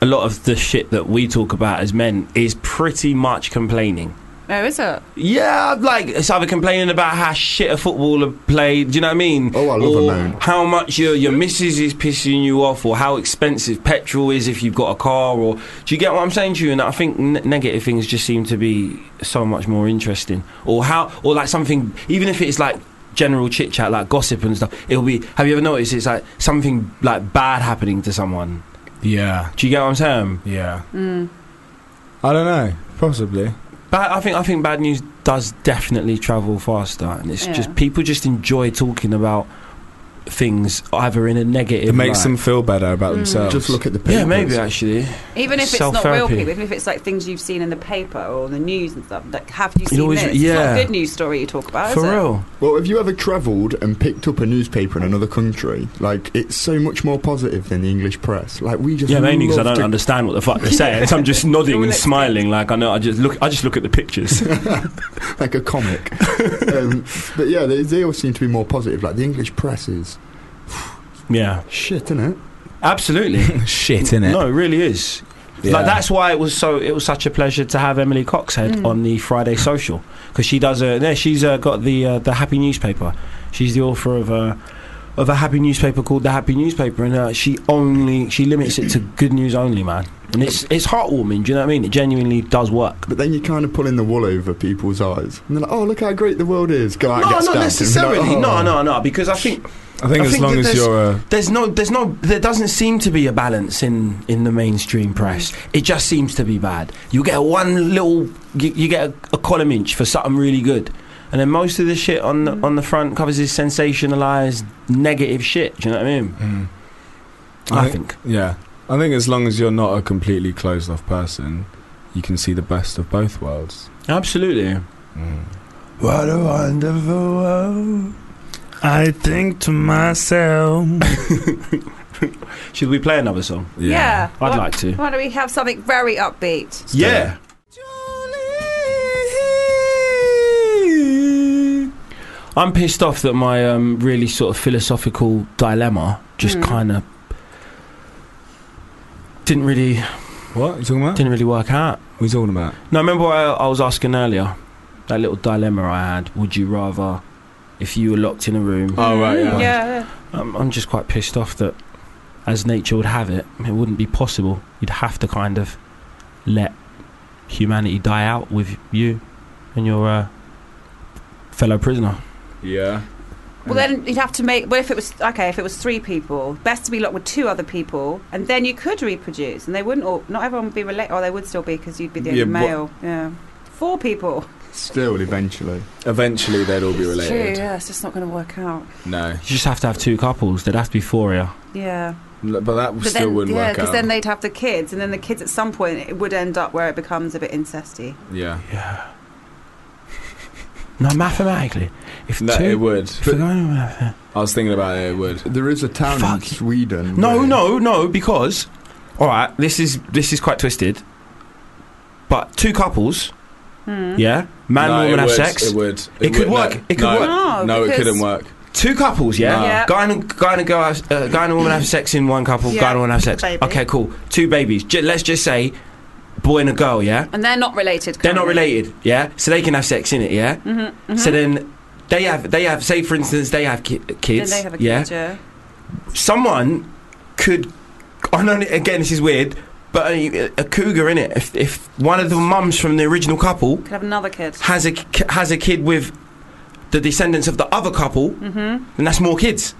Speaker 2: a lot of the shit that we talk about as men is pretty much complaining.
Speaker 5: Oh, is it?
Speaker 2: Yeah, like it's either complaining about how shit a footballer played. Do you know what I mean?
Speaker 4: Oh, I love a
Speaker 2: or
Speaker 4: moan.
Speaker 2: How much your your missus is pissing you off, or how expensive petrol is if you've got a car, or do you get what I'm saying to you? And I think n- negative things just seem to be so much more interesting. Or how, or like something, even if it's like general chit chat, like gossip and stuff. It'll be. Have you ever noticed it's like something like bad happening to someone?
Speaker 8: yeah,
Speaker 2: Do you get what I'm saying?
Speaker 8: yeah.
Speaker 5: Mm.
Speaker 8: I don't know. Possibly.
Speaker 2: Bad, I think I think bad news does definitely travel faster, and it's
Speaker 5: Yeah.
Speaker 2: just people just enjoy talking about things either in a negative.
Speaker 8: It, makes
Speaker 2: light.
Speaker 8: them feel better about
Speaker 5: Mm.
Speaker 8: themselves.
Speaker 4: Just look at the papers.
Speaker 2: Yeah, maybe actually.
Speaker 5: Even if it's not real
Speaker 2: Self-therapy.
Speaker 5: people, even if it's like things you've seen in the paper or the news and stuff, like, have you seen
Speaker 2: always-
Speaker 5: this? It's not
Speaker 2: yeah.
Speaker 5: a good news story you talk about,
Speaker 2: For
Speaker 5: is it?
Speaker 2: real.
Speaker 4: Well, have you ever travelled and picked up a newspaper in another country? Like, it's so much more positive than the English press. Like, we just
Speaker 2: Yeah, mainly because I
Speaker 4: love
Speaker 2: don't
Speaker 4: to-
Speaker 2: understand what the fuck they're saying. So I'm just nodding and smiling, like I know. I just look. I just look at the pictures.
Speaker 4: like a comic. um, but yeah, they, they all seem to be more positive. Like the English press is
Speaker 2: yeah,
Speaker 4: shit, isn't it?
Speaker 2: absolutely.
Speaker 8: Shit, innit?
Speaker 2: No, it really is. Like that's why it was so. It was such a pleasure to have Emily Coxhead
Speaker 5: Mm.
Speaker 2: on the Friday Social because she does a. Yeah, she's uh, got the uh, the Happy Newspaper. She's the author of a of a Happy Newspaper called the Happy Newspaper, and uh, she only she limits it to good news only, man. And it's it's heartwarming. Do you know what I mean? It genuinely does work.
Speaker 4: But then you're kind of pulling the wool over people's eyes, and they're like, "Oh, look how great the world is." Go out,
Speaker 2: No,
Speaker 4: and
Speaker 2: not
Speaker 4: get stabbed. And
Speaker 2: necessarily.
Speaker 4: be like,
Speaker 2: No,
Speaker 4: "Oh."
Speaker 2: no, no. Because I think
Speaker 8: I think
Speaker 2: I
Speaker 8: as
Speaker 2: think
Speaker 8: long
Speaker 2: that
Speaker 8: as
Speaker 2: there's-
Speaker 8: you're a.
Speaker 2: there's no there's no there doesn't seem to be a balance in in the mainstream press it just seems to be bad you get one little you, you get a, a column inch for something really good and then most of the shit on the, on the front covers is sensationalized negative shit do you know what i mean
Speaker 8: Mm.
Speaker 2: i think
Speaker 8: Yeah. I think as long as you're not a completely closed off person, you can see the best of both worlds.
Speaker 2: absolutely
Speaker 8: What a wonderful world.
Speaker 6: I think to myself.
Speaker 2: should we play another song
Speaker 5: Yeah.
Speaker 2: i'd
Speaker 5: Why-
Speaker 2: like to
Speaker 5: Why don't we have something very upbeat?
Speaker 2: yeah I'm pissed off that my um, really sort of philosophical dilemma just
Speaker 5: Mm.
Speaker 2: kind of didn't really
Speaker 8: What? You talking about?
Speaker 2: didn't really work out.
Speaker 8: What are you talking about?
Speaker 2: No, remember what I, I was asking earlier that little dilemma I had. Would you rather, if you were locked in a room,
Speaker 8: Oh, right, yeah.
Speaker 5: Yeah.
Speaker 2: I'm, I'm just quite pissed off that, as nature would have it, it wouldn't be possible. You'd have to kind of let humanity die out with you and your uh, fellow prisoner.
Speaker 8: Yeah.
Speaker 5: Well, then you'd have to make. Well, if it was okay, if it was three people, best to be locked with two other people, and then you could reproduce, and they wouldn't all. Not everyone would be related, or they would still be because you'd be the only
Speaker 8: Yeah, but-
Speaker 5: male. Yeah, four people.
Speaker 4: Still, eventually.
Speaker 8: Eventually, they'd all be
Speaker 5: It's
Speaker 8: related.
Speaker 5: True. Yeah, it's just not going to work out.
Speaker 8: No.
Speaker 2: You just have to have two couples. There'd have to be four here.
Speaker 5: Yeah,
Speaker 8: L- But that
Speaker 5: but
Speaker 8: still
Speaker 5: then
Speaker 8: wouldn't
Speaker 5: yeah,
Speaker 8: work out.
Speaker 5: then they'd have the kids, and then the kids at some point it would end up where it becomes a bit incesty.
Speaker 8: yeah.
Speaker 2: Yeah. No, mathematically, if
Speaker 8: No,
Speaker 2: two,
Speaker 8: it would.
Speaker 2: if they're going to have-
Speaker 8: I was thinking about it, it would.
Speaker 4: There is a town
Speaker 2: Fuck.
Speaker 4: in Sweden.
Speaker 2: No,
Speaker 4: where-
Speaker 2: no, no, because all right, this is this is quite twisted. But two couples,
Speaker 5: Hmm.
Speaker 2: yeah, man
Speaker 8: no,
Speaker 2: and woman
Speaker 8: Mm-hmm. it
Speaker 2: have
Speaker 8: would.
Speaker 2: sex.
Speaker 8: It would.
Speaker 2: It could
Speaker 8: would-
Speaker 2: work.
Speaker 8: no,
Speaker 2: It could
Speaker 8: no,
Speaker 2: work.
Speaker 5: No,
Speaker 8: No, it
Speaker 5: because-
Speaker 8: couldn't work.
Speaker 2: Two couples, yeah.
Speaker 8: No.
Speaker 5: Yeah.
Speaker 2: Guy and guy and girl, have, uh, guy and woman have sex in one couple.
Speaker 5: Yeah.
Speaker 2: Guy and woman have sex.
Speaker 5: Baby.
Speaker 2: Okay, cool. Two babies. J- let's just say boy and a girl, yeah?
Speaker 5: And they're not related.
Speaker 2: They're not
Speaker 5: currently.
Speaker 2: related, yeah? So they can have sex in it, yeah?
Speaker 5: Mhm, mhm.
Speaker 2: So then they have, they have, say for instance, they have ki-
Speaker 5: Then
Speaker 2: kids,
Speaker 5: they have a
Speaker 2: yeah?
Speaker 5: kid, yeah.
Speaker 2: someone could. I know again this is weird, but a, a cougar in it. If, if one of the mums from the original couple
Speaker 5: Could have another kid.
Speaker 2: has a ki- has a kid with the descendants of the other couple,
Speaker 5: Mm-hmm.
Speaker 2: then that's more kids.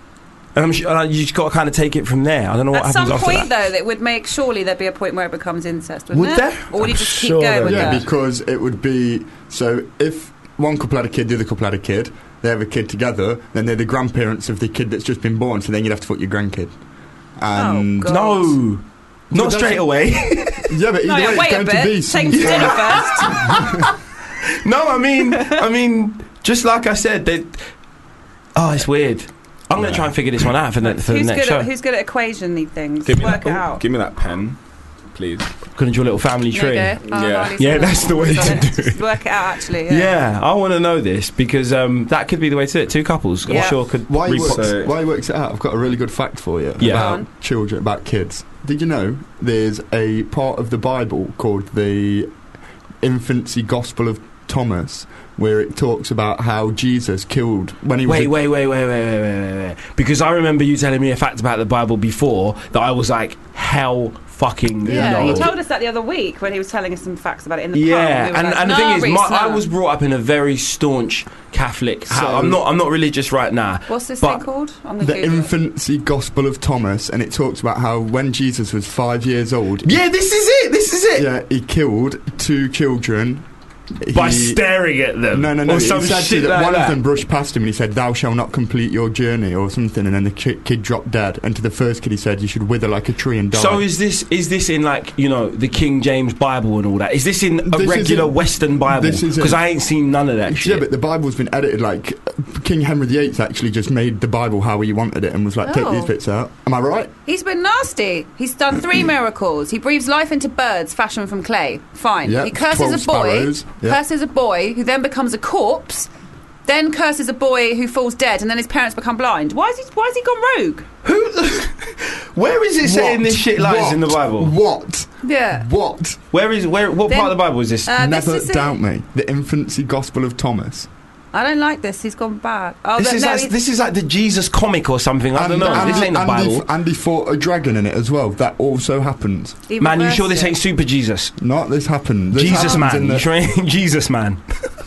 Speaker 2: And I'm sure, uh, you just got to kind of take it from there. I don't know what
Speaker 5: At some
Speaker 2: happens after
Speaker 5: point,
Speaker 2: that.
Speaker 5: though, that would make surely there'd be a point where it becomes incest, wouldn't
Speaker 2: Would
Speaker 5: it?
Speaker 2: there?
Speaker 5: Or would you
Speaker 7: I'm
Speaker 5: just
Speaker 7: sure
Speaker 5: keep going
Speaker 7: there
Speaker 5: with
Speaker 4: Yeah,
Speaker 5: that?
Speaker 4: because it would be so if one couple had a kid, the other couple had a kid, they have a kid together, then they're the grandparents of the kid that's just been born, so then you'd have to put your grandkid. And
Speaker 5: Oh, God.
Speaker 2: No,
Speaker 4: But
Speaker 2: not
Speaker 4: that's-
Speaker 2: straight away.
Speaker 4: yeah, but either
Speaker 5: No,
Speaker 4: way,
Speaker 5: yeah,
Speaker 4: it's
Speaker 5: wait a
Speaker 4: going to be
Speaker 5: bit.
Speaker 4: some
Speaker 5: Take them to dinner first.
Speaker 2: no, I mean, I mean, just like I said, they. Oh, it's weird. I'm gonna
Speaker 4: Yeah.
Speaker 2: try and figure this one out for, the for the
Speaker 5: who's,
Speaker 2: next
Speaker 5: good
Speaker 2: show.
Speaker 5: at, who's good at equationing things?
Speaker 3: Give me
Speaker 5: Work
Speaker 3: that.
Speaker 5: it out.
Speaker 3: Give me that pen, please.
Speaker 2: Gonna do a little family tree.
Speaker 5: There you go. Oh,
Speaker 3: Yeah.
Speaker 5: Riley's
Speaker 2: Yeah,
Speaker 5: done it.
Speaker 2: that's the way
Speaker 5: Done
Speaker 2: to
Speaker 5: it. Just work it out, actually. Yeah.
Speaker 2: Yeah, I want to know this because um, that could be the way to do it. Two couples, I'm
Speaker 5: Yeah.
Speaker 2: sure, could
Speaker 4: Why he,
Speaker 2: repo-
Speaker 4: works,
Speaker 3: So-
Speaker 4: why he works it out, I've got a really good fact for you
Speaker 2: Yeah.
Speaker 5: Go on.
Speaker 4: about children, about kids. Did you know there's a part of the Bible called the Infancy Gospel of Thomas where it talks about how Jesus killed when he was
Speaker 2: Wait,
Speaker 4: a-
Speaker 2: wait, wait, wait, wait, wait, wait, wait, wait. Because I remember you telling me a fact about the Bible before that I was like, hell fucking
Speaker 5: Yeah,
Speaker 2: no.
Speaker 5: he told us that the other week when he was telling us some facts about it in the
Speaker 2: yeah, and,
Speaker 5: pub. we were like,
Speaker 2: and the
Speaker 5: "No,
Speaker 2: thing is,
Speaker 5: Reece,
Speaker 2: my,
Speaker 5: no."
Speaker 2: I was brought up in a very staunch Catholic. house. I'm not, I'm not religious right now.
Speaker 5: What's this
Speaker 2: but
Speaker 5: thing called? I'm gonna
Speaker 4: the
Speaker 5: Google it.
Speaker 4: infancy gospel of thomas and it talks about how when jesus was five years old
Speaker 2: Yeah, this is it. This is it.
Speaker 4: yeah he killed two children
Speaker 2: By
Speaker 4: He-
Speaker 2: staring at them.
Speaker 4: no no no
Speaker 2: Or
Speaker 4: he
Speaker 2: some
Speaker 4: said to
Speaker 2: shit
Speaker 4: that
Speaker 2: like
Speaker 4: one
Speaker 2: that.
Speaker 4: of them brushed past him and he said thou shall not complete your journey or something and then the ki- kid dropped dead and to the first kid he said you should wither like a tree and die
Speaker 2: So is this is this in like you know the King James Bible and all that? Is this in a
Speaker 4: This is
Speaker 2: regular
Speaker 4: in-
Speaker 2: Western Bible?
Speaker 4: this is in-
Speaker 2: Because I ain't seen none of that
Speaker 4: yeah,
Speaker 2: shit.
Speaker 4: but the Bible's been edited. Like King Henry VIII actually just made the Bible how he wanted it, and was like, "Take
Speaker 5: Oh.
Speaker 4: these bits out." Am I right?
Speaker 5: He's been nasty. He's done three miracles. He breathes life into birds fashioned from clay. Fine.
Speaker 4: Yeah,
Speaker 5: he curses
Speaker 4: 12
Speaker 5: a boy.
Speaker 4: sparrows. Yeah.
Speaker 5: Curses a boy who then becomes a corpse. Then curses a boy who falls dead, and then his parents become blind. Why is he? Why has he gone rogue?
Speaker 2: Where is it saying
Speaker 4: What?
Speaker 2: this shit lies in the
Speaker 4: What?
Speaker 2: Bible?
Speaker 4: What?
Speaker 5: Yeah.
Speaker 4: What?
Speaker 2: Where is where? What
Speaker 5: Then-
Speaker 2: part of the Bible is this?
Speaker 5: Uh, this
Speaker 4: Never
Speaker 5: is it.
Speaker 4: doubt me. The infancy gospel of Thomas.
Speaker 5: I don't like this. He's gone bad. Oh,
Speaker 2: this
Speaker 5: that-
Speaker 2: is
Speaker 5: no,
Speaker 2: like,
Speaker 5: he's-
Speaker 2: this is like the Jesus comic or something. I don't know.
Speaker 5: and-
Speaker 2: this ain't the
Speaker 4: and he-
Speaker 2: Bible.
Speaker 4: and he fought a dragon in it as well. That also happens.
Speaker 5: he
Speaker 2: Man, you
Speaker 5: reversed
Speaker 2: sure this
Speaker 5: it.
Speaker 2: ain't Super Jesus?
Speaker 4: Not this happened. This
Speaker 2: Jesus
Speaker 4: happens
Speaker 2: man,
Speaker 4: in the-
Speaker 2: you sure ain't Jesus man?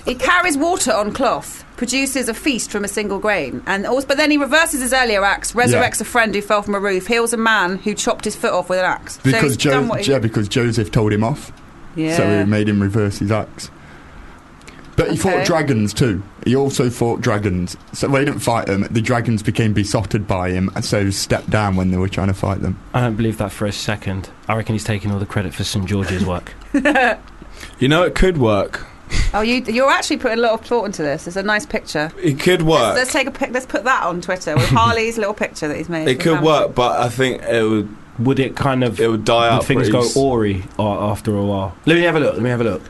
Speaker 5: He carries water on cloth, produces a feast from a single grain, and also, but then he reverses his earlier acts, resurrects a friend who fell from a roof, heals a man who chopped his foot off with an axe. so
Speaker 4: because
Speaker 5: he's
Speaker 4: Jo-
Speaker 5: done what he,
Speaker 4: yeah, because Joseph told him off,
Speaker 5: yeah.
Speaker 4: so he made him reverse his acts. But he
Speaker 5: Okay.
Speaker 4: fought dragons too. He also fought dragons. So they didn't fight him. The dragons became besotted by him, and so stepped down when they were trying to fight them.
Speaker 2: I don't believe that for a second. I reckon he's taking all the credit for St George's work.
Speaker 3: You know, it could work.
Speaker 5: oh, you, you're actually putting a lot of thought into this. It's a nice picture.
Speaker 3: It could
Speaker 5: Let's,
Speaker 3: work.
Speaker 5: let's take a pic. Let's put that on Twitter with Harley's little picture that he's made.
Speaker 3: it could work, but I think it would
Speaker 2: Would it kind of?
Speaker 3: it would die
Speaker 2: would
Speaker 3: out.
Speaker 2: things go
Speaker 3: pretty s-
Speaker 2: awry or, after a while? Let me have a look. Let me have a look.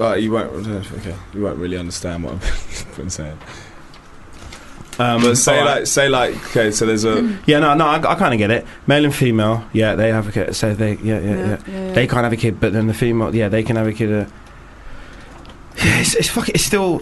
Speaker 3: Uh, you won't. Okay, you won't really understand what I'm been saying.
Speaker 2: Um,
Speaker 3: But say
Speaker 2: alright.
Speaker 3: like, say like, okay. So there's a
Speaker 2: yeah, no, no, I, I kind of get it. Male and female, yeah, they have a kid. So they, yeah, yeah, yeah. They can't have a kid, but then the female, yeah, they can have a kid. Uh, yeah, it's, it's fucking, it's still.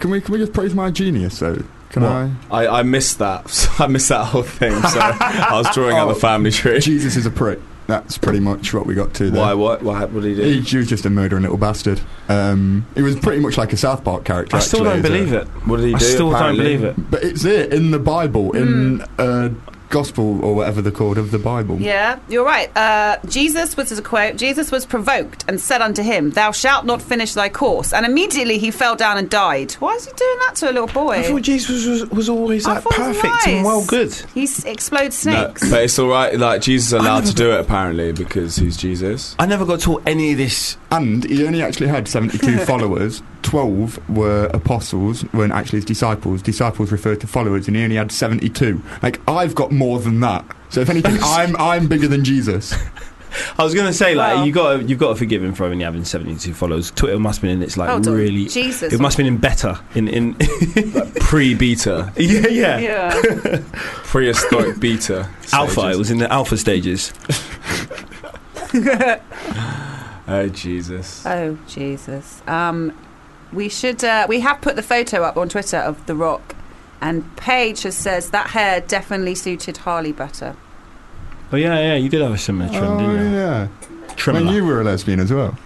Speaker 4: Can we? Can we just praise my genius though? Can
Speaker 2: What?
Speaker 4: I?
Speaker 3: I, I missed that. So I missed that whole thing. So I was drawing
Speaker 2: Oh.
Speaker 3: out the family tree.
Speaker 4: Jesus is a prick. That's pretty much what we got to there.
Speaker 3: Why? What? What? What did he do?
Speaker 4: He, he was just a murdering little bastard. Um, he was pretty much like a South Park character.
Speaker 2: I still
Speaker 4: actually,
Speaker 2: don't
Speaker 4: as a-
Speaker 2: believe it.
Speaker 3: what did he do?
Speaker 2: I still don't
Speaker 3: apparently?
Speaker 2: believe it.
Speaker 4: But it's there in the Bible, in uh, gospel or whatever they're called of the Bible.
Speaker 5: Hmm. Yeah, you're right. Uh, Jesus was this is a quote. Jesus was provoked and said unto him, "Thou shalt not finish thy course." And immediately he fell down and died. Why is he doing that to a little
Speaker 2: I thought
Speaker 5: boy?
Speaker 2: Jesus was, was always
Speaker 5: I
Speaker 2: like
Speaker 5: thought it was
Speaker 2: perfect and
Speaker 5: nice.
Speaker 2: well good.
Speaker 5: He s- explodes
Speaker 3: No,
Speaker 5: snakes.
Speaker 3: but it's all right. Like Jesus is allowed to do it apparently because he's Jesus.
Speaker 2: I never got taught any of this.
Speaker 4: And he only actually had 72 followers. 12 were apostles, weren't actually his disciples. Disciples referred to followers, and he only had 72. Like, I've got more than that. So, if anything, I'm, I'm bigger than Jesus.
Speaker 2: I was gonna say like
Speaker 5: Well-
Speaker 2: you got you've got to forgive him for only having seventy two followers. Twitter must have been in its like
Speaker 5: Hold on.
Speaker 2: really.
Speaker 5: Oh, Jesus.
Speaker 2: It must have been in better in in.
Speaker 3: Pre-beta,
Speaker 2: yeah, yeah.
Speaker 5: yeah.
Speaker 3: prehistoric beta,
Speaker 2: Alpha. It
Speaker 3: stages.
Speaker 2: was in the alpha stages.
Speaker 3: Oh Jesus!
Speaker 5: Oh Jesus! Um, we should. Uh, we have put the photo up on Twitter of The Rock, and Paige has says that hair definitely suited Harley better.
Speaker 2: Oh yeah, yeah, you did have a similar trim,
Speaker 4: oh
Speaker 2: didn't you?
Speaker 4: yeah,
Speaker 2: Trimmer.
Speaker 4: when you were a lesbian as well.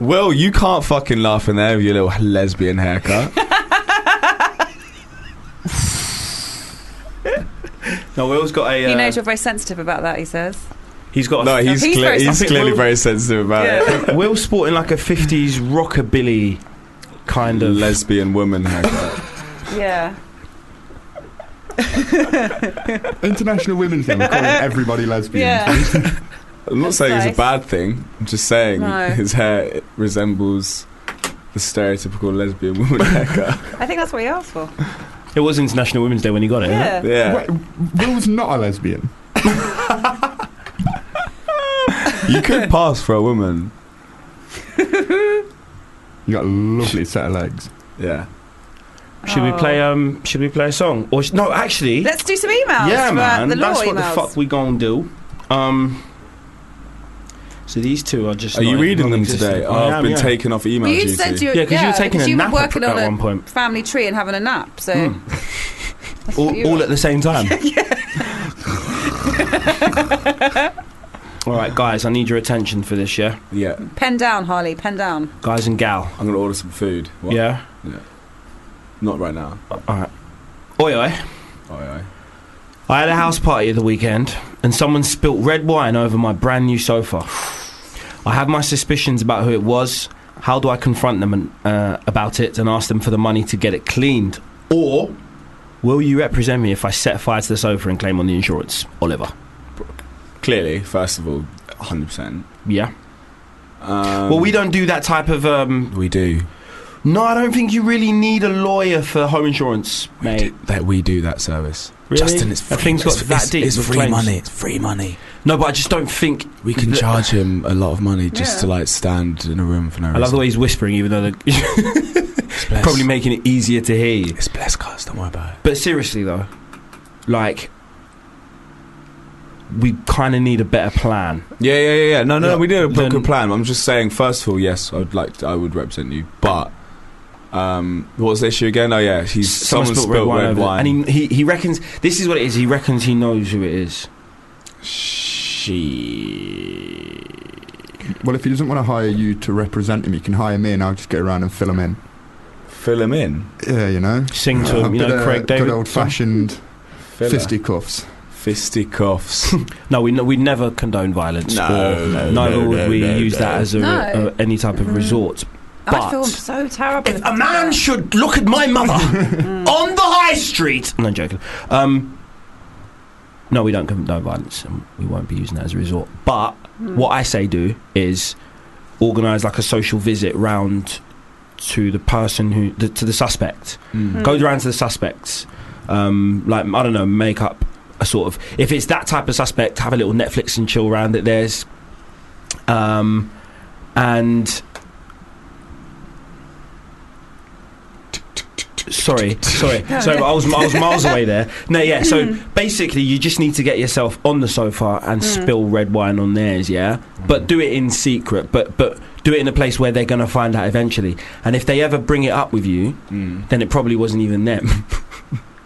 Speaker 3: Will, you can't fucking laugh in there with your little lesbian haircut.
Speaker 2: no, Will's got a. Uh,
Speaker 5: He knows you're very sensitive about that. He says.
Speaker 2: he's got.
Speaker 3: no,
Speaker 2: A,
Speaker 3: he's
Speaker 5: he's
Speaker 3: cle-
Speaker 5: very
Speaker 3: he's
Speaker 5: sensitive.
Speaker 3: clearly very sensitive about it.
Speaker 2: Will's sporting like a '50s rockabilly kind of.
Speaker 3: lesbian woman haircut.
Speaker 5: Yeah.
Speaker 4: International Women's Day. We're calling everybody lesbians.
Speaker 5: Yeah.
Speaker 3: I'm not
Speaker 5: That's
Speaker 3: saying it's
Speaker 5: nice.
Speaker 3: a bad thing. I'm just saying
Speaker 5: No.
Speaker 3: his hair resembles the stereotypical lesbian woman haircut.
Speaker 5: I think that's what he asked for.
Speaker 2: it was International Women's Day when he got it.
Speaker 5: Yeah.
Speaker 3: yeah.
Speaker 4: Wait, Will's not a lesbian.
Speaker 3: You could pass for a woman.
Speaker 4: You got a lovely set of legs.
Speaker 3: Yeah.
Speaker 2: Should we play? Um, should we play a song? Or sh- no, actually,
Speaker 5: Oh. Let's do some emails.
Speaker 2: yeah,
Speaker 5: for
Speaker 2: man,
Speaker 5: The law
Speaker 2: that's what
Speaker 5: emails.
Speaker 2: the fuck we gonna do. Um, so these two are just.
Speaker 3: Are you
Speaker 2: not-
Speaker 3: reading them
Speaker 2: non-existent.
Speaker 3: today?
Speaker 2: I
Speaker 3: Oh, I've
Speaker 2: am,
Speaker 3: been
Speaker 2: yeah.
Speaker 3: taken off email
Speaker 5: Well, you
Speaker 3: duty.
Speaker 5: said you,
Speaker 2: Yeah, because you were taking
Speaker 5: because
Speaker 2: a
Speaker 5: you
Speaker 2: nap
Speaker 5: were working
Speaker 2: at
Speaker 5: on
Speaker 2: one
Speaker 5: a
Speaker 2: point,
Speaker 5: family tree and having a nap. So
Speaker 2: Mm.
Speaker 5: that's what you
Speaker 2: all, all
Speaker 5: were-
Speaker 2: at the same time. all right, guys, I need your attention for this, yeah,
Speaker 3: yeah.
Speaker 5: pen down, Harley. Pen down.
Speaker 2: guys and gal,
Speaker 3: I'm gonna order some food. What?
Speaker 2: yeah.
Speaker 3: Not right now.
Speaker 2: All right, oi oi.
Speaker 3: Aye, aye.
Speaker 2: I had a house party at the weekend, and someone spilt red wine over my brand new sofa. I have my suspicions about who it was. How do I confront them and, uh, about it and ask them for the money to get it cleaned? Or will you represent me if I set fire to the sofa and claim on the insurance, Oliver?
Speaker 3: Clearly, first of all, 100%. Um,
Speaker 2: Yeah. well, we don't do that type of. Um,
Speaker 3: We do.
Speaker 2: no, I don't think you really need a lawyer for home insurance,
Speaker 3: We
Speaker 2: mate.
Speaker 3: do, that we do that service.
Speaker 2: Really?
Speaker 3: Justin, it's free.
Speaker 2: That thing's got
Speaker 3: it's,
Speaker 2: that
Speaker 3: it's-
Speaker 2: deep
Speaker 3: It's
Speaker 2: with
Speaker 3: free
Speaker 2: claims.
Speaker 3: money. It's free money.
Speaker 2: No, but I just don't think.
Speaker 3: We can
Speaker 2: The-
Speaker 3: charge him a lot of money just
Speaker 5: Yeah.
Speaker 3: to like stand in a room for no
Speaker 2: I
Speaker 3: reason.
Speaker 2: love the way he's whispering, even though the,
Speaker 3: It's blessed.
Speaker 2: probably making it easier to hear you.
Speaker 3: It's blessed, guys. Don't worry about it.
Speaker 2: But seriously though, like we kind of need a better plan.
Speaker 3: Yeah, yeah, yeah, yeah. No, no,
Speaker 2: Yeah.
Speaker 3: we did a
Speaker 2: Then-
Speaker 3: proper plan. I'm just saying. First of all, yes, I'd like. To, I would represent you, but um, what was the issue again? Oh yeah, he's someone, spilled, red,
Speaker 2: over-
Speaker 3: wine.
Speaker 2: and he, he he reckons this is what it is. He reckons he knows who it is.
Speaker 3: she.
Speaker 4: Well, if he doesn't want to hire you to represent him, he can hire me, and I'll just go around and fill him in.
Speaker 3: Fill him in.
Speaker 4: Yeah, you know.
Speaker 2: Sing to
Speaker 4: A
Speaker 2: him, you
Speaker 4: bit
Speaker 2: know,
Speaker 4: of
Speaker 2: Craig David.
Speaker 4: Good old-fashioned
Speaker 3: Filler.
Speaker 4: fisticuffs.
Speaker 3: Fisticuffs.
Speaker 2: No, we no, we never condone violence.
Speaker 3: No,
Speaker 2: or
Speaker 3: no,
Speaker 2: neither
Speaker 3: no,
Speaker 2: would
Speaker 3: no,
Speaker 2: we
Speaker 3: no,
Speaker 2: use that
Speaker 3: no.
Speaker 2: as a,
Speaker 5: No.
Speaker 2: uh, any type of
Speaker 5: Mhm.
Speaker 2: resort.
Speaker 5: I feel
Speaker 2: But-
Speaker 5: so terrible.
Speaker 2: If
Speaker 5: I
Speaker 2: a
Speaker 5: did
Speaker 2: man
Speaker 5: that.
Speaker 2: should look at my mother on the high street. No, I'm joking. Um, no, we don't condone violence, and we won't be using that as a resort. But
Speaker 5: Mm.
Speaker 2: What I say do is organise like a social visit round to the person who the, to the suspect.
Speaker 3: Mm.
Speaker 2: Go round to the suspects. Um, like I don't know, make up a sort of if it's that type of suspect, have a little Netflix and chill round at theirs. Um, and sorry, sorry,
Speaker 5: No,
Speaker 2: sorry,
Speaker 5: no.
Speaker 2: but I was I was miles away there. No, yeah. So basically, you just need to get yourself on the sofa and
Speaker 5: Mm.
Speaker 2: spill red wine on theirs, yeah. But do it in secret. But but do it in a place where they're going to find out eventually. And if they ever bring it up with you,
Speaker 3: Mm.
Speaker 2: then it probably wasn't even them.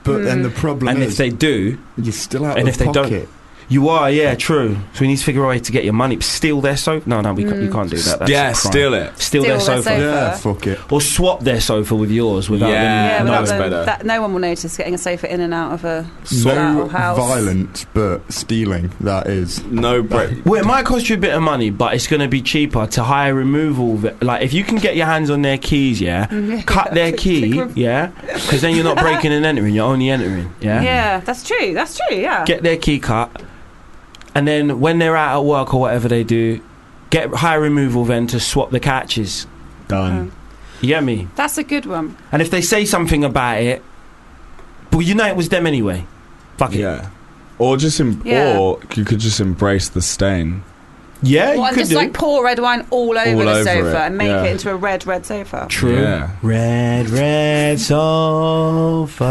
Speaker 4: But then the
Speaker 5: Mm.
Speaker 4: problem
Speaker 2: and if
Speaker 4: is
Speaker 2: they do,
Speaker 4: you're still out
Speaker 2: and
Speaker 4: of
Speaker 2: if they don't-
Speaker 4: pocket.
Speaker 2: you are yeah, true. So we need to figure a way to get your money. Steal their sofa? No, no, we can't, you
Speaker 5: Mm.
Speaker 2: can't do that. That's
Speaker 3: yeah,
Speaker 2: a crime.
Speaker 3: steal it.
Speaker 2: Steal, their
Speaker 5: Steal
Speaker 2: sofa.
Speaker 5: their sofa.
Speaker 4: yeah, fuck it.
Speaker 2: or swap their sofa with yours without them.
Speaker 3: Yeah.
Speaker 5: Yeah,
Speaker 3: No,
Speaker 5: without
Speaker 3: it's
Speaker 5: them-
Speaker 3: better.
Speaker 5: That, no one will notice getting a sofa in and out of a.
Speaker 4: No
Speaker 5: Swap house.
Speaker 4: violence, but stealing. That is.
Speaker 3: No break.
Speaker 2: Well, it might cost you a bit of money, but it's going to be cheaper to hire removal. v- Like, if you can get your hands on their keys, yeah, cut their key, yeah, because then you're not breaking and entering, you're only entering, yeah?
Speaker 5: Yeah. that's true. That's true. Yeah.
Speaker 2: Get their key cut, and then when they're out at work or whatever they do, get hire removal then to swap the catches.
Speaker 5: Done.
Speaker 2: You get me?
Speaker 5: that's a good one.
Speaker 2: And if they say something about it, well, you know it was them anyway. Fuck it. Yeah,
Speaker 3: Yeah. Or just em-
Speaker 5: Oh. Yeah.
Speaker 3: or you could just embrace the stain.
Speaker 2: you
Speaker 5: Well, and
Speaker 2: could
Speaker 5: just
Speaker 2: do.
Speaker 5: like pour red wine all over
Speaker 3: All
Speaker 5: the
Speaker 3: over
Speaker 5: sofa
Speaker 3: it,
Speaker 5: and make
Speaker 3: yeah.
Speaker 5: it into a red, red sofa.
Speaker 2: True.
Speaker 3: Yeah.
Speaker 2: Red, red sofa.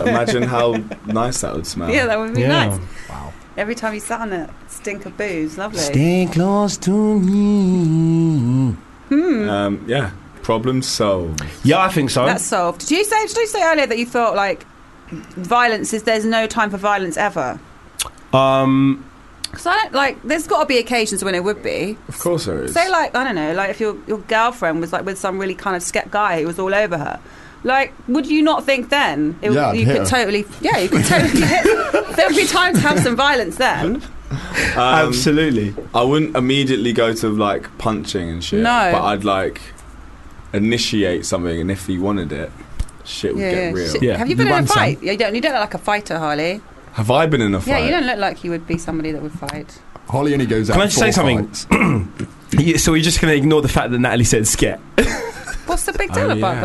Speaker 3: Uh, Imagine how nice that would smell.
Speaker 5: Yeah, that would be nice.
Speaker 2: Wow.
Speaker 5: Every time you sat on it, stink of booze. Lovely.
Speaker 2: Stay close to me.
Speaker 5: Hmm.
Speaker 3: Um, yeah, problem solved.
Speaker 2: Yeah, I think so.
Speaker 5: That's solved. Did you say? Did you say earlier that you thought like violence is there's no time for violence ever?
Speaker 2: um,
Speaker 5: Because I don't like. There's got to be occasions when it would be.
Speaker 3: Of course there is.
Speaker 5: Say like I don't know, like if your your girlfriend was like with some really kind of skept guy who was all over her. Like, would you not think then it,
Speaker 4: Yeah, I'd
Speaker 5: you
Speaker 4: hit
Speaker 5: could
Speaker 4: her.
Speaker 5: totally, yeah, you could totally hit. There'd be time to have some violence then.
Speaker 3: Um,
Speaker 2: absolutely.
Speaker 3: I wouldn't immediately go to like punching and shit.
Speaker 5: No.
Speaker 3: But I'd like initiate something, and if he wanted it, shit would
Speaker 5: Yeah,
Speaker 3: get
Speaker 5: yeah.
Speaker 3: real.
Speaker 5: Shit.
Speaker 2: Yeah.
Speaker 5: Have you been
Speaker 9: You
Speaker 5: in a
Speaker 9: won some.
Speaker 5: fight? Yeah, you don't. You don't look like a fighter, Harley.
Speaker 3: Have I been in a
Speaker 5: Yeah,
Speaker 3: fight?
Speaker 5: you don't look like you would be somebody that would fight.
Speaker 4: Holly only goes out.
Speaker 2: Can I just
Speaker 4: four
Speaker 2: say something?
Speaker 4: fights.
Speaker 2: Yeah, so we're just going to ignore the fact that Natalie said sket.
Speaker 5: What's the big
Speaker 3: Oh,
Speaker 5: deal about
Speaker 3: yeah.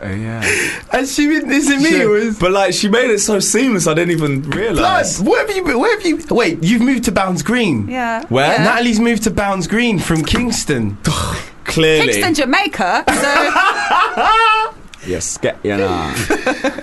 Speaker 5: that?
Speaker 3: Uh, yeah.
Speaker 2: And she meant this to
Speaker 3: She- but like, she made it so seamless. I didn't even
Speaker 2: Blood,
Speaker 3: realize.
Speaker 2: where have you been? Where have you. Wait, you've moved to Bounds Green.
Speaker 5: Yeah.
Speaker 3: Where?
Speaker 5: Yeah.
Speaker 2: Natalie's moved to Bounds Green from Kingston.
Speaker 3: Clearly.
Speaker 5: Kingston, Jamaica. So
Speaker 3: Yes. Get, yeah. Nah.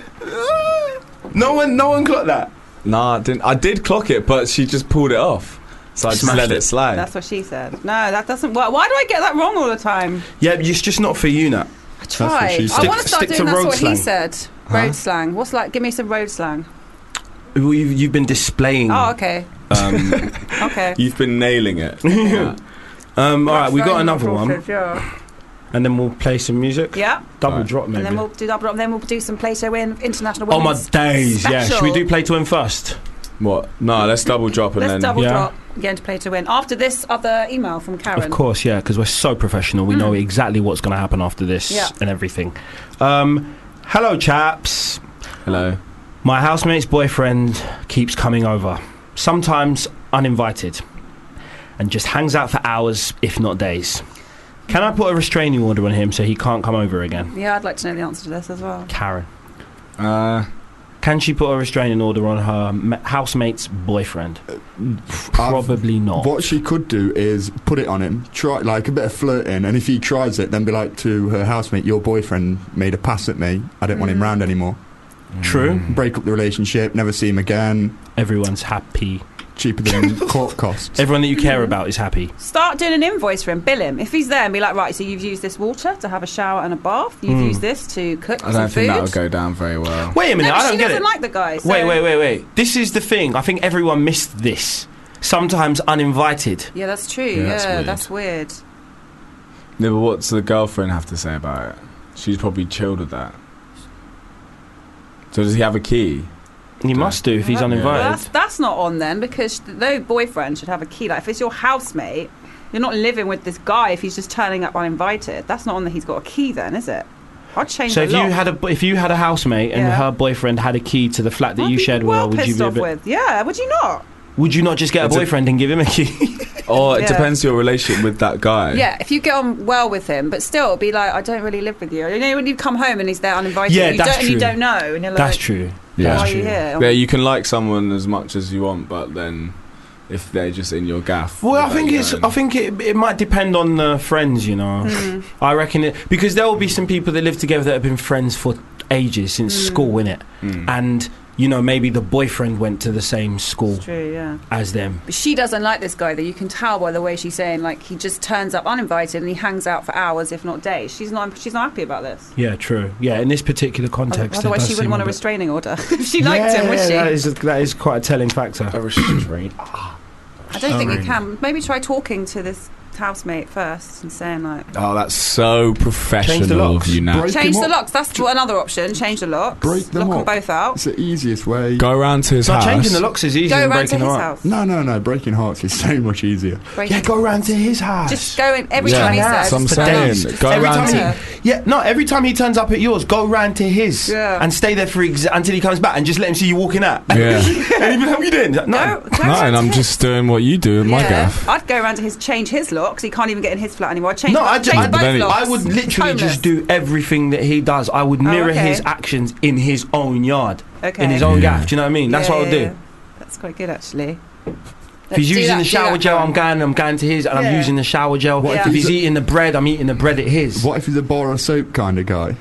Speaker 2: No one, no one clocked that.
Speaker 3: nah. I didn't. I did clock it, but she just pulled it off. So I just
Speaker 2: Smashed
Speaker 3: let it,
Speaker 2: it.
Speaker 3: slide.
Speaker 5: that's what she said. No, that doesn't work. Why do I get that wrong all the time?
Speaker 2: Yeah, it's just not for you, Nat.
Speaker 5: I
Speaker 4: what
Speaker 5: try.
Speaker 4: she
Speaker 5: I
Speaker 4: said.
Speaker 5: want
Speaker 2: Stick-
Speaker 5: to start
Speaker 2: stick
Speaker 5: doing
Speaker 2: to
Speaker 5: that's
Speaker 2: road
Speaker 5: what he
Speaker 2: slang.
Speaker 5: said. Road slang. What's like? Give me some road slang.
Speaker 2: Well, You've, you've been displaying.
Speaker 5: Oh, okay.
Speaker 2: Um,
Speaker 5: Okay.
Speaker 3: You've been nailing it. Yeah.
Speaker 2: um, all right, we got
Speaker 5: Road
Speaker 2: another one,
Speaker 5: sausage, Yeah.
Speaker 2: and then we'll play some music.
Speaker 5: Yeah,
Speaker 2: Double
Speaker 3: Right.
Speaker 2: drop,
Speaker 5: and
Speaker 2: maybe.
Speaker 5: then we'll do double up. Then we'll do some play to win international.
Speaker 2: oh my
Speaker 5: Women's.
Speaker 2: days! Yeah, should we
Speaker 5: special.
Speaker 2: do play to him first?
Speaker 3: What? No. Let's double drop and
Speaker 5: Let's
Speaker 3: then.
Speaker 5: double
Speaker 2: yeah.
Speaker 5: drop again to play to win after this other email from Karen.
Speaker 2: Of course, yeah, because we're so professional. We know
Speaker 5: Mm.
Speaker 2: exactly what's going to happen after this
Speaker 5: Yeah.
Speaker 2: and everything. Um, hello, chaps.
Speaker 3: Hello.
Speaker 2: My housemate's boyfriend keeps coming over, sometimes uninvited, and just hangs out for hours, if not days. Can I put a restraining order on him so he can't come over again?
Speaker 5: Yeah, I'd like to know the answer to this as well.
Speaker 2: Karen.
Speaker 3: Uh,
Speaker 2: Can she put a restraining order on her ma- housemate's boyfriend? Probably not.
Speaker 4: What she could do is put it on him, try like a bit of flirting, and if he tries it, then be like to her housemate, "Your boyfriend made a pass at me. I don't want him
Speaker 5: Mm.
Speaker 4: round anymore.
Speaker 2: True.
Speaker 3: Hmm.
Speaker 4: Break up the relationship. Never see him again.
Speaker 2: Everyone's happy.
Speaker 4: Cheaper than court costs."
Speaker 2: Everyone that you care about is happy.
Speaker 5: Start doing an invoice for him, bill him. If he's there and be like, right, so you've used this water to have a shower and a bath, you've
Speaker 2: Mm.
Speaker 5: used this to cook
Speaker 3: I
Speaker 5: some
Speaker 3: don't think
Speaker 5: food.
Speaker 3: that would go down very well.
Speaker 2: Wait a
Speaker 5: No,
Speaker 2: minute,
Speaker 5: but
Speaker 2: I
Speaker 5: she
Speaker 2: don't get
Speaker 5: doesn't
Speaker 2: it.
Speaker 5: like the guy. So
Speaker 2: Wait, wait, wait, wait. This is the thing. I think everyone missed this. Sometimes uninvited.
Speaker 5: Yeah, that's true.
Speaker 3: Yeah,
Speaker 5: Yeah,
Speaker 3: that's weird.
Speaker 5: that's weird.
Speaker 3: Yeah, but what's the girlfriend have to say about it? She's probably chilled with that. So does he have a key?
Speaker 2: He must do if he's
Speaker 5: Well, that- well,
Speaker 2: uninvited.
Speaker 5: that's, that's not on then because sh- no boyfriend should have a key. Like if it's your housemate, you're not living with this guy if he's just turning up uninvited. That's not on that he's got a key then, is it? I'd change
Speaker 2: So
Speaker 5: the
Speaker 2: if you
Speaker 5: lock.
Speaker 2: had a if you had a housemate and
Speaker 5: Yeah.
Speaker 2: her boyfriend had a key to the flat that
Speaker 5: I'd
Speaker 2: you
Speaker 5: be
Speaker 2: shared with her,
Speaker 5: well
Speaker 2: would you
Speaker 5: pissed
Speaker 2: be a
Speaker 5: off
Speaker 2: bit?
Speaker 5: with? Yeah, would you not?
Speaker 2: Would you not just get a
Speaker 3: It's a-
Speaker 2: boyfriend and give him a key?
Speaker 3: Or Oh, it
Speaker 5: Yeah.
Speaker 3: depends your relationship with that guy.
Speaker 5: Yeah, if you get on well with him, but still be like, I don't really live with you. You know, when you come home and he's there uninvited,
Speaker 2: Yeah,
Speaker 5: you
Speaker 2: that's
Speaker 5: don't, and you
Speaker 2: true.
Speaker 5: don't know, and you're like,
Speaker 2: That's true.
Speaker 5: Why
Speaker 3: Yeah.
Speaker 5: are you here?
Speaker 3: Yeah, you can like someone as much as you want, but then if they're just in your gaff. um,
Speaker 2: Well, I
Speaker 3: without
Speaker 2: think
Speaker 3: you
Speaker 2: it's
Speaker 3: knowing-
Speaker 2: I think it it might depend on the friends, you know.
Speaker 5: Mm.
Speaker 2: I reckon it because there will be some people that live together that have been friends for ages since
Speaker 5: Mm.
Speaker 2: school, innit?
Speaker 3: Mm.
Speaker 2: And you know, maybe the boyfriend went to the same school
Speaker 5: It's true, yeah.
Speaker 2: as them.
Speaker 5: But she doesn't like this guy, though. You can tell by the way she's saying, like, he just turns up uninvited and he hangs out for hours, if not days. She's not, she's not happy about this.
Speaker 2: Yeah, true. Yeah, in this particular context, it
Speaker 5: Otherwise,
Speaker 2: does
Speaker 5: she
Speaker 2: seem
Speaker 5: wouldn't want a
Speaker 2: bit-
Speaker 5: restraining order. if she liked him, would
Speaker 2: Yeah,
Speaker 5: she?
Speaker 2: That is, that is quite a telling factor.
Speaker 3: A restraint.
Speaker 5: I don't think you
Speaker 2: Sorry.
Speaker 5: can. Maybe try talking to this housemate first and saying, like,
Speaker 3: Oh, that's so professional of
Speaker 2: locks.
Speaker 3: you now.
Speaker 4: Break
Speaker 5: change
Speaker 4: him
Speaker 5: the
Speaker 4: up.
Speaker 5: locks. That's another option. Change the locks.
Speaker 4: Break them
Speaker 5: Lock
Speaker 4: up.
Speaker 5: them both out.
Speaker 4: It's the easiest way.
Speaker 3: Go round to his
Speaker 2: So
Speaker 3: house.
Speaker 2: changing the locks is easier
Speaker 5: Go
Speaker 2: than
Speaker 5: round to
Speaker 2: breaking
Speaker 5: his
Speaker 2: them up.
Speaker 5: house.
Speaker 4: No, no, no. Breaking hearts is so much easier.
Speaker 5: Break
Speaker 2: Yeah,
Speaker 5: it.
Speaker 2: go round to his house.
Speaker 5: Just go in every
Speaker 3: Yeah,
Speaker 5: time he
Speaker 2: that's
Speaker 5: says.
Speaker 3: So I'm
Speaker 2: For days.
Speaker 3: saying, go
Speaker 2: Every time
Speaker 3: round to.
Speaker 5: Yeah.
Speaker 2: yeah, no. Every time he turns up at yours, go round to his
Speaker 5: Yeah.
Speaker 2: and stay there for ex- until he comes back, and just let him see you walking out.
Speaker 3: Yeah.
Speaker 2: and he'd be like, "What are you doing?" He's like,
Speaker 5: Go,
Speaker 2: no.
Speaker 5: go
Speaker 3: No,
Speaker 5: round
Speaker 3: and
Speaker 5: to
Speaker 3: I'm
Speaker 5: his.
Speaker 3: just doing what you do in my gaff.
Speaker 5: I'd go around to his, change his locks. He can't even get in his flat anymore. I'd Change,
Speaker 2: No,
Speaker 5: I'd
Speaker 2: I'd ju-
Speaker 5: change
Speaker 2: I'd-
Speaker 5: both
Speaker 3: then he-
Speaker 5: locks.
Speaker 2: I would literally
Speaker 5: Homeless.
Speaker 2: just do everything that he does. I would
Speaker 5: Oh,
Speaker 2: mirror
Speaker 5: okay.
Speaker 2: his actions in his own yard,
Speaker 5: Okay.
Speaker 2: in his own
Speaker 3: Yeah.
Speaker 2: gaff. Do you know what I mean? That's
Speaker 5: Yeah,
Speaker 2: what I would
Speaker 5: yeah,
Speaker 2: do.
Speaker 5: yeah. That's quite good, actually.
Speaker 2: If he's using the shower gel, I'm going. I'm going to his, and I'm
Speaker 5: Yeah.
Speaker 2: using the shower gel.
Speaker 5: What if
Speaker 2: If
Speaker 4: he's
Speaker 2: he's
Speaker 4: a-
Speaker 2: eating the bread, I'm eating the bread at his.
Speaker 4: What if he's a bar of soap kind of guy?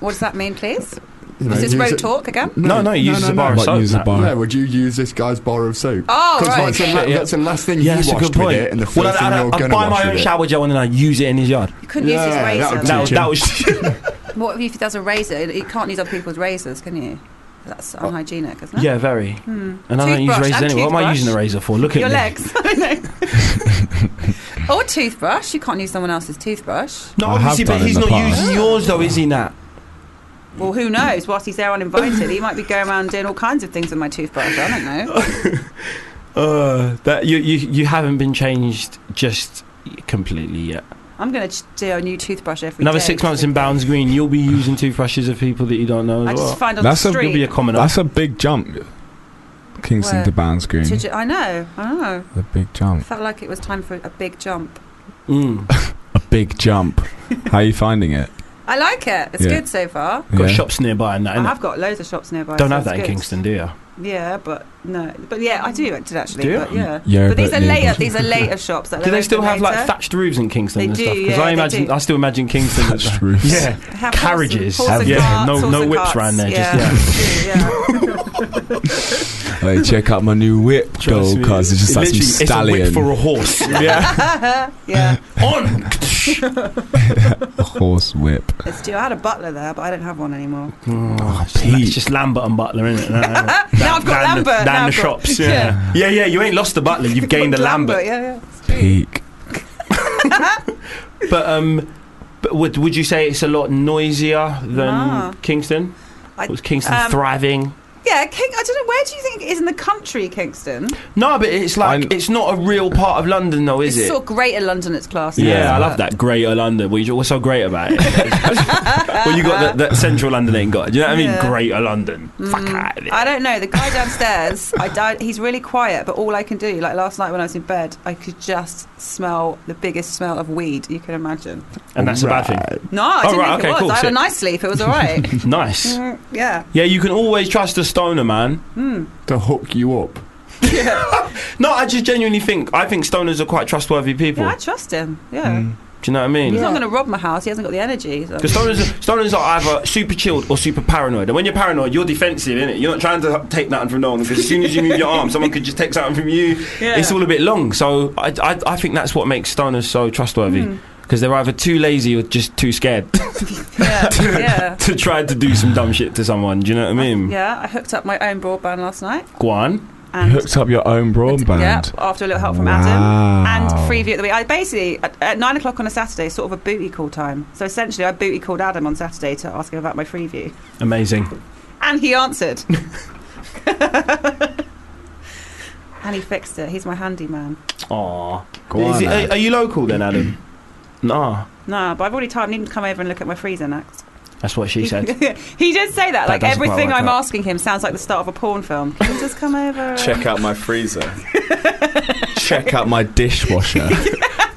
Speaker 5: What does that mean, please?
Speaker 4: You know,
Speaker 5: Is this
Speaker 4: use
Speaker 5: road
Speaker 4: it-
Speaker 5: talk again?
Speaker 2: No, no, he uses a bar of
Speaker 7: Like,
Speaker 2: soap.
Speaker 7: use a
Speaker 2: now.
Speaker 7: bar.
Speaker 4: Yeah, would you use this guy's bar of soap?
Speaker 5: Oh,
Speaker 4: Because
Speaker 5: right.
Speaker 4: that's, the la-
Speaker 2: yeah.
Speaker 4: that's the last thing
Speaker 2: Yeah,
Speaker 4: you
Speaker 2: that's a
Speaker 4: washed
Speaker 2: good point.
Speaker 4: with it, and the first
Speaker 2: well, I,
Speaker 4: thing
Speaker 2: I,
Speaker 4: you're
Speaker 2: I,
Speaker 4: going to
Speaker 2: buy
Speaker 4: wash
Speaker 2: my own
Speaker 4: with it.
Speaker 2: shower gel and then I use it in his yard.
Speaker 5: You couldn't use
Speaker 4: Yeah,
Speaker 5: his
Speaker 4: that
Speaker 5: razor.
Speaker 4: would
Speaker 2: That was, that
Speaker 4: Teach
Speaker 2: was
Speaker 5: What if he does a razor? You can't use other people's razors, can you? That's unhygienic, isn't it?
Speaker 2: yeah, very.
Speaker 5: Hmm.
Speaker 2: And I don't use
Speaker 5: Toothbrush
Speaker 2: razors
Speaker 5: and
Speaker 2: anyway. What am I
Speaker 5: toothbrush.
Speaker 2: using a razor for? Look at
Speaker 5: Your
Speaker 2: me.
Speaker 5: legs. I don't know. or toothbrush. You can't use someone else's toothbrush.
Speaker 2: No,
Speaker 8: I have
Speaker 2: obviously,
Speaker 8: done
Speaker 2: but
Speaker 8: in
Speaker 2: he's
Speaker 8: the
Speaker 2: not
Speaker 8: past.
Speaker 2: using yours though, is he? Nat?
Speaker 5: Well, who knows? Whilst he's there uninvited, he might be going around doing all kinds of things with my toothbrush. I don't know.
Speaker 2: Uh, that you, you you haven't been changed just completely yet.
Speaker 5: I'm going to do a new toothbrush every
Speaker 2: Another
Speaker 5: day.
Speaker 2: six months in Bounds Green, you'll be using toothbrushes of people that you don't know
Speaker 5: I
Speaker 2: as
Speaker 5: just
Speaker 2: well.
Speaker 5: find on
Speaker 8: That's
Speaker 5: the
Speaker 8: a-
Speaker 5: street.
Speaker 2: You'll be a commoner.
Speaker 8: That's a big jump. Kingston
Speaker 5: Where?
Speaker 8: to Barnes Green.
Speaker 5: to ju- I know. I know.
Speaker 8: the big jump.
Speaker 5: Felt like it was time for a big jump.
Speaker 2: Mm.
Speaker 8: A big jump. How are you finding it?
Speaker 5: I like it. It's
Speaker 8: Yeah.
Speaker 5: good so far.
Speaker 2: Got
Speaker 8: Yeah.
Speaker 2: shops nearby and that.
Speaker 5: I
Speaker 2: innit?
Speaker 5: have got loads of shops nearby.
Speaker 2: Don't
Speaker 5: so
Speaker 2: have
Speaker 5: it's
Speaker 2: that in
Speaker 5: good.
Speaker 2: Kingston, do you?
Speaker 5: Yeah, but no, but yeah, I do. I did actually.
Speaker 2: Do you?
Speaker 5: But yeah,
Speaker 8: Yeah,
Speaker 5: but these
Speaker 8: but
Speaker 5: are
Speaker 8: yeah.
Speaker 5: later. These are later shops. That
Speaker 2: Do
Speaker 5: are
Speaker 2: they
Speaker 5: open
Speaker 2: still have like
Speaker 5: later.
Speaker 2: thatched roofs in Kingston
Speaker 5: They
Speaker 2: and
Speaker 5: do,
Speaker 2: stuff?
Speaker 5: yeah,
Speaker 2: I
Speaker 5: they
Speaker 2: imagine,
Speaker 5: do.
Speaker 2: I still imagine Kingston. as
Speaker 8: Thatched
Speaker 2: that.
Speaker 8: roofs.
Speaker 2: Yeah,
Speaker 5: They have horse and-
Speaker 2: carriages.
Speaker 5: horse and
Speaker 2: yeah,
Speaker 5: carts,
Speaker 2: no,
Speaker 5: horse
Speaker 2: no
Speaker 5: and
Speaker 2: whips
Speaker 5: carts.
Speaker 2: round there.
Speaker 5: Yeah.
Speaker 2: Just yeah.
Speaker 5: yeah.
Speaker 8: Like, check out my new whip,
Speaker 2: Trust
Speaker 8: though,
Speaker 2: me,
Speaker 8: because it's just like some
Speaker 2: literally,
Speaker 8: stallion.
Speaker 2: It's a whip for a horse. yeah.
Speaker 5: yeah.
Speaker 2: On.
Speaker 8: a horse whip.
Speaker 5: It's due. I had a butler there, but I don't have one anymore.
Speaker 2: Oh, it's
Speaker 8: Pete.
Speaker 2: it's just Lambert and Butler, isn't it? No, no, no.
Speaker 5: now
Speaker 2: Down
Speaker 5: I've got
Speaker 2: the-
Speaker 5: Lambert. now
Speaker 2: Down the
Speaker 5: I've got-
Speaker 2: shops. Yeah. yeah, yeah. You ain't lost the Butler. You've gained the Lambert.
Speaker 5: Yeah, yeah. It's true.
Speaker 8: Peak.
Speaker 2: But um, but would would you say it's a lot noisier than
Speaker 5: Nah.
Speaker 2: Kingston?
Speaker 5: I-
Speaker 2: Was Kingston
Speaker 5: um,
Speaker 2: thriving?
Speaker 5: Yeah, King. I don't know. Where do you think it is in the country, Kingston?
Speaker 2: No, but it's like
Speaker 8: I'm-
Speaker 2: it's not a real part of London, though, is
Speaker 5: it's
Speaker 2: it?
Speaker 5: sort of greater London. It's class.
Speaker 2: yeah, I love that greater London. What's what's so great about it? well, you got that, that central London ain't got. it. Do you know what I
Speaker 5: Yeah. Mm.
Speaker 2: mean? Greater London. Fuck out of it.
Speaker 5: I don't know. The guy downstairs, I died, he's really quiet, but all I can do, like last night when I was in bed, I could just smell the biggest smell of weed you can imagine.
Speaker 2: and that's a bad
Speaker 5: No, I
Speaker 2: Oh,
Speaker 5: didn't
Speaker 2: right,
Speaker 5: think
Speaker 2: okay,
Speaker 5: it was.
Speaker 2: cool,
Speaker 5: I had
Speaker 2: sick.
Speaker 5: a nice sleep. It was all right.
Speaker 2: thing. nice.
Speaker 5: Mm, yeah.
Speaker 2: Yeah, you can always trust a stoner, man.
Speaker 4: to hook you up.
Speaker 2: No, I just genuinely think I think stoners are quite trustworthy people.
Speaker 5: Yeah, I trust him. Yeah.
Speaker 2: Do you know what I mean?
Speaker 5: He's not going to rob my house. He hasn't got the energy. so-
Speaker 2: Because stoners, stoners are either super chilled or super paranoid. And when you're paranoid, you're defensive, innit? You're not trying to take nothing from no one because as soon as you move your arm, someone could just take something from you.
Speaker 5: Yeah.
Speaker 2: It's all a bit long. So I, I, I think that's what makes stoners so trustworthy.
Speaker 5: Mm.
Speaker 2: Because they're either too lazy or just too scared
Speaker 5: yeah, yeah.
Speaker 2: to try to do some dumb shit to someone. Do you know what I mean?
Speaker 5: Yeah, I hooked up my own broadband last night.
Speaker 2: Guan.
Speaker 5: And
Speaker 8: Hooked up your own broadband.
Speaker 5: Yeah, after a little help from
Speaker 8: Wow.
Speaker 5: Adam. And free view at the week. I basically, at, at nine o'clock on a Saturday, sort of a booty call time. So essentially, I booty called Adam on Saturday to ask him about my free view.
Speaker 2: Amazing.
Speaker 5: And he answered. and he fixed it. He's my handyman.
Speaker 2: Aww.
Speaker 8: Go on,
Speaker 2: Is it-
Speaker 8: lad.
Speaker 2: are, are you local then, Adam? nah.
Speaker 5: No, but I've already told him need to come over and look at my freezer next.
Speaker 2: That's what she said.
Speaker 5: he did say that.
Speaker 2: That
Speaker 5: like
Speaker 2: doesn't quite
Speaker 5: everything
Speaker 2: work
Speaker 5: I'm
Speaker 2: out.
Speaker 5: asking him sounds like the start of a porn film. Can you just come over?
Speaker 3: Check out my freezer.
Speaker 8: Check out my dishwasher.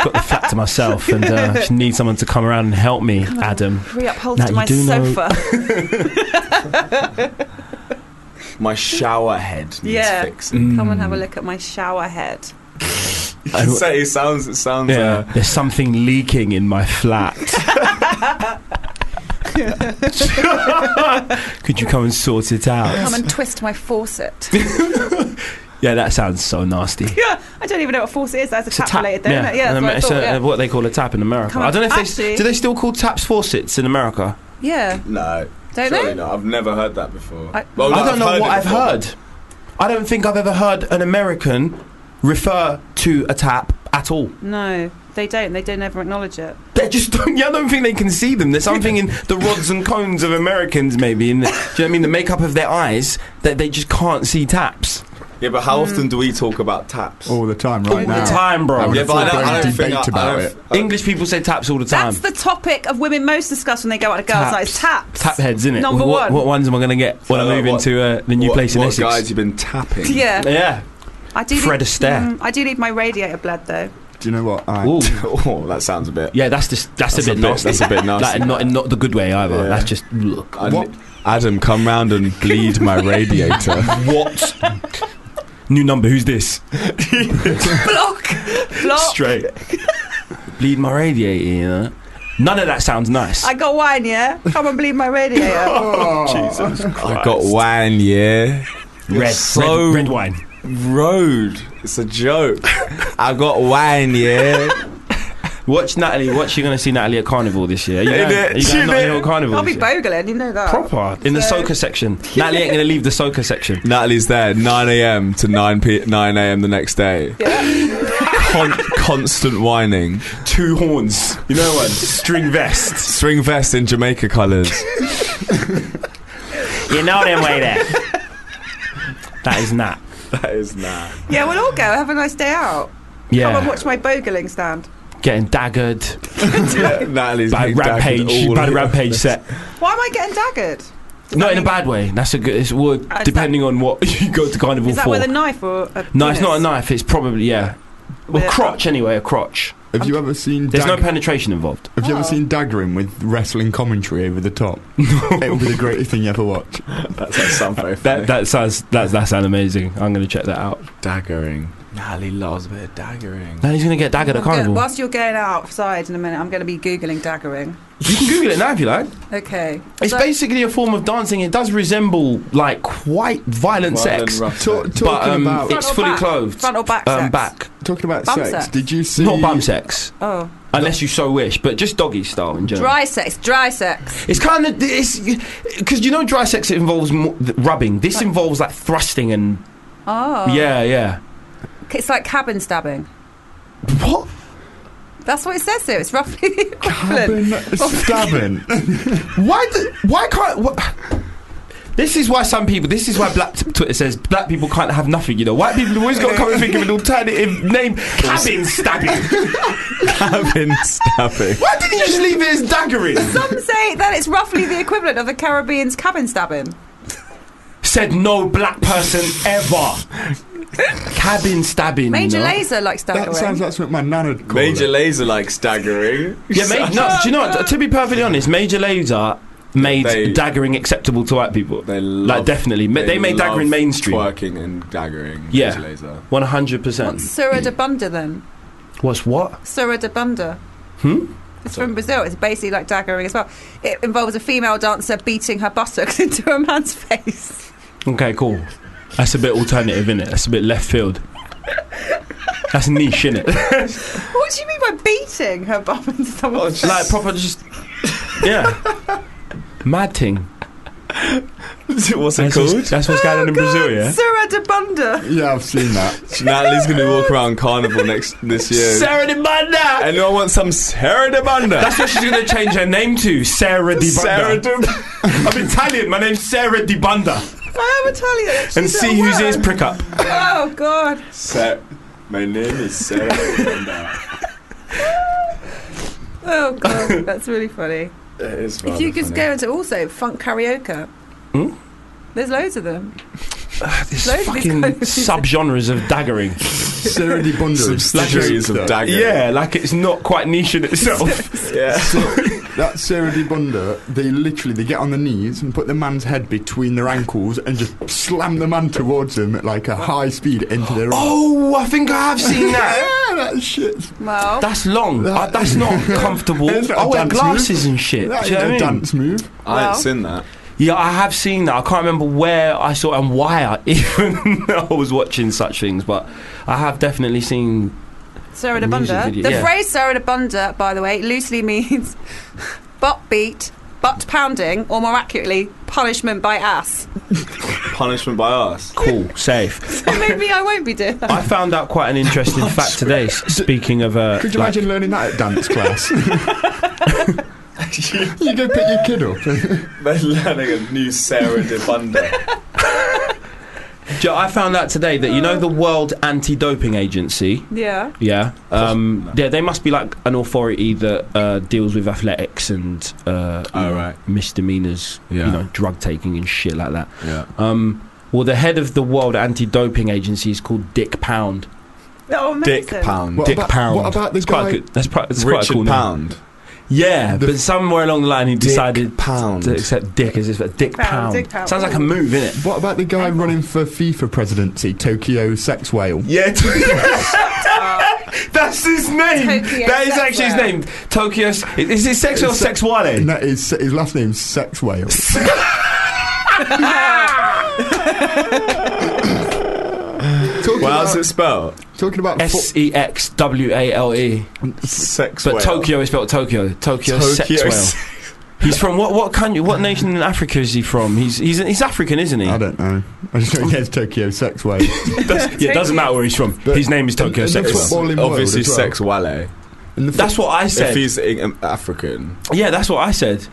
Speaker 2: Got the flat to myself and uh, just need someone to come around and help me, Adam.
Speaker 5: Re upholster
Speaker 2: Now,
Speaker 5: my
Speaker 2: you do know-
Speaker 5: sofa.
Speaker 3: My shower head needs
Speaker 5: Yeah.
Speaker 3: fixing.
Speaker 2: Hmm.
Speaker 5: Come and
Speaker 2: Mm.
Speaker 5: have a look at my shower head.
Speaker 3: You can say it sounds. It sounds. uh,
Speaker 2: Yeah, there's something leaking in my flat. Could you come and sort it out?
Speaker 5: Come and twist my faucet.
Speaker 2: Yeah, that sounds so nasty.
Speaker 5: yeah, I don't even know what force it is. That's a tap related thing, isn't it? Yeah,
Speaker 2: And
Speaker 5: that's what I
Speaker 2: it's
Speaker 5: thought.
Speaker 2: a-
Speaker 5: yeah.
Speaker 2: what they call a tap in America.
Speaker 5: Come
Speaker 2: I don't know if they
Speaker 5: actually-
Speaker 2: do they still call taps faucets in America.
Speaker 5: yeah,
Speaker 3: Uh, no,
Speaker 5: don't
Speaker 3: surely
Speaker 5: they?
Speaker 3: not. I've never heard that before.
Speaker 5: I-
Speaker 3: Well,
Speaker 2: I don't know
Speaker 3: Oh, heard
Speaker 2: what
Speaker 3: it
Speaker 2: I've
Speaker 3: before,
Speaker 2: heard. I don't think I've ever heard an American refer to a tap at all.
Speaker 5: No, they don't. They don't ever acknowledge it.
Speaker 2: They just don't. Yeah, I don't think they can see them. There's something in the rods and cones of Americans, maybe. In the, do you know what I mean? The makeup of their eyes that they just can't see taps
Speaker 3: Yeah, but
Speaker 5: Hmm.
Speaker 3: how often do we talk about taps?
Speaker 4: All the time, right
Speaker 2: all
Speaker 4: now.
Speaker 2: the time,
Speaker 4: Oh, I
Speaker 2: bro.
Speaker 4: would
Speaker 3: yeah,
Speaker 4: have
Speaker 3: but I don't, I
Speaker 4: fucking
Speaker 3: don't think I,
Speaker 4: debate
Speaker 3: I
Speaker 4: about
Speaker 3: don't,
Speaker 4: it.
Speaker 2: English people say taps all the time.
Speaker 5: That's the topic of women most discussed when they go out to girls'
Speaker 2: Taps.
Speaker 5: nights. Taps.
Speaker 2: Tap heads, innit?
Speaker 5: Number
Speaker 2: what,
Speaker 5: one.
Speaker 2: What ones am I gonna get when I
Speaker 3: So,
Speaker 2: move
Speaker 3: what-
Speaker 2: into uh, the new
Speaker 3: what,
Speaker 2: place in
Speaker 3: what
Speaker 2: Essex?
Speaker 3: guys you've been tapping?
Speaker 5: Yeah,
Speaker 2: Yeah,
Speaker 5: I do.
Speaker 2: Eh, Fred Astaire.
Speaker 5: Mm, I do need my radiator bled though.
Speaker 4: Do you know what? I,
Speaker 2: Ooh.
Speaker 3: oh, that sounds a bit.
Speaker 2: yeah. That's just that's, a bit nasty.
Speaker 3: That's a bit
Speaker 2: Like,
Speaker 3: nasty.
Speaker 2: not not the good way either.
Speaker 3: Yeah.
Speaker 2: That's just look.
Speaker 3: I-
Speaker 8: What? Adam, come round and bleed my radiator.
Speaker 2: What? New number. Who's this?
Speaker 5: Block, block.
Speaker 2: Straight. Bleed my radiator. You know? None of that sounds nice.
Speaker 5: I got wine, yeah? Come and bleed my
Speaker 2: Oh,
Speaker 5: radiator.
Speaker 3: Jesus
Speaker 8: I got wine, yeah.
Speaker 2: red,
Speaker 8: so-
Speaker 2: red, red wine.
Speaker 8: Road. It's a joke. I got wine, yeah.
Speaker 2: Watch Natalie. What's you gonna see Natalie at Carnival this year? Are you
Speaker 8: Innit?
Speaker 2: going, are you going to
Speaker 8: Innit?
Speaker 2: Notting Hill Carnival?
Speaker 5: I'll be
Speaker 2: this year?
Speaker 5: bogling, you know that.
Speaker 2: proper in the
Speaker 5: So-
Speaker 2: soca section. Natalie ain't gonna leave the soca section.
Speaker 8: Natalie's there 9 a.m. to 9 p- 9 a.m. the next day. Con- constant whining.
Speaker 2: Two horns. You know what? String vest.
Speaker 8: String vest in Jamaica colours.
Speaker 2: You know them way there. that is Nat.
Speaker 3: that is nah.
Speaker 5: Yeah, we'll all go. Have a nice day out. Come and
Speaker 2: Yeah,
Speaker 5: watch my bogling stand.
Speaker 2: getting daggered
Speaker 8: Natalie's
Speaker 2: by
Speaker 8: being daggered
Speaker 2: rampage
Speaker 8: all
Speaker 2: by the
Speaker 8: over.
Speaker 2: rampage set.
Speaker 5: Why am I getting daggered? Uh,
Speaker 2: Not in a bad way. That's a good. It's well,
Speaker 5: that-
Speaker 2: depending on what you go to carnival
Speaker 5: Is that
Speaker 2: for.
Speaker 5: with a knife or a
Speaker 2: no, it's
Speaker 5: penis?
Speaker 2: not a knife. It's probably yeah.
Speaker 5: With
Speaker 2: Well,
Speaker 5: a-
Speaker 2: crotch anyway. A crotch.
Speaker 4: Have you ever seen?
Speaker 2: There's no
Speaker 4: dag-
Speaker 2: penetration involved.
Speaker 4: Have you
Speaker 5: Oh.
Speaker 4: ever seen daggering with wrestling commentary over the top? it would be the greatest thing you ever watch.
Speaker 3: That's like something.
Speaker 2: That that sounds that that sounds amazing. I'm gonna check that out.
Speaker 8: Daggering. Natalie loves a bit of daggering.
Speaker 2: Now he's gonna get daggered
Speaker 5: I'm
Speaker 2: at
Speaker 5: go-
Speaker 2: carnival.
Speaker 5: whilst you're going outside in a minute, I'm going to be Googling daggering.
Speaker 2: You can Google it now if you like.
Speaker 5: Okay.
Speaker 2: It's
Speaker 5: So-
Speaker 2: basically a form of dancing. It does resemble like quite violent sex,
Speaker 4: Ta- talking
Speaker 2: but um,
Speaker 4: about
Speaker 2: it's
Speaker 5: Front or
Speaker 2: fully
Speaker 5: back?
Speaker 2: clothed.
Speaker 5: Front or back
Speaker 2: um,
Speaker 5: sex?
Speaker 2: back,
Speaker 4: talking about
Speaker 5: bum
Speaker 4: sex,
Speaker 5: sex.
Speaker 4: Did you see?
Speaker 2: not bum sex,
Speaker 5: Oh.
Speaker 2: unless you so wish, but just doggy style in general.
Speaker 5: Dry sex. Dry sex.
Speaker 2: It's kind of it's because you know dry sex it involves mo- th- rubbing. This involves like thrusting and
Speaker 5: Oh.
Speaker 2: yeah, yeah.
Speaker 5: It's like cabin stabbing.
Speaker 2: What?
Speaker 5: That's what it says here. It's roughly equivalent.
Speaker 4: Stabbing, stabbing.
Speaker 2: Why? Do, why can't? Wh- this is why some people. This is why black Twitter says black people can't have nothing. You know, white people have always got to come and think of an alternative name. Cabin stabbing.
Speaker 8: Cabin stabbing.
Speaker 2: Why didn't you just leave it as daggering?
Speaker 5: Some say that it's roughly the equivalent of the Caribbean's cabin stabbing.
Speaker 2: Said no black person ever. Cabin stabbing. you
Speaker 5: Major
Speaker 2: know?
Speaker 5: Laser likes daggering.
Speaker 4: that sounds that's what my nana'd call
Speaker 3: Major
Speaker 4: it.
Speaker 3: Laser likes daggering.
Speaker 2: Yeah, ma- no. Do you know? what? To be perfectly honest, Major Laser made
Speaker 3: They-
Speaker 2: daggering acceptable to white people.
Speaker 3: They love.
Speaker 2: Like definitely, Ma- they, made
Speaker 3: love
Speaker 2: daggering mainstream.
Speaker 3: Twerking and daggering.
Speaker 2: Yeah.
Speaker 3: Major Laser.
Speaker 2: One hundred
Speaker 5: What's
Speaker 2: percent.
Speaker 5: Sura de Bunda then?
Speaker 2: What's what?
Speaker 5: Sura de Bunda.
Speaker 2: Hmm?
Speaker 5: It's from Brazil. It's basically like daggering as well. It involves a female dancer beating her buttocks into a man's face.
Speaker 2: Okay, cool. That's a bit alternative, innit? That's a bit left field. That's niche, innit?
Speaker 5: What do you mean by beating her bum into
Speaker 2: Oh,
Speaker 5: someone's face?
Speaker 2: like proper, just yeah. Mad thing.
Speaker 8: What's it
Speaker 2: That's
Speaker 8: called?
Speaker 2: what's, that's what's going
Speaker 5: Oh,
Speaker 2: on in Brazil, yeah.
Speaker 5: Sura de Bunda.
Speaker 4: Yeah, I've seen that.
Speaker 8: Natalie's going to walk around Carnival next this year.
Speaker 2: Sarah de Banda.
Speaker 8: and I want some Sarah de Banda.
Speaker 2: That's what she's gonna change her name to, Sarah Di Banda.
Speaker 8: Sarah de
Speaker 2: I'm Italian. My name's Sarah Di Banda.
Speaker 5: I am Italian.
Speaker 2: and see whose ears prick up.
Speaker 5: Oh God.
Speaker 3: Sa- My name is Sarah. Banda.
Speaker 5: Oh God. That's really funny.
Speaker 3: That is
Speaker 5: If you
Speaker 3: rather
Speaker 5: could
Speaker 3: funny.
Speaker 5: go into also funk karaoke.
Speaker 2: Oh, Hmm?
Speaker 5: There's loads of them.
Speaker 2: There's
Speaker 5: Loads of these
Speaker 2: fucking
Speaker 5: kind of-
Speaker 2: subgenres of daggering.
Speaker 4: Sarah Di Bunda.
Speaker 8: Subsidiaries of daggering.
Speaker 2: Yeah, like it's not quite niche in itself.
Speaker 8: Yeah.
Speaker 4: That Sarah Di Bunda, they literally they get on their knees and put the man's head between their ankles and just slam the man towards them at like a high speed into their.
Speaker 2: oh, I think I have seen that.
Speaker 4: yeah, that shit's
Speaker 5: Well,
Speaker 2: That's long. Uh, that's not comfortable.
Speaker 4: It's not a
Speaker 2: I wear
Speaker 4: dance
Speaker 2: glasses and shit.
Speaker 4: that
Speaker 2: Do you
Speaker 4: ain't
Speaker 2: know what I
Speaker 4: a
Speaker 2: mean? Uh,
Speaker 4: dance move.
Speaker 3: I
Speaker 5: Well.
Speaker 3: ain't seen that.
Speaker 2: Yeah, I have seen that. I can't remember where I saw it and why I even I was watching such things, but I have definitely seen.
Speaker 5: Sarah de
Speaker 2: Music
Speaker 5: Bunda.
Speaker 2: video,
Speaker 5: The
Speaker 2: yeah.
Speaker 5: phrase Sarah de Bunda, by the way, loosely means butt beat, butt pounding, or more accurately, punishment by ass.
Speaker 3: Punishment by us.
Speaker 2: Cool, safe.
Speaker 5: So maybe I won't be doing that.
Speaker 2: I found out quite an interesting fact today. s- Speaking of, uh,
Speaker 4: Could you
Speaker 2: like-
Speaker 4: imagine learning that at dance class? you go pick your kid up.
Speaker 3: They're learning a new Sarah de Bunda.
Speaker 2: Do you- I found out today that you know the World Anti-Doping Agency.
Speaker 5: Yeah.
Speaker 2: Yeah. Um, Yeah, they must be like an authority that uh, deals with athletics and uh, you
Speaker 8: Oh,
Speaker 2: know,
Speaker 8: right.
Speaker 2: misdemeanors,
Speaker 8: Yeah.
Speaker 2: you know, drug taking and shit like that.
Speaker 8: Yeah.
Speaker 2: Um, well, the head of the World Anti-Doping Agency is called Dick Pound.
Speaker 5: Oh, amazing.
Speaker 8: Dick Pound.
Speaker 4: What
Speaker 2: Dick
Speaker 4: about,
Speaker 2: Pound.
Speaker 4: What about this
Speaker 2: It's quite
Speaker 4: guy?
Speaker 2: good. That's, pri- that's quite a
Speaker 8: Richard
Speaker 2: cool name.
Speaker 8: Pound.
Speaker 2: Yeah,
Speaker 4: The
Speaker 2: but somewhere along the line he decided
Speaker 3: pound.
Speaker 2: to accept dick as if a dick
Speaker 5: Pound,
Speaker 2: pound.
Speaker 5: dick pound.
Speaker 2: Sounds like a move, innit?
Speaker 4: What about the guy running for FIFA presidency, Tokyo Sex Whale?
Speaker 3: Yeah,
Speaker 2: That's his name.
Speaker 5: Tokyo
Speaker 2: that is
Speaker 5: Sex
Speaker 2: actually his
Speaker 5: Whale.
Speaker 2: name. Tokyo. S- Is it sex or
Speaker 4: It's se-
Speaker 2: sex wale?
Speaker 4: And that is his last name's Sex Whale. talking,
Speaker 8: Well, how's
Speaker 4: about,
Speaker 8: it spelled?
Speaker 4: talking about fo-
Speaker 2: S e x w a l e.
Speaker 8: Sex.
Speaker 2: But
Speaker 8: whale.
Speaker 2: Tokyo is spelled Tokyo. Tokyo, sex
Speaker 8: Tokyo
Speaker 2: whale. He's from what? What country? What nation in Africa is he from? He's he's he's African, isn't he?
Speaker 4: I don't know. I just know he has Tokyo Sex Whale.
Speaker 2: Yeah, it doesn't matter where he's from.
Speaker 4: But-
Speaker 2: His name is Tokyo
Speaker 4: and the
Speaker 2: Sex Whale.
Speaker 4: football- All in world
Speaker 8: Obviously,
Speaker 4: as well.
Speaker 8: sex wale.
Speaker 4: And the
Speaker 2: That's what I
Speaker 8: If
Speaker 2: said.
Speaker 8: he's in- African,
Speaker 2: Yeah, that's what I said.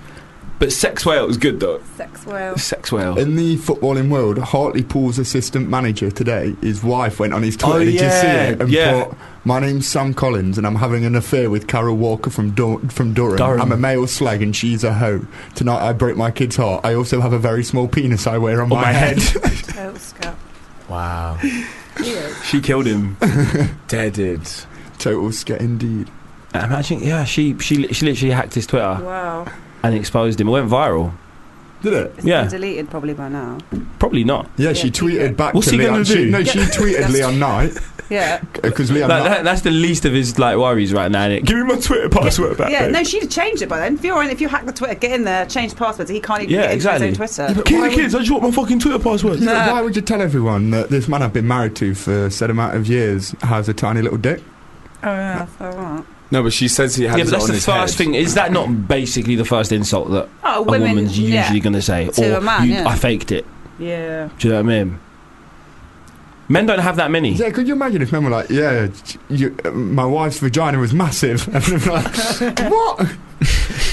Speaker 2: But sex whale was good though.
Speaker 5: Sex whale.
Speaker 2: Sex whale.
Speaker 4: In the footballing world, Hartlepool's assistant manager today, his wife went on his Twitter,
Speaker 2: Oh,
Speaker 4: did you see
Speaker 2: yeah,
Speaker 4: it? And
Speaker 2: yeah.
Speaker 4: put, My name's Sam Collins and I'm having an affair with Carol Walker from, Dur- from Durham.
Speaker 2: Durham.
Speaker 4: I'm a male slag and she's a hoe. Tonight I break my kid's heart. I also have a very small penis I wear on,
Speaker 2: On my head.
Speaker 5: Total scut.
Speaker 3: Wow.
Speaker 2: She killed him.
Speaker 3: Deaded.
Speaker 4: Total scat indeed.
Speaker 2: Imagine, yeah, she she she literally hacked his Twitter
Speaker 5: Wow.
Speaker 2: and exposed him. It went viral.
Speaker 4: Did it?
Speaker 5: It's
Speaker 2: Yeah.
Speaker 5: been deleted probably by now.
Speaker 2: Probably not.
Speaker 4: Yeah, she
Speaker 5: Yeah.
Speaker 4: tweeted back
Speaker 2: What's
Speaker 4: to
Speaker 2: he gonna
Speaker 4: Leon. She,
Speaker 2: do?
Speaker 4: no, she tweeted Leon Knight
Speaker 5: Yeah.
Speaker 4: because Leon
Speaker 2: Like,
Speaker 4: Knight.
Speaker 2: that, that's the least of his like worries right now. Nick.
Speaker 8: give me my Twitter password back.
Speaker 5: yeah,
Speaker 8: babe.
Speaker 5: no, she'd have changed it by then. If you're in, if you hack the Twitter, get in there, change passwords. He can't even
Speaker 2: Yeah,
Speaker 5: get
Speaker 2: exactly.
Speaker 5: into his own Twitter.
Speaker 8: Kill the kids. I just want my fucking Twitter password.
Speaker 4: Yeah, but Why would you tell everyone that this man I've been married to for a set amount of years has a tiny little dick?
Speaker 5: Oh yeah, so what?
Speaker 8: No, but she says he has
Speaker 2: Yeah,
Speaker 8: it
Speaker 2: but that's
Speaker 8: on
Speaker 2: the
Speaker 8: his
Speaker 2: first
Speaker 8: head.
Speaker 2: thing. Is that not basically the first insult that
Speaker 5: Oh,
Speaker 2: a
Speaker 5: women.
Speaker 2: woman's usually
Speaker 5: yeah.
Speaker 2: going to say?
Speaker 5: To
Speaker 2: or
Speaker 5: a man,
Speaker 2: you-
Speaker 5: yeah.
Speaker 2: I faked it.
Speaker 5: yeah.
Speaker 2: Do you know what I mean? Men don't have that many.
Speaker 4: Yeah, could you imagine if men were like, yeah, you, uh, my wife's vagina was massive? And I'm like, what?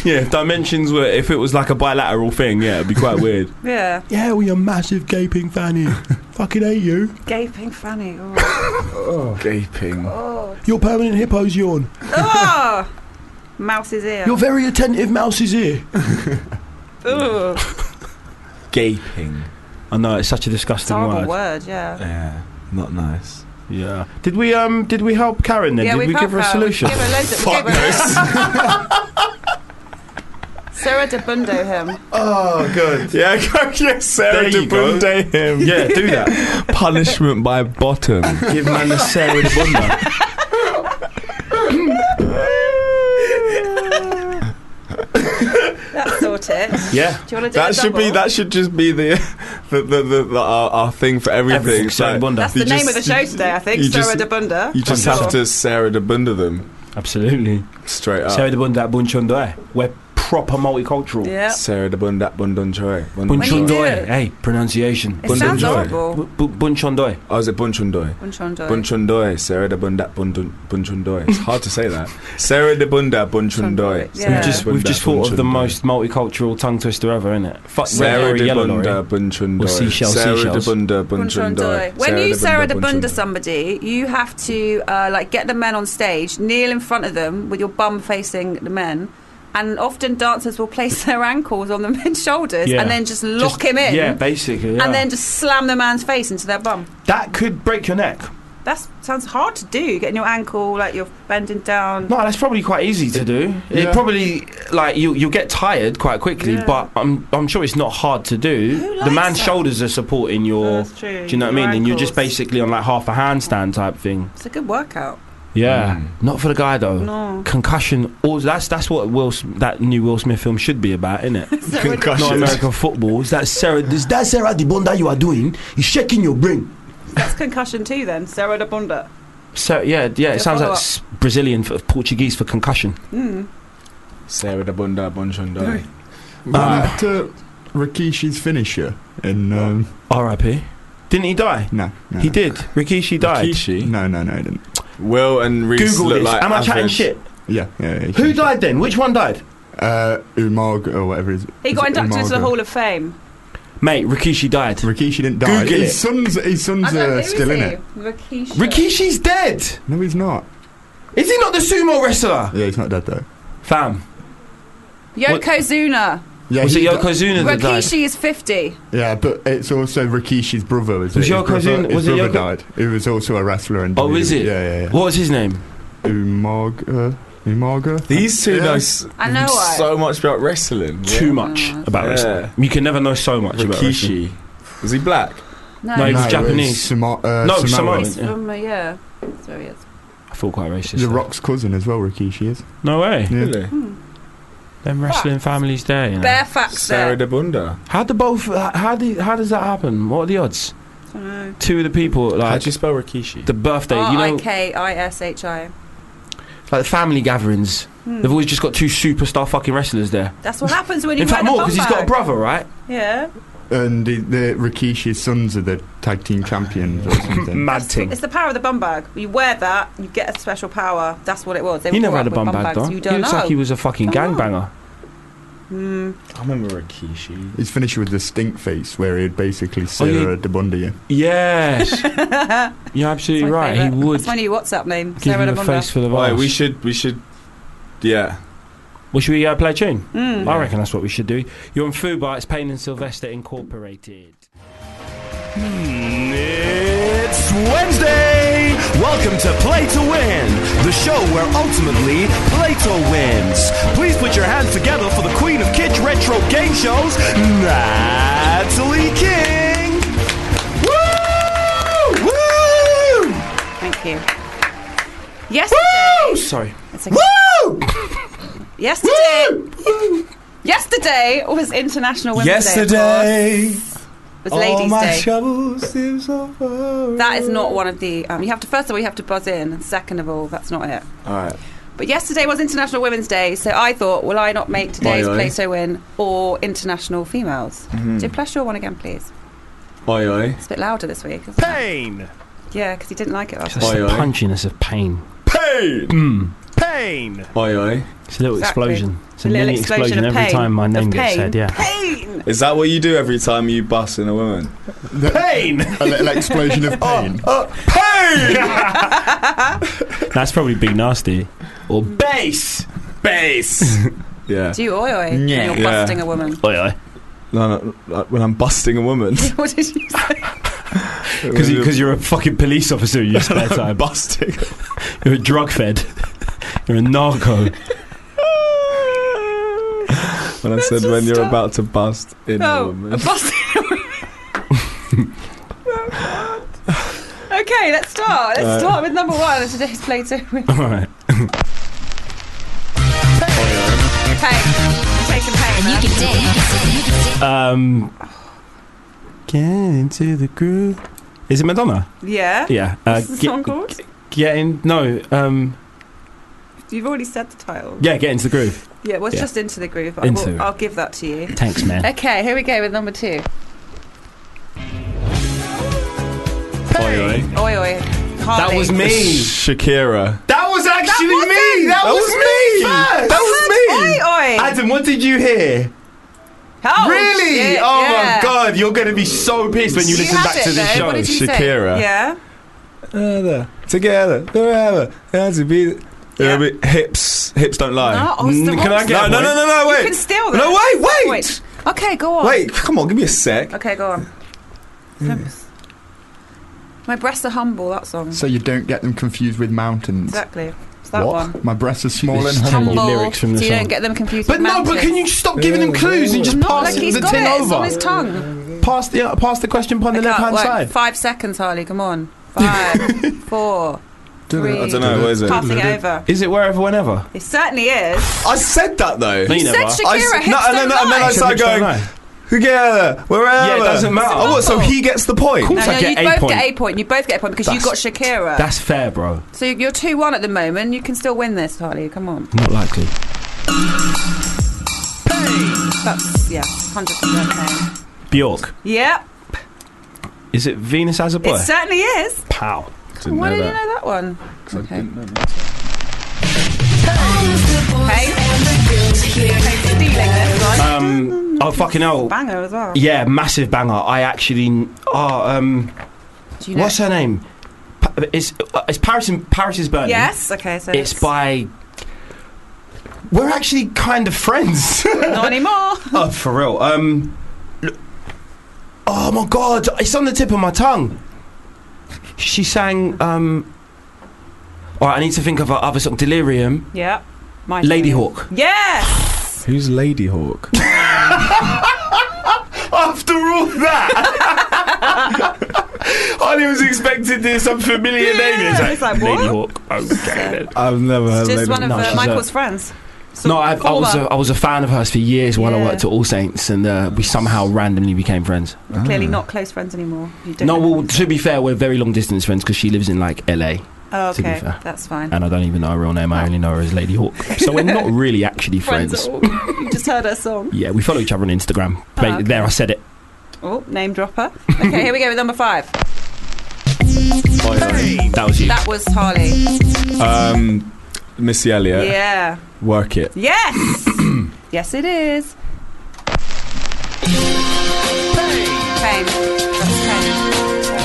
Speaker 2: Yeah, if dimensions were if it was like a bilateral thing, yeah, it'd be quite weird.
Speaker 5: Yeah.
Speaker 8: Yeah, we are massive gaping fanny. Fucking hate you.
Speaker 5: Gaping Fanny. Oh.
Speaker 3: Gaping.
Speaker 5: oh.
Speaker 8: Your permanent hippo's yawn.
Speaker 5: oh. Mouse's ear.
Speaker 8: very attentive mouse's ear.
Speaker 5: Ooh.
Speaker 3: Gaping.
Speaker 2: I know it's such a
Speaker 5: It's
Speaker 2: disgusting
Speaker 5: a horrible
Speaker 2: word.
Speaker 5: word, yeah.
Speaker 3: Yeah. Not nice.
Speaker 2: Yeah. Did we um did we help Karen then?
Speaker 5: yeah,
Speaker 2: did
Speaker 5: we've
Speaker 2: we give
Speaker 5: helped
Speaker 2: her a solution?
Speaker 5: We gave her loads of. we gave her Sarah de Bundo him.
Speaker 8: Oh, good. yeah, go- yeah, Sarah
Speaker 2: There you go.
Speaker 8: Debunde him.
Speaker 2: yeah, do that.
Speaker 8: Punishment by bottom.
Speaker 2: give man a Sarah the Bunda.
Speaker 5: That's sorted. Do
Speaker 2: Yeah.
Speaker 5: you want to do a
Speaker 8: That should be.
Speaker 5: double?
Speaker 8: That should just be the, the, the, the, the our, our thing for everything.
Speaker 2: Everything
Speaker 8: It's like,
Speaker 2: Sarah Bunda.
Speaker 5: That's
Speaker 8: You
Speaker 5: the name of
Speaker 8: just-
Speaker 5: the show today, I think.
Speaker 8: you
Speaker 5: Sarah
Speaker 8: just-
Speaker 5: de Bunda.
Speaker 8: You just
Speaker 5: Sure.
Speaker 8: have to Sarah Debunda them
Speaker 2: Absolutely.
Speaker 8: straight
Speaker 3: Oh.
Speaker 8: up.
Speaker 2: Sarah the Bunda Bunchundoe. We're proper multicultural.
Speaker 5: Yeah.
Speaker 8: Sarah Debunda Bundun Choi.
Speaker 5: When you do
Speaker 2: Bunchundoe.
Speaker 5: it-
Speaker 2: Hey, pronunciation.
Speaker 5: It sounds
Speaker 8: Bundojoy.
Speaker 5: horrible.
Speaker 2: Bu- bu- Bunchundoe.
Speaker 8: Oh, is it Bunchundoy?
Speaker 5: Bunchondoy.
Speaker 8: Bunchundoy, Sarah de Bunda Bundun Bunchundoy. It's hard to say that. Sarah de Bunda Bunchundoy.
Speaker 5: Yeah.
Speaker 2: We've just, we've
Speaker 8: Bunda
Speaker 2: just thought of the
Speaker 8: Bunchundoy.
Speaker 2: most multicultural tongue twister ever, innit? Fuck
Speaker 8: Sarah de
Speaker 2: yellow
Speaker 8: Bunda
Speaker 2: lorry.
Speaker 8: Bunchundoy.
Speaker 2: Or seashell,
Speaker 8: Sarah de
Speaker 2: seashells.
Speaker 8: Bunda
Speaker 5: Bunchondoy.
Speaker 8: Bunchundoy.
Speaker 5: When you Sarah de Bunda
Speaker 8: Bunchundoy.
Speaker 5: somebody, you have to uh, like get the men on stage, kneel in front of them with your bum facing the men, and often dancers will place their ankles on the men's shoulders
Speaker 2: Yeah.
Speaker 5: and then just lock him in,
Speaker 2: Yeah, basically. yeah.
Speaker 5: and then just slam the man's face into their bum.
Speaker 2: that could break your neck.
Speaker 5: That sounds hard to do. Getting your ankle like you're bending down.
Speaker 2: No, that's probably quite easy to do. It
Speaker 4: Yeah.
Speaker 2: probably like you you get tired quite quickly,
Speaker 5: Yeah.
Speaker 2: but I'm I'm sure it's not hard to do.
Speaker 5: Who
Speaker 2: the
Speaker 5: likes
Speaker 2: man's
Speaker 5: that?
Speaker 2: shoulders are supporting your.
Speaker 5: That's true.
Speaker 2: do you know what I mean?
Speaker 5: Your
Speaker 2: And you're just
Speaker 5: ankles.
Speaker 2: basically on like half a handstand type thing.
Speaker 5: It's a good workout.
Speaker 2: Yeah, not for the guy though.
Speaker 5: No.
Speaker 2: Concussion. All that's that's what Will S- that new Will Smith film should be about, isn't it?
Speaker 8: Concussion.
Speaker 2: not American football. Is that Sarah? Is that Sarah the Bonda you are doing? Is shaking your brain.
Speaker 5: That's concussion too. Then Sarah de Bunda.
Speaker 2: So yeah, yeah. It
Speaker 5: Yeah,
Speaker 2: sounds like
Speaker 5: follow up.
Speaker 2: s- Brazilian for Portuguese for concussion.
Speaker 5: Mm.
Speaker 8: Sarah de Bunda Bunchundoy.
Speaker 4: Back to Rikishi's finisher in. Um,
Speaker 2: R.I.P. Didn't he die?
Speaker 4: no, no.
Speaker 2: He did. Rikishi died.
Speaker 8: Kishi.
Speaker 4: No, no, no, he didn't.
Speaker 8: Will and Reese
Speaker 2: Google
Speaker 8: look
Speaker 2: this.
Speaker 8: like
Speaker 2: Am I chatting
Speaker 8: average-
Speaker 2: shit?
Speaker 4: Yeah, yeah. yeah he
Speaker 2: Who
Speaker 4: can-
Speaker 2: died then? Which one died?
Speaker 4: Uh, Umaga or whatever it is.
Speaker 5: He
Speaker 4: Is
Speaker 5: got
Speaker 4: it
Speaker 5: inducted into the
Speaker 4: Umaga?
Speaker 5: Hall of Fame.
Speaker 2: Mate, Rikishi died.
Speaker 4: Rikishi didn't die.
Speaker 2: Google
Speaker 4: his
Speaker 2: it.
Speaker 4: son's, his son's uh, still in it.
Speaker 5: Rikishi.
Speaker 2: Rikishi's dead.
Speaker 4: No, he's not.
Speaker 2: Is he not the sumo wrestler?
Speaker 4: Yeah, he's not dead though.
Speaker 2: Fam,
Speaker 5: Yokozuna.
Speaker 4: Yeah,
Speaker 2: was it
Speaker 4: he
Speaker 2: Yokozuna that died?
Speaker 5: Rikishi is 50.
Speaker 4: di- yeah, but it's also Rikishi's brother. Is
Speaker 2: Was
Speaker 4: it? His
Speaker 2: Yokozuna-
Speaker 4: brother- His
Speaker 2: was it
Speaker 4: brother
Speaker 2: Yoko-
Speaker 4: died. He was also a wrestler. And
Speaker 2: Oh, is it?
Speaker 4: Yeah, yeah, yeah.
Speaker 2: What was his name?
Speaker 4: Umaga. Umaga.
Speaker 8: These two
Speaker 4: Yeah.
Speaker 8: know s-
Speaker 2: Mm-hmm.
Speaker 5: I know it.
Speaker 8: so much about wrestling.
Speaker 2: Too much
Speaker 5: Mm.
Speaker 2: about
Speaker 8: Yeah.
Speaker 2: wrestling. You can never know so much about wrestling.
Speaker 8: Rikishi. Was he black?
Speaker 5: No,
Speaker 2: No, he
Speaker 5: he's
Speaker 2: was
Speaker 4: it
Speaker 2: Japanese.
Speaker 4: Samo- uh,
Speaker 2: No, Samoan.
Speaker 4: Samoan.
Speaker 2: yeah.
Speaker 5: from uh, yeah. So he is.
Speaker 2: I feel quite racist.
Speaker 4: The
Speaker 2: though.
Speaker 4: Rock's cousin as well, Rikishi is.
Speaker 2: No way.
Speaker 4: Yeah.
Speaker 8: Really?
Speaker 2: Them wrestling families there. You know.
Speaker 5: Bare facts
Speaker 8: Sarah
Speaker 5: there.
Speaker 8: De Bunda.
Speaker 2: How do both? How do? How does that happen? What are the odds? Two of the people
Speaker 8: How
Speaker 2: like
Speaker 8: do you spell Rikishi?
Speaker 2: the birthday.
Speaker 5: R
Speaker 2: You
Speaker 5: Oh, I
Speaker 2: know,
Speaker 5: K I S H I. Hmm.
Speaker 2: like the family gatherings. They've always just got two superstar fucking wrestlers there.
Speaker 5: That's what happens when you
Speaker 2: In fact,
Speaker 5: run
Speaker 2: more because he's got a
Speaker 5: combo.
Speaker 2: brother, right?
Speaker 5: Yeah.
Speaker 4: And the, the Rikishi's sons are the tag team champions or something.
Speaker 2: Mad
Speaker 5: That's-
Speaker 2: thing.
Speaker 5: It's the power of the bum bag. You wear that, you get a special power. That's what it was. They
Speaker 2: He
Speaker 5: were
Speaker 2: never
Speaker 5: brought
Speaker 2: had a
Speaker 5: up with
Speaker 2: bum bag,
Speaker 5: bags.
Speaker 2: though.
Speaker 5: You
Speaker 2: He
Speaker 5: don't
Speaker 2: looks
Speaker 5: know.
Speaker 2: like he was a fucking
Speaker 5: Don't know.
Speaker 2: gangbanger.
Speaker 5: Mm.
Speaker 8: I remember Rikishi.
Speaker 4: He's finished with the stink face where he'd basically
Speaker 2: Oh, yeah.
Speaker 4: Sarah de Bunda you.
Speaker 2: Yes,
Speaker 5: That's
Speaker 2: you're absolutely
Speaker 5: my
Speaker 2: right. He
Speaker 5: favourite.
Speaker 2: would
Speaker 5: That's my new WhatsApp name.
Speaker 2: give
Speaker 5: Sarah
Speaker 2: him a
Speaker 5: Labunda.
Speaker 2: face for the
Speaker 8: Wait,
Speaker 2: boss.
Speaker 8: we should, we should, yeah.
Speaker 2: Well, should we uh, play a tune?
Speaker 5: Mm.
Speaker 2: I reckon that's what we should do. You're on Fubar. It's Payne and Sylvester Incorporated.
Speaker 1: It's Wednesday! Welcome to Play to Win, the show where ultimately Plato wins. Please put your hands together for the Queen of Kitsch Retro Game Shows, Natalie King! Woo! Woo!
Speaker 5: Thank you. Yesterday.
Speaker 2: Sorry.
Speaker 5: It's okay. Yesterday. Yesterday was International Women's Day. Yesterday was Ladies'
Speaker 2: Oh
Speaker 5: Day.
Speaker 8: troubles seems over.
Speaker 5: That is not one of the. Um, you have to first of all you have to buzz in, and second of all that's not it.
Speaker 3: All right.
Speaker 5: But yesterday was International Women's Day, so I thought, will I not make today's
Speaker 3: Oi, oi.
Speaker 5: Plato win or International Females?
Speaker 8: Mm-hmm.
Speaker 5: Do plus your one again, please.
Speaker 3: Oi oi.
Speaker 5: It's a bit louder this week. Isn't it?
Speaker 1: Pain!
Speaker 5: Yeah, because he didn't like it last
Speaker 2: Just
Speaker 5: week.
Speaker 3: Oi,
Speaker 2: the
Speaker 3: oi.
Speaker 2: punchiness of pain.
Speaker 3: Pain.
Speaker 2: Mm.
Speaker 1: Pain!
Speaker 3: Oi oi.
Speaker 2: It's a little
Speaker 5: Exactly.
Speaker 2: explosion. It's a,
Speaker 5: A little
Speaker 2: mini
Speaker 5: explosion
Speaker 2: explosion,
Speaker 5: of
Speaker 2: every
Speaker 5: pain.
Speaker 2: time my
Speaker 5: Of
Speaker 2: name gets
Speaker 5: pain.
Speaker 2: said. Yeah.
Speaker 5: Pain!
Speaker 8: Is that what you do every time you bust in a woman?
Speaker 1: Pain!
Speaker 4: A little explosion of pain.
Speaker 2: That's probably Big Nasty. Or Bass!
Speaker 8: Bass. yeah.
Speaker 5: Do you oi oi? when
Speaker 4: Yeah.
Speaker 5: You're
Speaker 8: Yeah.
Speaker 5: busting a woman.
Speaker 2: Oi, oi.
Speaker 8: No, no, like when I'm busting a woman.
Speaker 5: what did you say?
Speaker 2: Because you're a fucking police officer in your spare time.
Speaker 8: busting.
Speaker 2: You're a drug fed. You're a narco.
Speaker 8: when I said
Speaker 5: just
Speaker 8: when you're
Speaker 5: stop.
Speaker 8: about to bust in a
Speaker 5: No,
Speaker 8: woman.
Speaker 5: Oh, a busting a woman. Oh, God. Okay, let's start. Let's
Speaker 8: Right.
Speaker 5: start with number one of today's Plato win.
Speaker 2: Alright.
Speaker 5: Pain. Taking pain. man.
Speaker 2: Um, get into the groove. Is it Madonna?
Speaker 5: Yeah.
Speaker 2: Yeah. Uh,
Speaker 5: What's the
Speaker 2: get,
Speaker 5: song called?
Speaker 2: get in. No. Um,
Speaker 5: You've already said the title.
Speaker 2: yeah, get into the groove.
Speaker 5: Yeah, well, it's
Speaker 2: Yeah.
Speaker 5: just into the groove. But
Speaker 2: Into.
Speaker 5: I will, I'll give that to you.
Speaker 2: Thanks, man.
Speaker 5: Okay, here we go with number two.
Speaker 8: Oi, oi.
Speaker 5: Oi oi. Harley.
Speaker 2: That was me.
Speaker 8: Shakira.
Speaker 2: That was actually
Speaker 5: That wasn't-
Speaker 2: me. That,
Speaker 8: That
Speaker 2: was,
Speaker 8: was
Speaker 2: me.
Speaker 8: me.
Speaker 2: First.
Speaker 8: That was me.
Speaker 5: Oi oi.
Speaker 2: Adam, what did you hear?
Speaker 5: oh,
Speaker 2: really?
Speaker 5: shit,
Speaker 2: oh
Speaker 5: yeah.
Speaker 2: my god, you're going to be so pissed when you,
Speaker 5: You
Speaker 2: listen
Speaker 5: had
Speaker 2: back
Speaker 5: it,
Speaker 2: to this
Speaker 5: though.
Speaker 2: show.
Speaker 5: What did you
Speaker 8: Shakira.
Speaker 5: Say? Yeah.
Speaker 8: Together, together, forever. As it be,
Speaker 5: Yeah.
Speaker 8: It'll be- hips, hips don't lie.
Speaker 5: No, oh, it's the
Speaker 2: Mm,
Speaker 5: wrong
Speaker 2: can I
Speaker 5: song.
Speaker 2: get-
Speaker 8: no, no, no, no, no,
Speaker 5: You
Speaker 8: wait.
Speaker 5: can steal that.
Speaker 8: no, wait, wait,
Speaker 5: Wait. Okay, go on.
Speaker 8: Wait, come on, give me a sec.
Speaker 5: Okay, go on.
Speaker 2: Hmm.
Speaker 5: My breasts are humble. That song.
Speaker 4: So you don't get them confused with mountains.
Speaker 5: Exactly. It's that
Speaker 4: what?
Speaker 5: one.
Speaker 4: My breasts are small
Speaker 2: This
Speaker 4: and
Speaker 2: is
Speaker 4: humble.
Speaker 2: Your
Speaker 5: Humble.
Speaker 2: lyrics from the
Speaker 5: so you
Speaker 2: song.
Speaker 5: don't get them confused.
Speaker 2: But
Speaker 5: with
Speaker 2: no, but
Speaker 5: mountains.
Speaker 2: can you stop giving them clues and just
Speaker 5: Not
Speaker 2: pass
Speaker 5: like he's
Speaker 2: the
Speaker 5: got
Speaker 2: thing
Speaker 5: it. It's on
Speaker 2: over?
Speaker 5: his tongue.
Speaker 2: Pass the uh, pass the question upon
Speaker 5: I
Speaker 2: the
Speaker 5: can't
Speaker 2: left hand
Speaker 5: work.
Speaker 2: side.
Speaker 5: Five seconds, Harley. Come on. Five, four, three.
Speaker 8: I don't know, what is it?
Speaker 5: Passing it over.
Speaker 2: Is it wherever, whenever?
Speaker 5: It certainly is.
Speaker 8: I said that though.
Speaker 2: No, you
Speaker 5: You said
Speaker 2: never.
Speaker 8: I
Speaker 5: Shakira.
Speaker 8: s-
Speaker 5: hips
Speaker 8: no, and then,
Speaker 5: don't
Speaker 8: and then I
Speaker 5: lie.
Speaker 8: started
Speaker 2: Hips don't
Speaker 8: going,
Speaker 2: lie.
Speaker 8: together, wherever.
Speaker 2: Yeah, it doesn't matter.
Speaker 8: Oh, what, so
Speaker 5: Simple.
Speaker 8: he gets the point?
Speaker 2: Cool.
Speaker 5: No,
Speaker 2: course
Speaker 5: no,
Speaker 2: I
Speaker 5: you
Speaker 2: get a
Speaker 5: both
Speaker 2: point.
Speaker 5: get a point. You both get a point because you got Shakira.
Speaker 2: That's fair, bro.
Speaker 5: so you're two one at the moment. You can still win this, Harley. Come on.
Speaker 2: Not likely.
Speaker 5: That's yeah, hundred percent pain.
Speaker 2: Bjork.
Speaker 5: Yep,
Speaker 2: Is it Venus as a boy?
Speaker 5: it certainly is.
Speaker 2: Pow.
Speaker 8: Didn't
Speaker 5: Why
Speaker 8: know
Speaker 5: did you
Speaker 8: that.
Speaker 5: know that one? Okay.
Speaker 2: Um. Oh fucking hell.
Speaker 5: Banger as well.
Speaker 2: Yeah, massive banger. I actually. Oh, um.
Speaker 5: Do you know?
Speaker 2: What's her name? Pa- it's uh, it's Paris. In, Paris is burning.
Speaker 5: Yes. Okay. So
Speaker 2: It's by. We're actually kind of friends.
Speaker 5: not anymore.
Speaker 2: oh, for real. Um. l- Oh my god, it's on the tip of my tongue. She sang. Um. All right, I need to think of her other song, Delirium.
Speaker 5: Yeah. Mighty
Speaker 2: Lady
Speaker 5: Women.
Speaker 2: Hawk.
Speaker 8: Uh,
Speaker 5: Yes.
Speaker 7: Who's Lady Hawk?
Speaker 2: After all that, I was expecting to hear some familiar
Speaker 5: Yeah,
Speaker 2: name. It's like,
Speaker 5: it's like,
Speaker 2: Lady
Speaker 5: what?
Speaker 2: Hawk. Okay. then.
Speaker 7: I've never heard
Speaker 5: It's just
Speaker 7: Lady
Speaker 5: one of
Speaker 2: no,
Speaker 5: uh,
Speaker 2: she's a-
Speaker 5: Michael's friends. So
Speaker 2: no, I, I was a,
Speaker 5: former-
Speaker 2: I was a fan of hers for years while I
Speaker 5: Yeah.
Speaker 2: worked at All Saints, and uh, we somehow randomly became friends.
Speaker 5: clearly not close friends anymore. You don't
Speaker 2: uh, Ah. No,
Speaker 5: know
Speaker 2: well,
Speaker 5: them.
Speaker 2: to be fair, we're very long distance friends because she lives in like LA,
Speaker 5: Oh,
Speaker 2: to be
Speaker 5: okay,
Speaker 2: fair.
Speaker 5: that's fine.
Speaker 2: and I don't even know her real name. I only know her as Lady Hawk. So we're not really actually friends.
Speaker 5: at all. Oh, you just heard her song.
Speaker 2: Yeah, we follow each other on Instagram.
Speaker 5: Oh,
Speaker 2: Ba-
Speaker 5: okay.
Speaker 2: There, I said it.
Speaker 5: Oh, name dropper. Okay, here we go with number five.
Speaker 2: That was you.
Speaker 5: That was Harley.
Speaker 8: Um, Missy
Speaker 5: Yeah.
Speaker 8: Elliott, work it.
Speaker 5: Yes. yes, it is. Fame.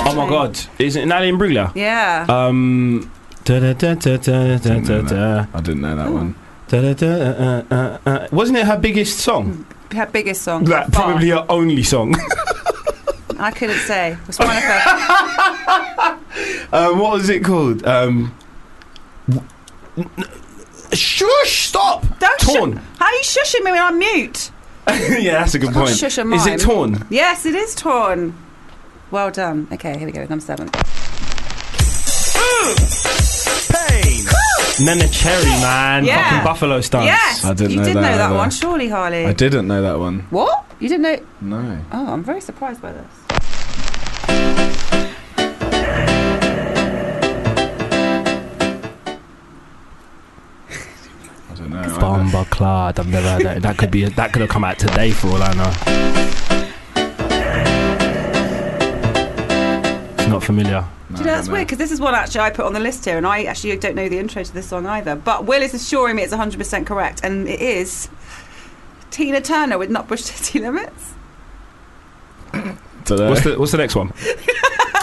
Speaker 2: oh my God, is it Natalie Imbruglia?
Speaker 5: Yeah.
Speaker 2: Um. da-da-da-da-da-da-da-da.
Speaker 8: I didn't know that
Speaker 5: Ooh.
Speaker 8: one.
Speaker 2: uh, Da-da-da-uh-uh-uh-uh. Wasn't it her biggest song?
Speaker 5: her biggest song.
Speaker 2: Like,
Speaker 5: by far.
Speaker 2: probably her only song.
Speaker 5: I couldn't say. It was one of her.
Speaker 2: um, what was it called? Um, shush! Stop.
Speaker 5: Don't
Speaker 2: Torn.
Speaker 5: Sh- How are you shushing me when I'm mute?
Speaker 2: yeah, that's a good
Speaker 5: Can't
Speaker 2: point.
Speaker 5: shush a
Speaker 2: Is
Speaker 5: mime.
Speaker 2: it torn?
Speaker 5: Yes, it is torn. Well done. Okay, here we go with number seven.
Speaker 2: Nana Cherry, man.
Speaker 5: Yeah.
Speaker 2: Fucking Buffalo Stance.
Speaker 5: Yes.
Speaker 8: I didn't
Speaker 5: you
Speaker 8: know
Speaker 5: did
Speaker 8: that
Speaker 5: know that
Speaker 8: either.
Speaker 5: one, surely, Harley.
Speaker 8: I didn't know that one.
Speaker 5: What? You didn't know?
Speaker 8: No.
Speaker 5: Oh, I'm very surprised by this.
Speaker 8: I don't know. either.
Speaker 2: Bomba Clod. I've never heard that. That could be. That could have come out today for all I know. It's not familiar.
Speaker 8: No,
Speaker 5: Do you know,
Speaker 8: I
Speaker 5: that's
Speaker 8: don't
Speaker 5: weird because this is one actually I put on the list here, and I actually don't know the intro to this song either. But Will is assuring me it's 100% correct, and it is Tina Turner with Not Bush City Limits.
Speaker 8: Dunno.
Speaker 2: What's the What's the next one?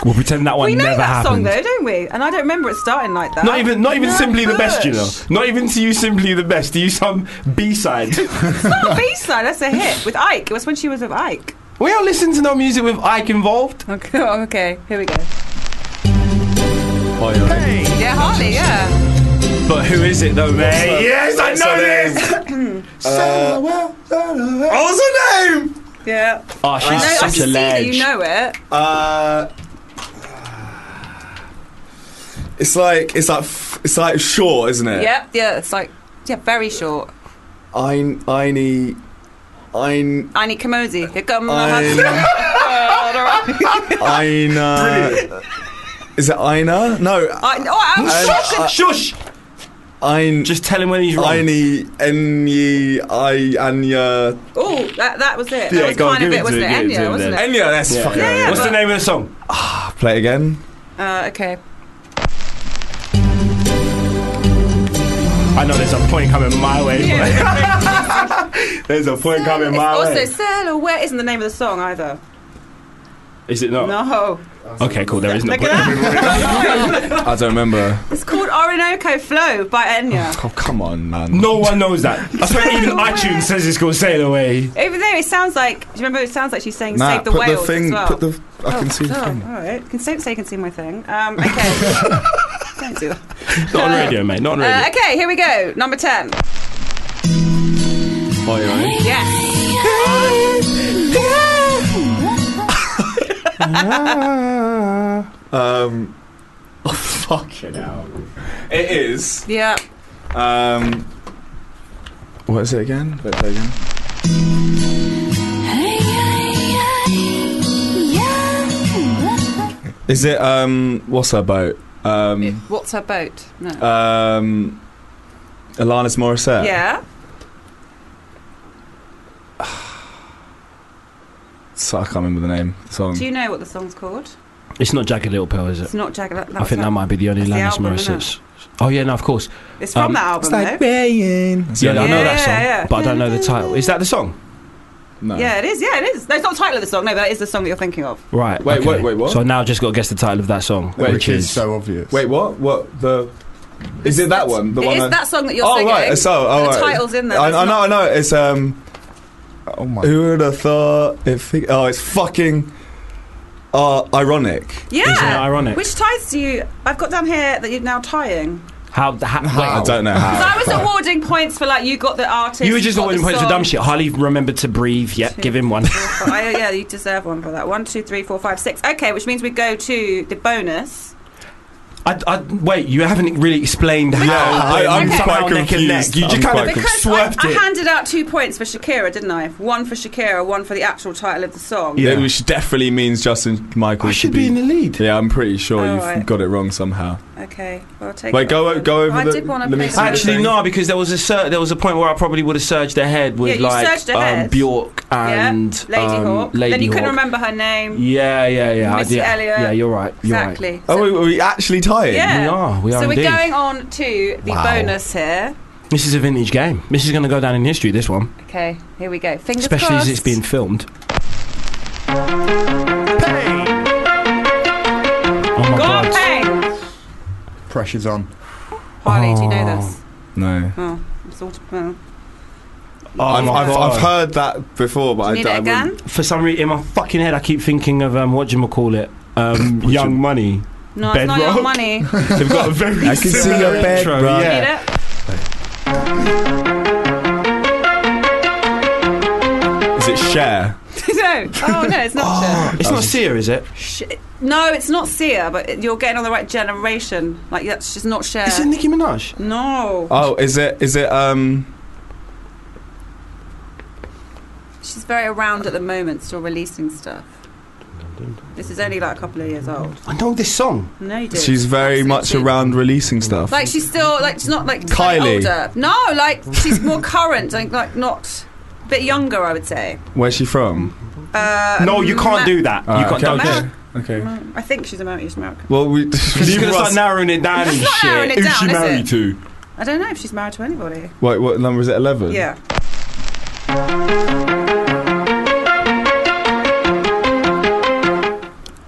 Speaker 2: we'll pretend that one
Speaker 5: we know
Speaker 2: never
Speaker 5: that song
Speaker 2: happened.
Speaker 5: though, don't we? And I don't remember it starting like that.
Speaker 2: not even, not even simply the best, you know.
Speaker 5: Bush.
Speaker 2: Not even to you, simply the best. To you, some B side.
Speaker 5: Not a B-side, that's a hit with Ike. It was when she was with Ike.
Speaker 2: we don't listen to no music with Ike involved.
Speaker 5: Okay, oh, okay, here we go.
Speaker 8: Oi, oi.
Speaker 5: Yeah, Harley, yeah.
Speaker 2: But who is it though, man? Yes, I know this.
Speaker 3: What's her name?
Speaker 5: Yeah.
Speaker 2: Oh, she's
Speaker 5: I know, I
Speaker 2: such
Speaker 5: see
Speaker 2: a
Speaker 5: that
Speaker 2: ledge.
Speaker 5: you know it.
Speaker 3: Uh, it's like it's like f- it's like short, isn't it?
Speaker 5: Yep, yeah, it's like, yeah, very short.
Speaker 3: Ein Einie Ein
Speaker 5: I need Kamosi. Here come
Speaker 3: Ein Aina. Is it Aina? No,
Speaker 5: I, oh, I'm
Speaker 3: Shush,
Speaker 5: shocked.
Speaker 2: Ah, Shush!
Speaker 3: Ein
Speaker 2: Just tell him when
Speaker 5: Oh.
Speaker 2: he's wrong.
Speaker 3: Einie Enyi I Anya.
Speaker 5: Oh, that, that was it. That
Speaker 2: Yeah,
Speaker 5: was
Speaker 2: go on,
Speaker 5: kind of
Speaker 2: give
Speaker 5: it,
Speaker 2: it
Speaker 5: wasn't
Speaker 2: to
Speaker 5: it?
Speaker 2: him, give it to
Speaker 5: Enya,
Speaker 2: him
Speaker 5: wasn't it?
Speaker 3: Enya, that's
Speaker 2: Yeah.
Speaker 3: fucking.
Speaker 5: Yeah,
Speaker 2: What's
Speaker 5: but-
Speaker 2: the name of the song?
Speaker 3: Play it again.
Speaker 5: Uh, okay.
Speaker 2: I know there's a point coming my way. there's a point coming
Speaker 5: it's
Speaker 2: my
Speaker 5: also
Speaker 2: way.
Speaker 5: Silhouette isn't the name of the song either.
Speaker 2: Is it Oh. not?
Speaker 5: No.
Speaker 2: Okay, cool. There is no
Speaker 5: Look
Speaker 2: point.
Speaker 5: at that.
Speaker 8: I don't remember.
Speaker 5: it's called Orinoco Flow by Enya.
Speaker 8: Oh, come on, man.
Speaker 2: No one knows that. I swear, even
Speaker 5: Sail away.
Speaker 2: iTunes says it's called Sail Away.
Speaker 5: Even though it sounds like, do you remember it sounds like she's saying
Speaker 3: Nah,
Speaker 5: Save the
Speaker 3: put
Speaker 5: Whales
Speaker 3: the thing.
Speaker 5: as well?
Speaker 3: Put the. I can see the
Speaker 5: oh,
Speaker 3: thing.
Speaker 5: all right. Can, don't say you can see my thing. Um, okay. don't do that.
Speaker 2: Not on radio, mate. Not on radio.
Speaker 5: Uh, okay, here we go. Number 10.
Speaker 8: Oi, oi.
Speaker 5: Yes.
Speaker 3: Um, oh, fucking hell. It is.
Speaker 5: Yeah.
Speaker 3: Um, what is it again? Wait, play again.
Speaker 8: Is it, um, what's her boat? Um,
Speaker 5: What's her boat? No.
Speaker 8: um, Alanis Morissette?
Speaker 5: yeah.
Speaker 8: So I can't remember the name of the
Speaker 2: Um,
Speaker 8: song.
Speaker 5: Do you know what the song's called?
Speaker 2: It's not Jagged Little Pill, is it?
Speaker 5: It's not Jagged. That,
Speaker 2: I think that might be the only
Speaker 5: That's the
Speaker 2: Alanis
Speaker 5: album, isn't
Speaker 2: Morissette. Oh yeah, no, of course.
Speaker 5: It's from
Speaker 2: Um,
Speaker 5: that album, though.
Speaker 8: That's the
Speaker 2: Yeah,
Speaker 8: only-
Speaker 2: I know that
Speaker 5: Yeah,
Speaker 2: song,
Speaker 5: yeah.
Speaker 2: but I don't know the title. Is that the song?
Speaker 8: No.
Speaker 5: Yeah, it is. Yeah, it is. No, it's not the title of the song. No, but that is the song that you're thinking of.
Speaker 2: Right.
Speaker 3: Wait,
Speaker 2: okay.
Speaker 3: wait, wait, what?
Speaker 2: So now I've just got to guess the title of that song,
Speaker 3: Wait,
Speaker 4: which is so obvious.
Speaker 3: Wait, what? What the? Is it that one? The
Speaker 5: It
Speaker 3: one?
Speaker 5: is
Speaker 3: I-
Speaker 5: that song that you're
Speaker 3: oh
Speaker 5: singing.
Speaker 3: right, so oh,
Speaker 5: the
Speaker 3: right.
Speaker 5: title's in there.
Speaker 3: I,
Speaker 5: it's
Speaker 3: I know,
Speaker 5: not-
Speaker 3: I know. It's um.
Speaker 4: oh my!
Speaker 3: Who would have thought? If it, oh, it's fucking. Uh, ironic.
Speaker 5: Yeah.
Speaker 2: Isn't it ironic?
Speaker 5: Which ties do you? I've got down here that you're now tying.
Speaker 2: How? how,
Speaker 4: How?
Speaker 2: how?
Speaker 8: I don't know
Speaker 5: Because
Speaker 8: how.
Speaker 5: I was awarding points for like you got the artist.
Speaker 2: You were just
Speaker 5: got
Speaker 2: awarding
Speaker 5: the
Speaker 2: points for
Speaker 5: song.
Speaker 2: dumb shit. Harley remembered to breathe. Yep, give him one.
Speaker 5: Four, five. yeah, you deserve one for that. One, two, three, four, five, six. Okay, which means we go to the bonus.
Speaker 2: I, I, wait, you haven't really explained how.
Speaker 8: I, I'm
Speaker 5: Okay.
Speaker 8: quite
Speaker 2: Somehow neck and neck.
Speaker 8: confused.
Speaker 2: You just
Speaker 8: I'm
Speaker 2: kind
Speaker 8: quite
Speaker 2: of-
Speaker 8: confused.
Speaker 5: Because I,
Speaker 2: swerved
Speaker 5: I
Speaker 2: it.
Speaker 5: handed out two points for Shakira, didn't I? One for Shakira, one for the actual title of the song.
Speaker 2: Yeah.
Speaker 8: Which definitely means Justin Michael
Speaker 2: I should be in the Oh, lead.
Speaker 8: Yeah, I'm pretty sure you've
Speaker 5: Alright.
Speaker 8: got it wrong somehow.
Speaker 5: Okay, well, I'll take.
Speaker 8: Wait,
Speaker 5: that
Speaker 8: go-
Speaker 5: one.
Speaker 8: go over
Speaker 5: I
Speaker 8: the-
Speaker 5: did want to
Speaker 8: let me
Speaker 5: play.
Speaker 8: see
Speaker 5: the
Speaker 8: the
Speaker 2: Actually,
Speaker 5: bonus.
Speaker 2: no, because there was a sur- there was a point where I probably would have surged ahead
Speaker 5: Yeah,
Speaker 2: with
Speaker 5: you surged
Speaker 2: like um,
Speaker 5: ahead.
Speaker 2: Bjork
Speaker 5: Yeah,
Speaker 2: and
Speaker 5: Lady
Speaker 2: um,
Speaker 5: Hawk.
Speaker 2: Lady
Speaker 5: then you couldn't
Speaker 2: Hawk.
Speaker 5: remember her name.
Speaker 2: Yeah, yeah, yeah. I
Speaker 5: Missy
Speaker 2: did-
Speaker 5: Elliott.
Speaker 2: Yeah, you're right. You're right.
Speaker 5: Exactly.
Speaker 8: Oh,
Speaker 5: So-
Speaker 8: we, we actually tie it.
Speaker 5: yeah.
Speaker 2: We are, we are
Speaker 5: so
Speaker 2: indeed.
Speaker 5: we're going on to the
Speaker 2: Wow.
Speaker 5: bonus here.
Speaker 2: This is a vintage game. This is going to go down in history. This one,
Speaker 5: Okay, here we go. Fingers
Speaker 2: especially
Speaker 5: crossed.
Speaker 2: as it's being filmed. Oh my
Speaker 5: God,
Speaker 2: god!
Speaker 5: hey!
Speaker 4: Pressure's on.
Speaker 5: Harley, do you know this?
Speaker 8: No.
Speaker 5: Oh, I'm sort of. Well.
Speaker 2: Oh
Speaker 8: I've,
Speaker 2: my
Speaker 8: I've,
Speaker 2: God.
Speaker 8: I've heard that before, but I
Speaker 5: Need
Speaker 8: don't- I
Speaker 5: it again?
Speaker 8: wouldn't-
Speaker 2: For some reason, in my fucking head, I keep thinking of um, what do you call it? Um, Young Money.
Speaker 5: No, it's not your
Speaker 2: Bedrock?
Speaker 5: money. Need
Speaker 2: They've got a very
Speaker 8: I can see
Speaker 2: similar
Speaker 8: your
Speaker 2: intro,
Speaker 8: bedrock.
Speaker 2: yeah.
Speaker 5: it?
Speaker 8: Is it share?
Speaker 5: no. Oh no, it's not. Cher.
Speaker 2: It's not Sia, is it?
Speaker 5: Sh- no, it's not Sia, but it- you're getting on the right generation. Like that's just not Cher.
Speaker 2: Is it Nicki Minaj?
Speaker 5: no,
Speaker 8: Oh, is it? Is it? Um.
Speaker 5: she's very around at the moment, still releasing stuff. This is only like a couple of years old.
Speaker 2: I know this song.
Speaker 5: No, you do.
Speaker 8: She's very much around releasing stuff.
Speaker 5: Like she's still like she's not like
Speaker 8: Kylie.
Speaker 5: older. No, like she's more current. Like like not a bit younger, I would say.
Speaker 8: Where's she from?
Speaker 5: Uh,
Speaker 2: No, you can't
Speaker 5: Ma-
Speaker 2: do that.
Speaker 8: Alright,
Speaker 2: you can't.
Speaker 8: okay,
Speaker 2: don't
Speaker 8: okay.
Speaker 2: do it.
Speaker 8: Okay.
Speaker 5: Ma- I think she's American. She's American.
Speaker 8: Well, we
Speaker 2: She's
Speaker 8: leave
Speaker 2: gonna start
Speaker 8: Russ.
Speaker 2: narrowing it down and
Speaker 5: That's not narrowing
Speaker 2: shit.
Speaker 5: it down, is it?
Speaker 8: to?
Speaker 5: I don't know if she's married to anybody.
Speaker 8: Wait, what number is it? Eleven.
Speaker 5: Yeah.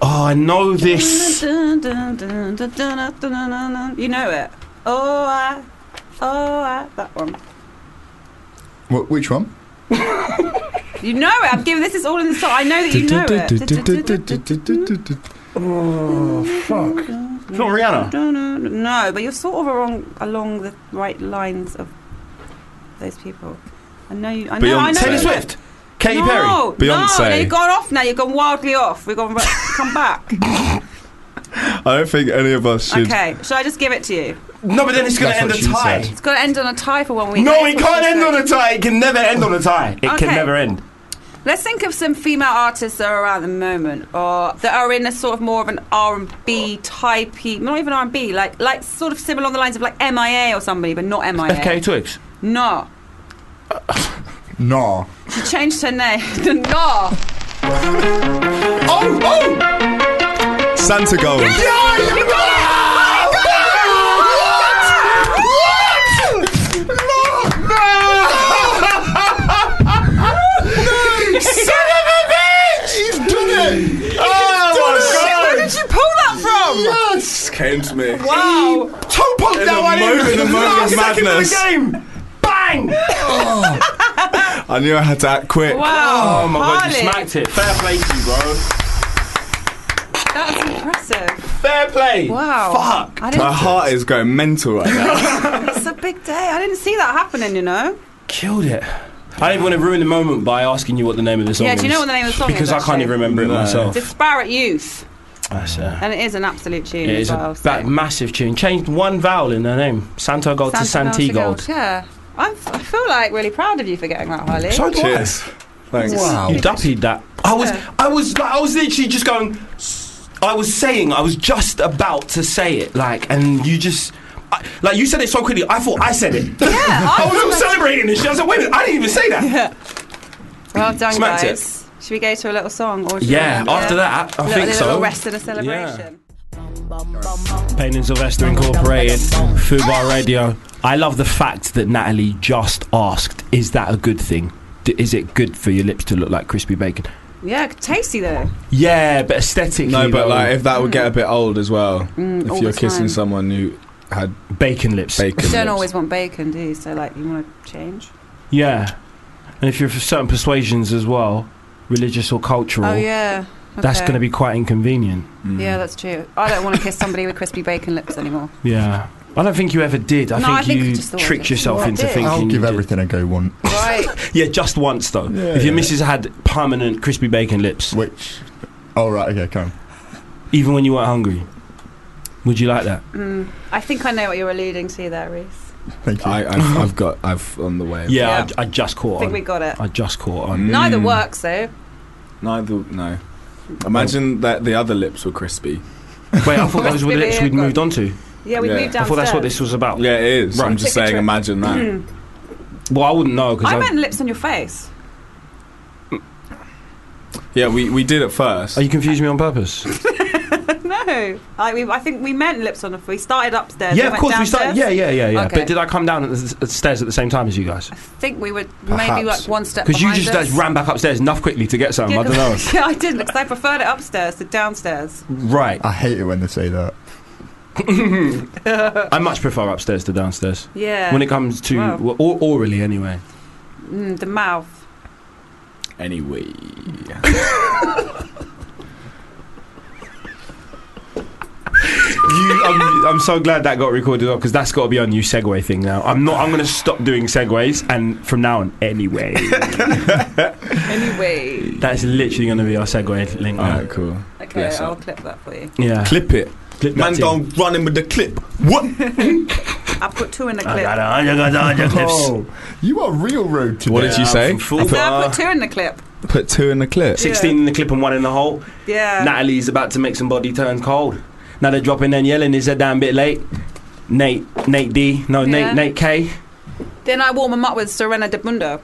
Speaker 2: Oh, I know this.
Speaker 5: You know it. Oh, I, oh, I, that one.
Speaker 4: Wh- which one?
Speaker 5: You know it. I'm giving this is all in the song. I know that you know it.
Speaker 6: Oh, fuck.
Speaker 2: It's not Rihanna.
Speaker 5: No, but you're sort of along along the right lines of those people. I know you. I know. I know.
Speaker 8: Beyonce.
Speaker 2: Taylor
Speaker 5: you-
Speaker 2: Swift. Katy
Speaker 5: no,
Speaker 2: Perry.
Speaker 8: Beyonce.
Speaker 5: No, no, you've gone off now. You've gone wildly off. We've gone. Come back.
Speaker 8: I don't think any of us should.
Speaker 5: Okay. Shall I just give it to you?
Speaker 2: No, but then it's gonna
Speaker 8: That's
Speaker 2: end
Speaker 8: what
Speaker 2: a
Speaker 8: she
Speaker 2: tie.
Speaker 8: said.
Speaker 5: It's got to end on a tie for one week.
Speaker 2: No,
Speaker 5: That's
Speaker 2: it
Speaker 5: what
Speaker 2: can't
Speaker 5: she
Speaker 2: end on
Speaker 5: said.
Speaker 2: a tie. It can never end on a tie. It
Speaker 5: Okay.
Speaker 2: can never end.
Speaker 5: Let's think of some female artists that are around at the moment, or that are in a sort of more of an R and B typey, not even R and B, like like sort of similar on the lines of like MIA or somebody, but not MIA.
Speaker 2: FK Twigs.
Speaker 5: No,
Speaker 4: Nah.
Speaker 5: she changed her name. no,
Speaker 2: Oh, oh!
Speaker 8: Santa Gold.
Speaker 5: you got
Speaker 8: Oh
Speaker 5: it. Where did you pull that from?
Speaker 8: This came to me.
Speaker 5: Wow.
Speaker 2: Toe
Speaker 8: In
Speaker 2: that
Speaker 8: a
Speaker 2: one
Speaker 8: moment- in a moment of
Speaker 2: Second of
Speaker 8: madness.
Speaker 2: the game. Bang!
Speaker 8: I knew I had to act quick.
Speaker 5: Wow.
Speaker 2: Oh my god, you
Speaker 5: Harley.
Speaker 2: smacked it. Fair play to you, bro.
Speaker 5: That's impressive.
Speaker 2: Fair play.
Speaker 5: Wow.
Speaker 2: Fuck.
Speaker 5: I
Speaker 8: My
Speaker 5: didn't,
Speaker 8: heart is going mental right now.
Speaker 5: it's a big day. I didn't see that happening, you know.
Speaker 2: Killed it. I didn't want to ruin the moment by asking you what the name of the song
Speaker 5: Yeah,
Speaker 2: is.
Speaker 5: do you know what the name of the song
Speaker 2: Because
Speaker 5: is?
Speaker 2: I can't
Speaker 5: actually?
Speaker 2: even remember it
Speaker 8: No.
Speaker 2: myself.
Speaker 5: Disparate Youth,
Speaker 2: That's, uh,
Speaker 5: and it is an absolute tune
Speaker 2: It
Speaker 5: as
Speaker 2: is
Speaker 5: well.
Speaker 2: a
Speaker 5: so-
Speaker 2: ba- massive tune. Changed one vowel in her name. Santo Gold to
Speaker 5: Santa
Speaker 2: Santi
Speaker 5: Claus
Speaker 2: Gold.
Speaker 5: to Yeah. I'm, I feel like really proud of you for getting that, Harley.
Speaker 2: So do I.
Speaker 8: Cheers. Thanks.
Speaker 2: You duppied that. I was,
Speaker 5: Yeah.
Speaker 2: I was, I was literally just going. s- I was saying, I was just about to say it, like, and you just, I, like, you said it so quickly. I thought I said it.
Speaker 5: yeah,
Speaker 8: Oh,
Speaker 2: I was
Speaker 5: I
Speaker 2: all celebrating this. shit. I was like, wait a minute, I didn't even say that.
Speaker 5: well done,
Speaker 2: Smacked it.
Speaker 5: guys. Should we go to a little song? Or should
Speaker 2: Yeah.
Speaker 5: we-
Speaker 2: After that, I
Speaker 5: Little-
Speaker 2: think
Speaker 5: little
Speaker 2: so.
Speaker 5: rest and a celebration.
Speaker 2: Payne and Sylvester Incorporated, Fubar Radio. I love the fact that Natalie just asked, "Is that a good thing? D- is it good for your lips to look like crispy bacon?"
Speaker 5: Yeah, tasty though.
Speaker 2: Yeah, but aesthetically,
Speaker 8: No, but
Speaker 2: though,
Speaker 8: like if that would get a bit old as well.
Speaker 5: Mm, all
Speaker 8: if you're
Speaker 5: the
Speaker 8: kissing
Speaker 5: time.
Speaker 8: someone who had
Speaker 2: bacon lips.
Speaker 8: bacon.
Speaker 5: You don't
Speaker 8: lips.
Speaker 5: always want bacon, do you? So like, you want to change?
Speaker 2: Yeah, and if you're for certain persuasions as well, religious or cultural,
Speaker 5: Oh yeah.
Speaker 2: that's going to be quite inconvenient.
Speaker 8: Mm.
Speaker 5: Yeah, that's true. I don't want to kiss somebody with crispy bacon lips anymore.
Speaker 2: Yeah, I don't think you ever did. I
Speaker 5: No,
Speaker 2: think
Speaker 5: I think I
Speaker 2: you
Speaker 5: just thought
Speaker 2: tricked
Speaker 5: it.
Speaker 2: yourself
Speaker 5: Well, I
Speaker 2: into
Speaker 5: did.
Speaker 2: thinking.
Speaker 4: I'll
Speaker 2: you
Speaker 4: give
Speaker 2: did.
Speaker 4: everything a go once.
Speaker 5: Right.
Speaker 2: Yeah, just once though.
Speaker 4: Yeah,
Speaker 2: if your
Speaker 4: yeah.
Speaker 2: missus had permanent crispy bacon lips,
Speaker 4: Which. Oh, right, okay, come
Speaker 2: even when you weren't hungry, would you like that?
Speaker 5: Mm, I think I know what you're alluding to there, Reese.
Speaker 4: on. Thank you.
Speaker 3: I, I've, I've got, I've on the way.
Speaker 2: Yeah,
Speaker 5: Yeah.
Speaker 2: I, I just
Speaker 5: I
Speaker 2: caught
Speaker 5: think
Speaker 2: on.
Speaker 5: we got it.
Speaker 2: I just caught on.
Speaker 3: Mm.
Speaker 5: Neither works though.
Speaker 3: Neither, no. Imagine that the other lips were crispy.
Speaker 2: Wait, I thought those were the
Speaker 5: Crispy
Speaker 2: lips we'd
Speaker 5: bacon.
Speaker 2: moved on to.
Speaker 5: Yeah, we
Speaker 3: Yeah.
Speaker 5: moved downstairs.
Speaker 2: I thought that's what this was about.
Speaker 3: Yeah, it is.
Speaker 2: Right.
Speaker 3: I'm just
Speaker 5: Take a
Speaker 3: saying,
Speaker 5: trip.
Speaker 3: imagine that.
Speaker 5: Mm.
Speaker 2: Well, I wouldn't know because
Speaker 5: I
Speaker 2: I,
Speaker 5: meant lips on your face.
Speaker 3: yeah, we, we did at first.
Speaker 2: Are you confusing me on purpose?
Speaker 5: Uh, no, I, we, I think we meant lips on. the We started upstairs.
Speaker 2: yeah,
Speaker 5: we
Speaker 2: of
Speaker 5: went
Speaker 2: cours. We
Speaker 5: Downstairs.
Speaker 2: started. Yeah, yeah, yeah, yeah.
Speaker 5: Okay.
Speaker 2: But did I come down at the, the stairs at the same time as you guys?
Speaker 5: I think we were maybe
Speaker 4: Perhaps.
Speaker 5: like one step.
Speaker 2: Because you
Speaker 5: behind
Speaker 2: just
Speaker 5: us.
Speaker 2: like, ran back upstairs enough quickly to get some.
Speaker 5: Yeah,
Speaker 2: I don't know.
Speaker 5: 'cause- yeah, I did because I preferred it upstairs to downstairs.
Speaker 2: right.
Speaker 4: I hate it when they say that.
Speaker 2: I much prefer upstairs to downstairs.
Speaker 5: Yeah.
Speaker 2: When it comes to
Speaker 5: Wow.
Speaker 2: well, or, orally, anyway.
Speaker 5: mm, the mouth.
Speaker 3: anyway.
Speaker 2: You, I'm, I'm so glad that got recorded off because that's got to be our new segue thing now. I'm not. I'm going to stop doing segues, and from now on, anyway,
Speaker 5: Anyway.
Speaker 2: that's literally going to be our segue link. now.
Speaker 3: Alright, cool.
Speaker 5: Okay,
Speaker 3: Bless
Speaker 5: I'll
Speaker 3: up.
Speaker 5: clip that for you.
Speaker 2: Yeah,
Speaker 3: Clip it.
Speaker 2: clip
Speaker 3: Man
Speaker 2: that in.
Speaker 3: gone running with the clip. What?
Speaker 5: I put two in the
Speaker 2: I
Speaker 5: clip.
Speaker 2: got a hundred- I got a hundred clips.
Speaker 4: Oh, you are real rude today.
Speaker 3: What did you say?
Speaker 5: I said I put two in the clip.
Speaker 3: Put two in the clip.
Speaker 2: Sixteen in the clip and one in the hole.
Speaker 5: Yeah.
Speaker 2: Natalie's about to make some body turn cold. Now they're dropping and yelling. Is a damn bit late. Nate, Nate D, no Nate,
Speaker 5: Yeah.
Speaker 2: Nate K.
Speaker 5: Then I warm them up with Serena de Bunda.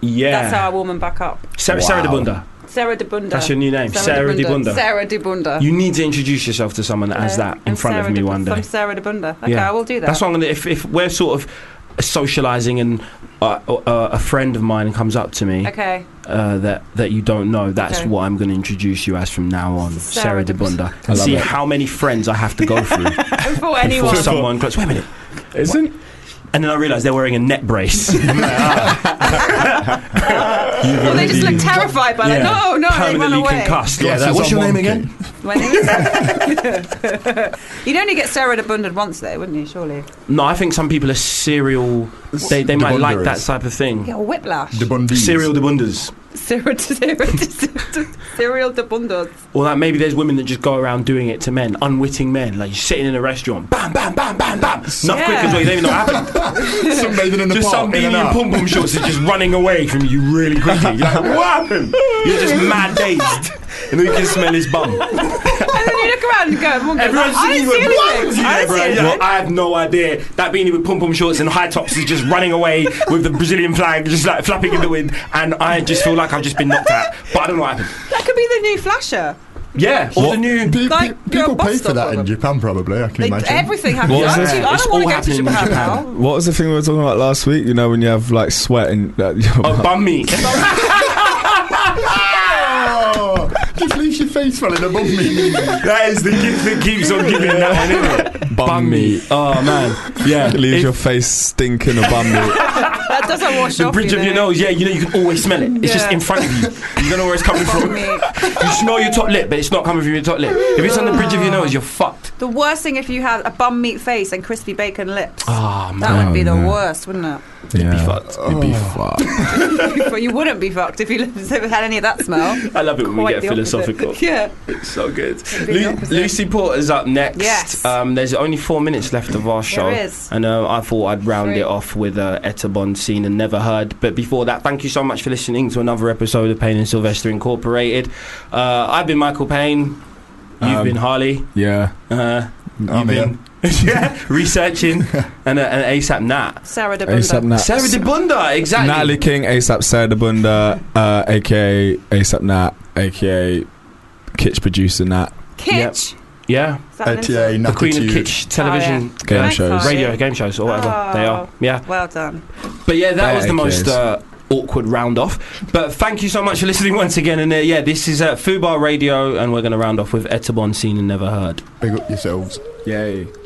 Speaker 2: Yeah,
Speaker 5: That's how I warm them back up.
Speaker 2: Sarah, Sarah de
Speaker 3: Wow.
Speaker 2: Bunda.
Speaker 5: Sarah de Bunda.
Speaker 2: That's your new name, Sarah, de Bunda.
Speaker 5: Sarah de Bunda.
Speaker 2: You need to introduce yourself to someone as
Speaker 5: Hello,
Speaker 2: that in
Speaker 5: I'm
Speaker 2: front
Speaker 5: Sarah
Speaker 2: of me
Speaker 5: de,
Speaker 2: one day.
Speaker 5: I'm Sarah de Bunda. Okay,
Speaker 2: Yeah.
Speaker 5: I will do that.
Speaker 2: That's what I'm gonna. If, if we're sort of socializing and uh, uh, a friend of mine comes up to me
Speaker 5: Okay.
Speaker 2: uh, that that you don't know, that's
Speaker 5: Okay.
Speaker 2: what I'm going to introduce you as from now on,
Speaker 5: Sarah
Speaker 2: Sarah, de
Speaker 5: de Bus-
Speaker 2: Bunda.
Speaker 3: I
Speaker 2: And
Speaker 3: love
Speaker 2: see
Speaker 3: it.
Speaker 2: how many friends I have to go through
Speaker 5: Before Oh, anyone.
Speaker 2: before someone goes, wait a minute.
Speaker 3: Isn't
Speaker 2: And then I realise they're wearing a neck brace.
Speaker 5: Or they just look terrified by like,
Speaker 2: Yeah.
Speaker 5: no, no, they run
Speaker 2: Permanently
Speaker 5: away.
Speaker 2: concussed.
Speaker 4: Yeah,
Speaker 2: Like,
Speaker 4: that
Speaker 2: what's
Speaker 4: was
Speaker 2: your
Speaker 4: on
Speaker 2: name
Speaker 4: one
Speaker 2: again?
Speaker 5: My name is- You'd only get Sarah de Bunda once though, wouldn't you, surely?
Speaker 2: No, I think some people are serial. They, they
Speaker 4: De
Speaker 2: might like
Speaker 4: Bunda
Speaker 2: that
Speaker 4: is.
Speaker 2: type of thing.
Speaker 5: Yeah, whiplash.
Speaker 4: The Bundees.
Speaker 2: Serial de Bundas.
Speaker 5: Sarah de Sarah de Serial de Bundas.
Speaker 2: Or that maybe there's women that just go around doing it to men, unwitting men. Like you're sitting in a restaurant, bam, bam, bam, bam, bam. Not
Speaker 5: Yeah.
Speaker 2: quick as well, you don't even know what happened.
Speaker 4: Sunbathing in the
Speaker 2: Just
Speaker 4: park,
Speaker 2: some
Speaker 4: in and
Speaker 2: alien
Speaker 4: out.
Speaker 2: pom pom shorts is just running away from you really quickly. You're like, what happened? You're just mad dazed. And then you can smell his bum.
Speaker 5: And then you look around and go, everyone goes,
Speaker 2: Everyone's
Speaker 5: I
Speaker 2: thinking,
Speaker 5: didn't see
Speaker 2: what?
Speaker 5: anything.
Speaker 2: Yeah,
Speaker 5: I didn't
Speaker 2: bro.
Speaker 5: see
Speaker 2: yeah.
Speaker 5: anything.
Speaker 2: Well, I have no idea. That beanie with pom pom shorts and high tops is just running away with the Brazilian flag just like flapping in the wind. And I just feel like I've just been knocked out. But I don't know what happened.
Speaker 5: That could be the new flasher.
Speaker 2: Yeah, or the new.
Speaker 4: Pe- pe-
Speaker 5: Like, you're a
Speaker 4: people
Speaker 5: bus
Speaker 4: pay
Speaker 5: stop
Speaker 4: for that in
Speaker 5: problem.
Speaker 4: Japan, probably. I can
Speaker 5: They,
Speaker 4: imagine.
Speaker 5: everything happens.
Speaker 3: What
Speaker 5: I'm
Speaker 3: is
Speaker 5: too-
Speaker 2: it?
Speaker 5: I
Speaker 2: It's
Speaker 5: don't
Speaker 2: all
Speaker 5: want to go to
Speaker 2: happening in
Speaker 5: Japan
Speaker 2: Japan.
Speaker 5: now.
Speaker 8: What was the thing we were talking about last week? You know, when you have like sweat in uh, your
Speaker 2: Oh, bum me.
Speaker 4: Oh, just leaves your face falling above me.
Speaker 2: that is the gift that keeps on giving. That one, isn't it?
Speaker 8: Bum meat.
Speaker 2: Oh man, yeah.
Speaker 8: leaves
Speaker 2: If-
Speaker 8: your face stinking of bum meat.
Speaker 5: That doesn't wash
Speaker 2: the
Speaker 5: off.
Speaker 2: bridge
Speaker 5: you
Speaker 2: of your
Speaker 5: know.
Speaker 2: nose, yeah, you know you can always smell it. It's just
Speaker 5: Yeah.
Speaker 2: in front of you. You don't know where it's coming from.
Speaker 5: Me.
Speaker 2: You smell your top lip, but it's not coming from your top lip. If it's on the bridge of your nose, you're fucked.
Speaker 5: The worst thing if you had a bum meat face and crispy bacon lips.
Speaker 2: Ah man.
Speaker 5: that would be the
Speaker 8: no.
Speaker 5: worst, wouldn't it?
Speaker 8: You'd
Speaker 2: Yeah.
Speaker 8: fucked. You'd be fucked.
Speaker 5: but you wouldn't be fucked if you had any of that smell.
Speaker 2: I love it when
Speaker 5: Quite
Speaker 2: we get
Speaker 5: the opposite.
Speaker 2: philosophical.
Speaker 5: yeah.
Speaker 2: It's so good.
Speaker 5: be the opposite.
Speaker 2: Lucy Porter's up next.
Speaker 5: Yes.
Speaker 2: Um, there's only four minutes left of our show.
Speaker 5: is.
Speaker 2: And uh, I thought I'd round
Speaker 5: Three.
Speaker 2: it off with uh, Etabon scene and never heard. But before that, thank you so much for listening to another episode of Payne and Sylvester Incorporated. Uh, I've been Michael Payne. You've
Speaker 8: Um,
Speaker 2: been Harley.
Speaker 8: Yeah.
Speaker 2: Uh, you've
Speaker 4: I'm here.
Speaker 2: been yeah, researching and uh, an ASAP Nat.
Speaker 5: Sarah de
Speaker 8: ASAP
Speaker 5: Bunda.
Speaker 8: Nat.
Speaker 2: Sarah de Bunda, exactly.
Speaker 8: Natalie King, ASAP Sarah de Bunda, uh, aka ASAP Nat, aka Kitsch producer Nat.
Speaker 5: Kitsch.
Speaker 2: Yeah,
Speaker 5: Is that an
Speaker 4: ATA,
Speaker 5: insult?
Speaker 2: Uh, the Queen of
Speaker 4: Natitude.
Speaker 2: Kitsch television
Speaker 8: Oh, Game
Speaker 2: uh,
Speaker 5: Thanks,
Speaker 8: shows.
Speaker 5: Harley.
Speaker 2: radio game shows or whatever
Speaker 5: Oh.
Speaker 2: they are. Yeah,
Speaker 5: Well done.
Speaker 2: but yeah, that was the
Speaker 8: Very
Speaker 2: most
Speaker 8: good.
Speaker 2: uh, awkward round off. But thank you so much for listening once again. And uh, yeah, this is uh, Fubar Radio, and we're going to round off with Etabon Seen and Never Heard.
Speaker 4: Big up yourselves.
Speaker 3: Yay.